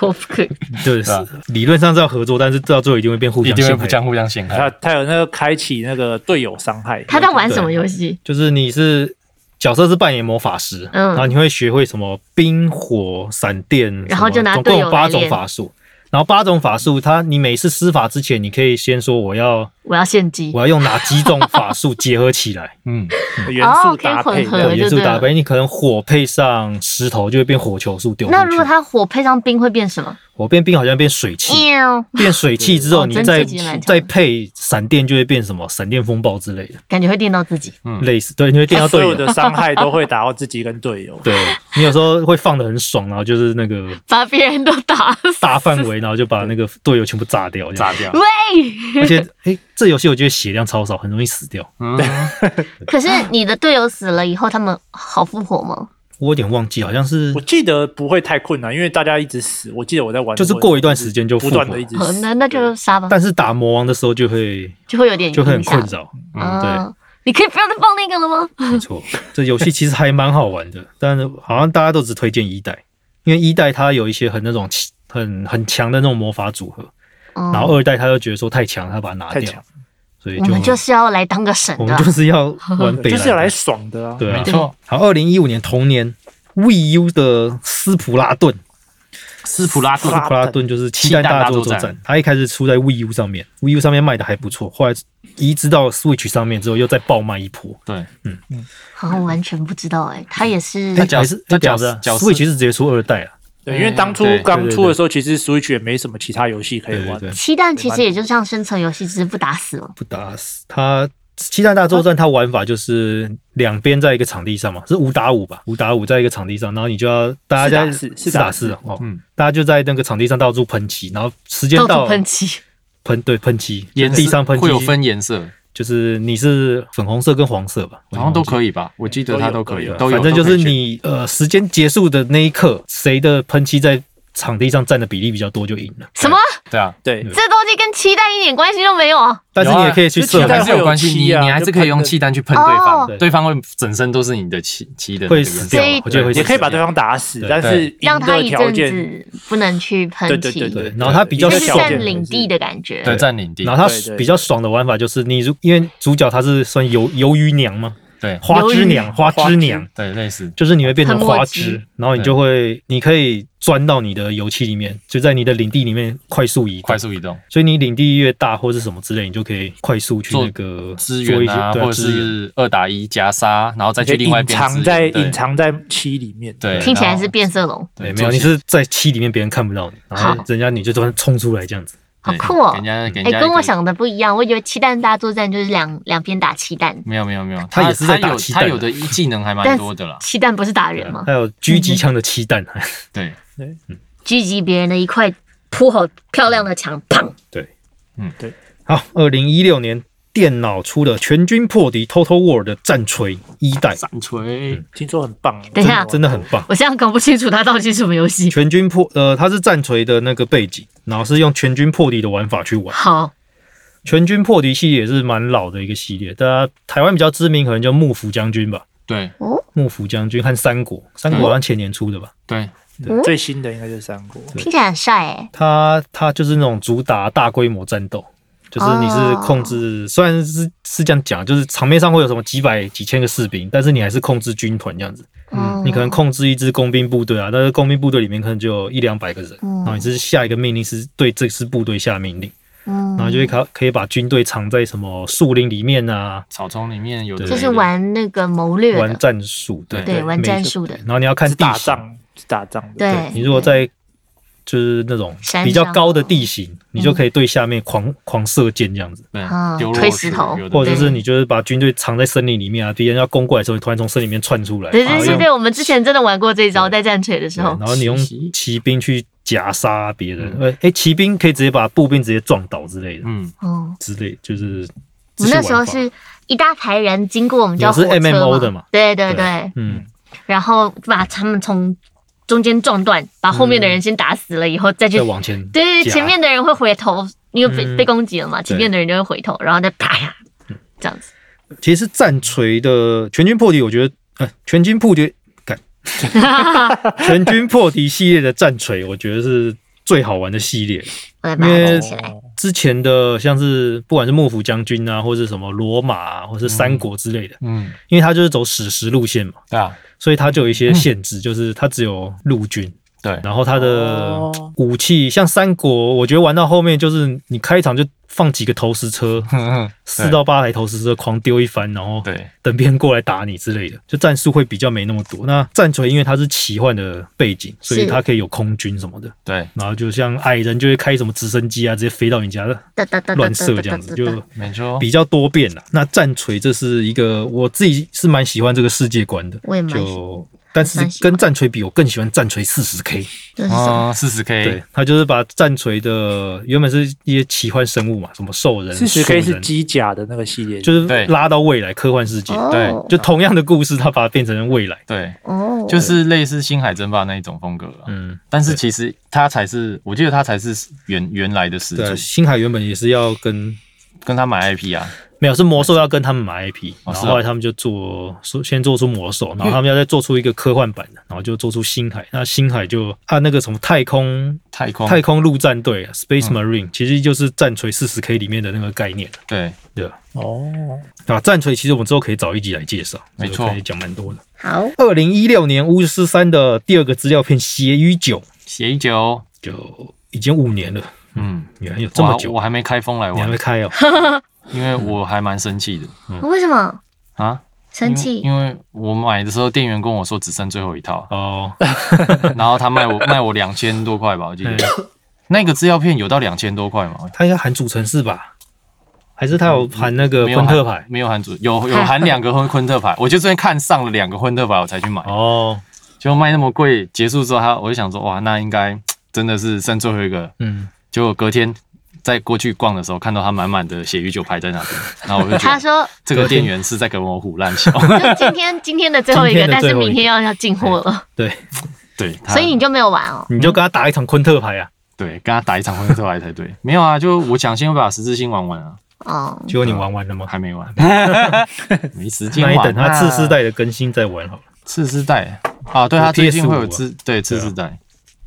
Speaker 6: 我不可以，
Speaker 2: 对，
Speaker 1: 对啊
Speaker 2: 是理论上是要合作，但是到最后一定会变互
Speaker 1: 一
Speaker 2: 相
Speaker 1: 定会
Speaker 2: 陷
Speaker 1: 互
Speaker 2: 害。
Speaker 1: 相互相陷
Speaker 4: 他
Speaker 1: 害。
Speaker 4: 他有那个开启那个队友伤害，
Speaker 6: 他在玩什么游戏？
Speaker 2: 就是你是角色是扮演魔法师，
Speaker 6: 嗯
Speaker 2: 然后你会学会什么冰火闪电，
Speaker 6: 然后就拿
Speaker 2: 什么
Speaker 6: 队
Speaker 2: 总共
Speaker 6: 友
Speaker 2: 有八
Speaker 6: 来
Speaker 2: 种
Speaker 6: 练
Speaker 2: 法术。然后八种法术，它你每次施法之前，你可以先说我要
Speaker 6: 我要献祭
Speaker 2: 我。要用哪几种法术结合起来，
Speaker 1: 嗯，
Speaker 4: 元素
Speaker 6: 哦可以
Speaker 4: 搭配
Speaker 6: 混合
Speaker 4: 的
Speaker 6: 对
Speaker 2: 对，元素
Speaker 6: 就对了
Speaker 2: 搭配，你可能火配上石头就会变火球术丢出去。
Speaker 6: 那如果他火配上冰会变什么？
Speaker 2: 火变冰好像变水汽，
Speaker 6: 喵，
Speaker 2: 变水汽之后，
Speaker 6: 哦
Speaker 2: 你
Speaker 6: 真
Speaker 2: 再
Speaker 6: 自己蛮强的
Speaker 2: 再配闪电就会变什么闪电风暴之类的，
Speaker 6: 感觉会电到自己。
Speaker 1: 嗯
Speaker 2: 类似对，你会电到
Speaker 4: 所
Speaker 2: 队
Speaker 4: 有
Speaker 2: 友。
Speaker 4: 的伤害都会打到自己跟队友。
Speaker 2: 对你有时候会放的很爽，然后就是那个
Speaker 6: 把别人都打死。
Speaker 2: 大范围，然后就把那个队友全部炸掉，这样
Speaker 1: 炸。掉。
Speaker 6: 喂，
Speaker 2: 而且，哎、这游戏我觉得血量超少，很容易死掉。
Speaker 1: 嗯，
Speaker 6: 可是你的队友死了以后，他们好复活吗？
Speaker 2: 我有点忘记，好像是
Speaker 4: 我记得不会太困难，因为大家一直死。我记得我在玩的
Speaker 2: 就
Speaker 4: 时
Speaker 2: 是
Speaker 4: 候，
Speaker 2: 过一段时间就复
Speaker 4: 不
Speaker 2: 活
Speaker 4: 断，的一直
Speaker 6: 好，
Speaker 4: 死。
Speaker 6: 那那就杀吧，
Speaker 2: 但是打魔王的时候就会
Speaker 6: 就会有点
Speaker 2: 就会很
Speaker 6: 影响
Speaker 2: 困扰。
Speaker 1: 嗯
Speaker 2: 对
Speaker 6: 啊。你可以不要再放那个了吗？
Speaker 2: 没错， 这游戏其实还蛮好玩的，但是好像大家都只推荐一代，因为一代它有一些很那种奇很很强的那种魔法组合，然
Speaker 6: 嗯，
Speaker 2: 后二代他又觉得说太强，他把它拿
Speaker 4: 太
Speaker 2: 掉
Speaker 4: 强，
Speaker 2: 所以
Speaker 6: 我
Speaker 2: 就
Speaker 6: 们就是要来当个神
Speaker 2: 我
Speaker 6: 的
Speaker 2: 们就。是要 玩北兰的，
Speaker 4: 就是要来爽的啊！
Speaker 2: 对啊
Speaker 1: 没。错，
Speaker 2: 好，二零一五年同年，V U 的斯普拉顿，
Speaker 1: 斯普拉
Speaker 2: 斯
Speaker 1: 顿
Speaker 2: 普拉顿就是气弹大作
Speaker 1: 气弹大作
Speaker 2: 战
Speaker 1: 战，
Speaker 2: 它一开始出在 V U 上面，V U 上面卖的还不错，后来移植到 Switch 上面之后又再爆卖一波。
Speaker 1: 对，
Speaker 6: 好像完全不知道哎，他也是
Speaker 2: 哎，
Speaker 1: 角
Speaker 2: 还是
Speaker 1: 它
Speaker 2: 它
Speaker 1: 角
Speaker 2: 讲的
Speaker 1: 角
Speaker 2: Switch 是直接出二代啊。
Speaker 4: 对，因为当初
Speaker 1: 对
Speaker 4: 刚出的时候，其实 Switch 也没什么其他游戏可以玩
Speaker 2: 对对。对
Speaker 6: 七蛋，其实也就像生存游戏，只是不打死了。
Speaker 2: 不打死他。七战大作战，它玩法就是两边在一个场地上嘛，是五打五吧？五打五在一个场地上，然后你就要大家在
Speaker 4: 四打四
Speaker 2: 打四啊哦，
Speaker 1: 嗯
Speaker 2: 大家就在那个场地上到处喷漆，然后时间
Speaker 6: 到
Speaker 2: 到
Speaker 6: 处喷漆，
Speaker 2: 喷对喷漆，
Speaker 1: 颜色
Speaker 2: 地上喷漆
Speaker 1: 会有分颜色，
Speaker 2: 就是你是粉红色跟黄色吧，
Speaker 1: 好像都可以吧？我记得它都可以，啊
Speaker 4: 都
Speaker 1: 都有。
Speaker 2: 反正就
Speaker 1: 都
Speaker 2: 是
Speaker 1: 可以选
Speaker 2: 你呃时间结束的那一刻，谁的喷漆在场地上占的比例比较多就赢了。
Speaker 6: 什么？
Speaker 1: 对啊，
Speaker 4: 对，
Speaker 6: 这东西跟七蛋一点关系都没有啊！
Speaker 2: 但是你也可以去
Speaker 4: 有啊
Speaker 2: 设
Speaker 4: 之前
Speaker 1: 还
Speaker 2: 很
Speaker 1: 是有关系，
Speaker 4: 会有
Speaker 1: 你
Speaker 4: 气啊
Speaker 1: 你还是可以用气弹去喷对
Speaker 6: 哦
Speaker 1: 方，
Speaker 2: 对
Speaker 1: 对方会整身都是你的气气的那个
Speaker 2: 会
Speaker 1: 颜
Speaker 2: 死
Speaker 1: 色。
Speaker 2: 掉
Speaker 6: 所以
Speaker 2: 嘛，我觉得会死
Speaker 4: 也可以把
Speaker 2: 掉
Speaker 4: 对方打死，
Speaker 2: 对
Speaker 4: 但是
Speaker 6: 让
Speaker 4: 赢
Speaker 6: 他
Speaker 4: 的
Speaker 6: 一
Speaker 4: 条
Speaker 6: 阵
Speaker 4: 件
Speaker 6: 子不能去喷
Speaker 4: 对对对
Speaker 6: 漆，
Speaker 2: 对，然后它比较
Speaker 6: 就
Speaker 4: 对
Speaker 6: 是
Speaker 4: 小
Speaker 2: 爽
Speaker 4: 件
Speaker 6: 占领地的感觉。
Speaker 1: 对，占领地
Speaker 2: 然，后
Speaker 4: 对对
Speaker 2: 他比较爽的玩法就是你如因为主角他是算鱿鱿鱼娘嘛，
Speaker 1: 对
Speaker 2: 花枝娘，花
Speaker 4: 花
Speaker 2: 枝
Speaker 4: 枝
Speaker 2: 娘
Speaker 1: 对，类似，
Speaker 2: 就是你会变成花
Speaker 6: 很墨
Speaker 2: 枝，然后你就会你可以钻到你的油漆里面，就在你的领地里面快速移
Speaker 1: 快
Speaker 2: 动。
Speaker 1: 速移动
Speaker 2: 所以你领地越大或是什么之类，你就可以快速去
Speaker 1: 做
Speaker 2: 那个
Speaker 1: 支
Speaker 2: 做一
Speaker 1: 援
Speaker 2: 些
Speaker 1: 啊，
Speaker 2: 对啊
Speaker 1: 或者
Speaker 2: 支援
Speaker 1: 是二打一夹杀，然后再
Speaker 4: 可
Speaker 1: 去
Speaker 4: 以
Speaker 1: 另外一
Speaker 4: 隐
Speaker 1: 边
Speaker 4: 藏在
Speaker 1: 支援
Speaker 4: 隐，藏在七里面。
Speaker 1: 对，对
Speaker 6: 听起来
Speaker 1: 然后
Speaker 6: 是变色龙，
Speaker 1: 对
Speaker 2: 对，没有，
Speaker 1: 做
Speaker 2: 你
Speaker 1: 起
Speaker 2: 是在漆里面别人看不到你，然后
Speaker 6: 好
Speaker 2: 人家你就突然冲出来这样子。
Speaker 6: 好
Speaker 1: 对
Speaker 6: 酷哦
Speaker 1: 给人！家给人
Speaker 6: 哎、
Speaker 1: 家一
Speaker 6: 跟我
Speaker 1: 个
Speaker 6: 想的不一样，我以为七蛋大作战就是两两边打七蛋，
Speaker 1: 没有没有没有，
Speaker 2: 他也是在打
Speaker 1: 有
Speaker 2: 气
Speaker 1: 他
Speaker 2: 弹
Speaker 1: 有
Speaker 2: 啊
Speaker 1: 的一技能还蛮
Speaker 6: 但
Speaker 1: 多 的啦，
Speaker 6: 七蛋不是打人吗？
Speaker 2: 还有狙击枪的漆弹，
Speaker 1: 嗯对，
Speaker 6: 狙击别人的一块铺好漂亮的墙，砰！
Speaker 2: 对，
Speaker 1: 嗯
Speaker 4: 对。
Speaker 2: 好，二零一六年电脑出了全军破敌 Total War 的战锤一代，
Speaker 1: 斩锤
Speaker 4: 听说很棒。
Speaker 6: 等一下
Speaker 2: 真的很棒。
Speaker 6: 我现在搞不清楚它到底是什么游戏。
Speaker 2: 全军破呃，它是战锤的那个背景，然后是用全军破敌的玩法去玩。
Speaker 6: 好，
Speaker 2: 全军破敌系列也是蛮老的一个系列，大家台湾比较知名可能叫幕府将军吧，
Speaker 1: 对
Speaker 2: 幕府将军和三国，三国好
Speaker 1: 嗯
Speaker 2: 像前年出的吧。
Speaker 1: 对，
Speaker 6: 嗯
Speaker 4: 最新的应该就是三国，
Speaker 6: 听起来很帅哎、
Speaker 2: 它它就是那种主打大规模战斗，就是你是
Speaker 6: 啊
Speaker 2: 控制，虽然是是这样讲，就是场面上会有什么几百几千个士兵，但是你还是控制军团这样子。
Speaker 3: 哦
Speaker 6: 嗯，
Speaker 2: 你可能控制一支工兵部队啊，但是工兵部队里面可能就有一两百个人，然后你是下一个命令是对这支部队下命令，
Speaker 6: 嗯
Speaker 2: 然后就会可可以把军队藏在什么树林里面啊，
Speaker 1: 草丛里面有的
Speaker 2: 对
Speaker 6: 就是
Speaker 1: 没的
Speaker 6: 玩那个谋略
Speaker 2: 玩
Speaker 6: 的，
Speaker 2: 战术，对
Speaker 1: 对
Speaker 6: 对，玩
Speaker 2: 每个
Speaker 6: 战术的，
Speaker 2: 然后你要看
Speaker 4: 是
Speaker 2: 地
Speaker 4: 打
Speaker 2: 形，
Speaker 4: 仗，是打仗的。
Speaker 6: 对。
Speaker 2: 你如果在就是那种
Speaker 6: 山
Speaker 2: 比较
Speaker 6: 上
Speaker 2: 高的
Speaker 6: 哦
Speaker 2: 地形，你就可以对下面狂狂射箭这样子。
Speaker 1: 对
Speaker 6: 嗯
Speaker 1: 丢落
Speaker 6: 推
Speaker 1: 去
Speaker 6: 石头
Speaker 1: 有的
Speaker 2: 或者
Speaker 1: 没的
Speaker 2: 是你就是把军队藏在森林里面啊，敌人要攻过来的时候，你突然从森林里面窜出来，
Speaker 6: 对
Speaker 2: 然
Speaker 6: 对
Speaker 2: 后
Speaker 6: 对
Speaker 2: 用
Speaker 6: 对，我们之前真的玩过这一招，在战锤的时候
Speaker 2: 然，后你用
Speaker 1: 奇袭
Speaker 2: 骑兵去夹杀别人，
Speaker 6: 嗯
Speaker 2: 呃、诶骑兵可以直接把步兵直接撞倒之类的，
Speaker 1: 嗯，
Speaker 6: 哦，
Speaker 2: 之类就是。
Speaker 6: 我们那时候
Speaker 2: 这些玩
Speaker 6: 是一大排人经过我们叫
Speaker 2: 你
Speaker 6: 火
Speaker 2: 是
Speaker 6: 车
Speaker 2: MMO 的嘛
Speaker 6: 对对
Speaker 2: 对
Speaker 6: 对，
Speaker 2: 法，嗯，
Speaker 6: 然后把他们从
Speaker 3: 中间撞断，把后面的人先打死了以后，再去
Speaker 2: 再往前
Speaker 3: 对对，对
Speaker 2: 夹
Speaker 3: 前面的人会回头，因为被、
Speaker 2: 嗯
Speaker 3: 被攻击了嘛，前面的人就会回头，然后再啪呀，这样子。
Speaker 2: 其实战锤的全军破敌，我觉得，呃，全军破敌， 干，全军破敌系列的战锤，我觉得是最好玩的系列。
Speaker 3: 我再把
Speaker 2: 因
Speaker 3: 它
Speaker 2: 为
Speaker 3: 记起来。
Speaker 4: 哦
Speaker 2: 之前的像是不管是幕府将军啊，或是什么罗马、啊，或是三国之类的，
Speaker 1: 嗯，
Speaker 2: 因为它就是走史实路线嘛，
Speaker 1: 对啊，
Speaker 2: 所以它就有一些限制，就是它只有陆军，
Speaker 1: 对，
Speaker 2: 然后它的
Speaker 4: 哦
Speaker 2: 武器像三国，我觉得玩到后面就是你开场就放几个投石车，四到八台投石车狂丢一番，然后
Speaker 1: 嗯对，
Speaker 2: 等别人过来打你之类的，就战术会比较没那么多。那战锤因为它是奇幻的背景，所以
Speaker 3: 是
Speaker 2: 它可以有空军什么的，
Speaker 1: 对，
Speaker 2: 然后就像矮人就会开什么直升机啊，直接飞到你家
Speaker 3: 哒哒哒哒
Speaker 2: 乱
Speaker 3: 哒
Speaker 2: 射
Speaker 3: 哒
Speaker 2: 这
Speaker 3: 哒
Speaker 2: 样
Speaker 3: 哒
Speaker 2: 子，
Speaker 3: 哒
Speaker 2: 就
Speaker 1: 没错，
Speaker 2: 比较多变啦。那战锤这是一个我自己是蛮喜欢这个世界观的，
Speaker 3: 我也蛮喜
Speaker 2: 就但是
Speaker 3: 蛮喜欢
Speaker 2: 跟战锤比，我更喜欢战锤四十 K。
Speaker 3: 这是什么？
Speaker 1: 嗯，四十
Speaker 2: 对
Speaker 4: 哎
Speaker 1: K，，
Speaker 2: 它就是把战锤的原本是一些奇幻生物嘛，什么兽人、
Speaker 4: 四十 K
Speaker 2: 树
Speaker 4: 是
Speaker 2: 人
Speaker 4: 机甲的那个系列，
Speaker 2: 就是是
Speaker 1: 对
Speaker 2: 拉到未来科幻世界，
Speaker 1: 对
Speaker 3: 哦
Speaker 2: 就同样的故事，它把它变成未来。
Speaker 1: 对，
Speaker 3: 哦，
Speaker 1: 就是类似星海争霸那一种风格了。
Speaker 2: 嗯，
Speaker 1: 但是其实它才是，我记得它才是原原来的始
Speaker 2: 对啊，
Speaker 1: 祖，
Speaker 2: 星海原本也是要跟
Speaker 1: 跟他买 IP 啊，
Speaker 2: 没有是魔兽要跟他们买 IP，
Speaker 1: 哦
Speaker 2: 然
Speaker 1: 是啊嗯
Speaker 2: 后后来他们就做说先做出魔兽，然后他们要再做出一个科幻版的，然后就做出星海。那星海就按那个什么太空
Speaker 1: 太空，
Speaker 2: 太空陆战
Speaker 1: 嗯
Speaker 2: 队啊 Space Marine，其实就是战锤四十 K 里面的那个概念，
Speaker 1: 对，
Speaker 2: 对吧？
Speaker 4: 哦，
Speaker 2: 啊，战锤其实我们之后可以找一集来介绍，
Speaker 1: 没错
Speaker 2: 这个可以讲蛮多的。
Speaker 3: 好，
Speaker 2: 二零一六年巫师三的第二个资料片《血与酒》
Speaker 1: 协议九，
Speaker 2: 就已经五年了，
Speaker 1: 嗯，
Speaker 2: 原来有这
Speaker 1: 我
Speaker 2: 么
Speaker 1: 还
Speaker 2: 久，
Speaker 1: 我还没开封来
Speaker 2: 你还
Speaker 1: 玩
Speaker 2: 没，开哦？
Speaker 1: 因为我还蛮生气的
Speaker 3: 为什么
Speaker 2: 嗯
Speaker 1: 啊，
Speaker 3: 生气？
Speaker 1: 因为因为我买的时候店员跟我说只剩最后一套，
Speaker 2: 哦，
Speaker 1: 然后他卖 我卖我两千多块吧，我记得
Speaker 2: 嗯
Speaker 1: 那个资料片有到两千多块吗？
Speaker 2: 它应该含主城市吧？还是它有含那个
Speaker 1: 嗯没有
Speaker 2: 昆
Speaker 1: 含
Speaker 2: 特牌？
Speaker 1: 没有含主， 有有含两个昆昆特牌，我就最近看上了两个昆特牌，我才去买。
Speaker 2: 哦，
Speaker 1: 结果卖那么贵，结束之后他我就想说，哇，那应该真的是剩最后一个。
Speaker 2: 嗯，
Speaker 1: 结果隔天在过去逛的时候，看到他满满的血鱼酒牌在那边，然后我就觉
Speaker 3: 他
Speaker 1: 得
Speaker 3: 说，
Speaker 1: 这个店员是在跟我胡乱 笑。
Speaker 3: 就今天今天的最后一个，
Speaker 2: 今天的
Speaker 3: 但
Speaker 2: 最
Speaker 3: 是
Speaker 2: 后一个
Speaker 3: 明天要要进货了，
Speaker 2: 对，
Speaker 1: 对，他
Speaker 3: 所以你就没有玩哦。
Speaker 2: 你就跟他打一场昆特牌啊，
Speaker 1: 对跟他打一场混特牌才对。没有啊，就我抢先会把十字星玩完啊，
Speaker 3: 哦，
Speaker 2: 结果你玩完了吗？
Speaker 1: 还没 玩，没时间
Speaker 2: 那你
Speaker 1: 玩啊。
Speaker 2: 等它次世代的更新再玩好了。
Speaker 1: 次世代啊，对，它
Speaker 2: 有
Speaker 1: 最近
Speaker 2: PS5
Speaker 1: 会有
Speaker 2: 啊
Speaker 1: 次对次世代，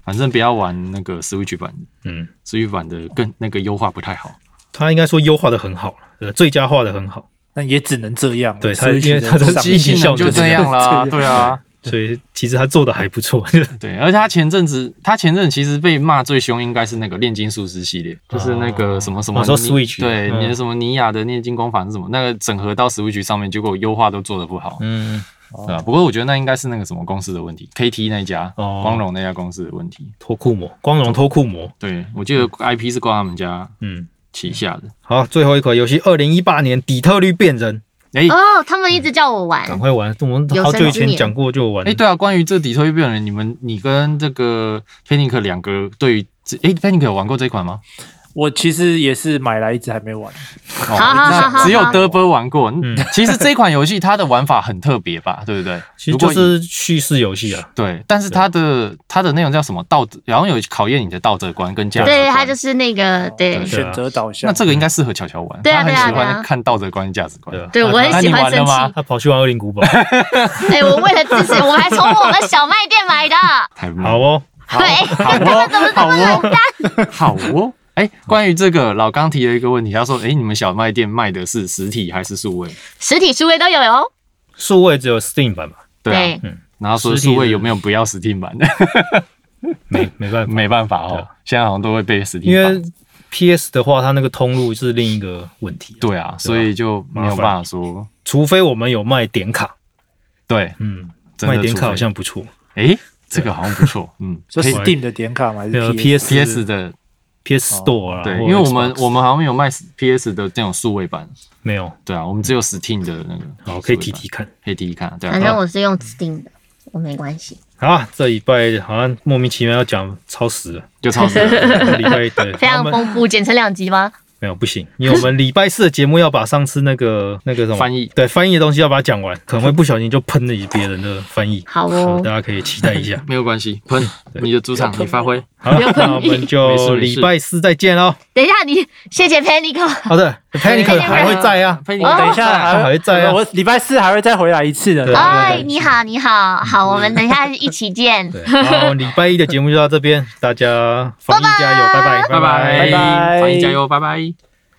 Speaker 1: 反正不要玩那个 Switch 版
Speaker 2: 嗯，
Speaker 1: ，Switch 版的更那个优化不太好。
Speaker 2: 它应该说优化的很好了，呃，最佳化的很好，
Speaker 4: 那也只能这样了。
Speaker 2: 对它
Speaker 4: 所以
Speaker 2: 因为它的
Speaker 4: 上
Speaker 2: 机器
Speaker 4: 面
Speaker 2: 效能
Speaker 1: 就这样 啦，
Speaker 4: 就这
Speaker 1: 对啊，
Speaker 2: 所以其实它做的还不错。
Speaker 1: 对，而且他前阵子，他前阵子其实被骂最凶应该是那个炼金术师系列，就是那个什么什么
Speaker 2: 哦说
Speaker 1: 尼
Speaker 2: Switch
Speaker 1: 对，
Speaker 2: 嗯
Speaker 1: 你的什么尼亚的炼金工坊是什么，那个整合到 Switch 上面，结果优化都做的不好，
Speaker 2: 嗯，
Speaker 1: 对吧？不过我觉得那应该是那个什么公司的问题，KT 那一家
Speaker 2: 哦
Speaker 1: 光荣那家公司的问题。
Speaker 2: 脱裤魔，光荣脱裤魔。
Speaker 1: 对，我记得 IP 是挂他们家
Speaker 2: 嗯，
Speaker 1: 旗下的。
Speaker 2: 好，最后一款游戏，二零一八年《底特律变人》，
Speaker 1: 哎
Speaker 3: 哦，他们一直叫我玩，
Speaker 2: 赶快玩！我们
Speaker 3: 有
Speaker 2: 好
Speaker 3: 生
Speaker 2: 久以
Speaker 3: 之
Speaker 2: 前
Speaker 3: 年
Speaker 2: 讲过就玩。
Speaker 1: 哎，对啊，关于这底特律变人，你们你跟这个 Panic 两个对于这，哎，Panic 有玩过这一款吗？
Speaker 4: 我其实也是买来一直还没玩，
Speaker 1: 哦
Speaker 3: 好好好好
Speaker 1: 只有
Speaker 3: 好
Speaker 1: d o u b 玩过。嗯其实这款游戏它的玩法很特别吧， 对不对？
Speaker 2: 其实
Speaker 1: 如
Speaker 2: 就
Speaker 1: 果以
Speaker 2: 是叙事游戏啊。
Speaker 1: 对，但是它的它的内容叫什么道德，然后有考验你的道德观跟价值观。
Speaker 3: 对他就是那个对
Speaker 2: 对
Speaker 4: 选择导向。
Speaker 1: 那这个应该适合巧巧玩，
Speaker 3: 对啊
Speaker 1: 他很喜
Speaker 3: 对啊对啊
Speaker 1: 欢看道德观跟价值观
Speaker 2: 对。啊
Speaker 3: 对，我很
Speaker 1: 那
Speaker 3: 喜
Speaker 1: 你
Speaker 3: 欢
Speaker 1: 玩了
Speaker 3: 生气。
Speaker 1: 吗
Speaker 2: 他跑去玩《恶灵 古堡》，
Speaker 3: 哎， 我为了支持，我们还从我们小卖店买的。
Speaker 1: 太
Speaker 2: 好哦，
Speaker 3: 对，
Speaker 1: 好哦，好哦，好 哦。哎，关于这个，老刚提了一个问题，他说：“哎，你们小卖店卖的是实体还是数位
Speaker 3: 实体书柜都有哦。
Speaker 2: 数位只有 Steam 版吧？？”
Speaker 1: 对啊。
Speaker 3: 对，
Speaker 1: 然后说
Speaker 2: 实体
Speaker 1: 数位
Speaker 2: 的
Speaker 1: 有没有不要实体 版的？
Speaker 2: 没没办法，
Speaker 1: 没办法哦，现在好像都会被实体
Speaker 2: 啊
Speaker 1: 啊
Speaker 2: 因
Speaker 1: 版。
Speaker 2: 为 PS 的话，它那个通路是另一个问题、啊。
Speaker 1: 对啊，所以就没有办法说
Speaker 2: 除非我们有卖点卡，
Speaker 1: 对，
Speaker 2: 嗯，
Speaker 1: 真的
Speaker 2: 卖点卡好
Speaker 1: 除非
Speaker 2: 像不错。
Speaker 1: 诶，这个好像不错，嗯
Speaker 4: 说
Speaker 2: 可以
Speaker 4: Steam 的点卡吗？还
Speaker 2: 那
Speaker 1: 呃
Speaker 2: 个
Speaker 4: 是 PS？
Speaker 2: PS
Speaker 1: ，PS 的
Speaker 2: PS Store 啊，
Speaker 1: 哦对，
Speaker 2: 或者
Speaker 1: 因为我们
Speaker 2: Xbox
Speaker 1: 我们好像没有卖 PS 的这种数位版，
Speaker 2: 没有，
Speaker 1: 对啊，我们只有 Steam 的那个，
Speaker 2: 好可以提提，看。
Speaker 1: 可以提提看，对啊，
Speaker 3: 反正我是用 Steam 的，我没关系。
Speaker 2: 好啊，这礼拜好像莫名其妙要讲超时了，
Speaker 1: 就超时了，
Speaker 2: 这礼拜对，
Speaker 3: 非常
Speaker 2: 我们
Speaker 3: 丰富，剪成两集吗？
Speaker 2: 没有不行，因为我们礼拜四的节目要把上次那 个那个什么
Speaker 1: 翻译。
Speaker 2: 对翻译的东西要把它讲完，可能会不小心就喷了一别人 的翻译。
Speaker 3: 好
Speaker 2: 好
Speaker 3: 哦
Speaker 2: 大，家可以期待一下
Speaker 1: 没有关系，喷
Speaker 2: 对
Speaker 1: 你的主场，你发挥。
Speaker 2: 好了
Speaker 3: 不要，喷
Speaker 2: 那我们
Speaker 1: 没事
Speaker 2: 就
Speaker 1: 没事
Speaker 2: 礼拜四再见 喽。
Speaker 3: 等一下你谢谢 Panic，
Speaker 2: 好的，Panic 还会在啊。
Speaker 1: 佩妮
Speaker 3: 哦
Speaker 4: 等一下
Speaker 2: 还会在啊
Speaker 4: 我礼拜四还会再回来一次的。
Speaker 2: 对
Speaker 3: 哎，你好你好，好，我们等一下一起 见。
Speaker 2: 对，好，礼拜一的节目就到这边，大家防疫加油，拜拜，
Speaker 1: 拜拜，
Speaker 4: 拜拜
Speaker 1: 防疫加油，拜拜。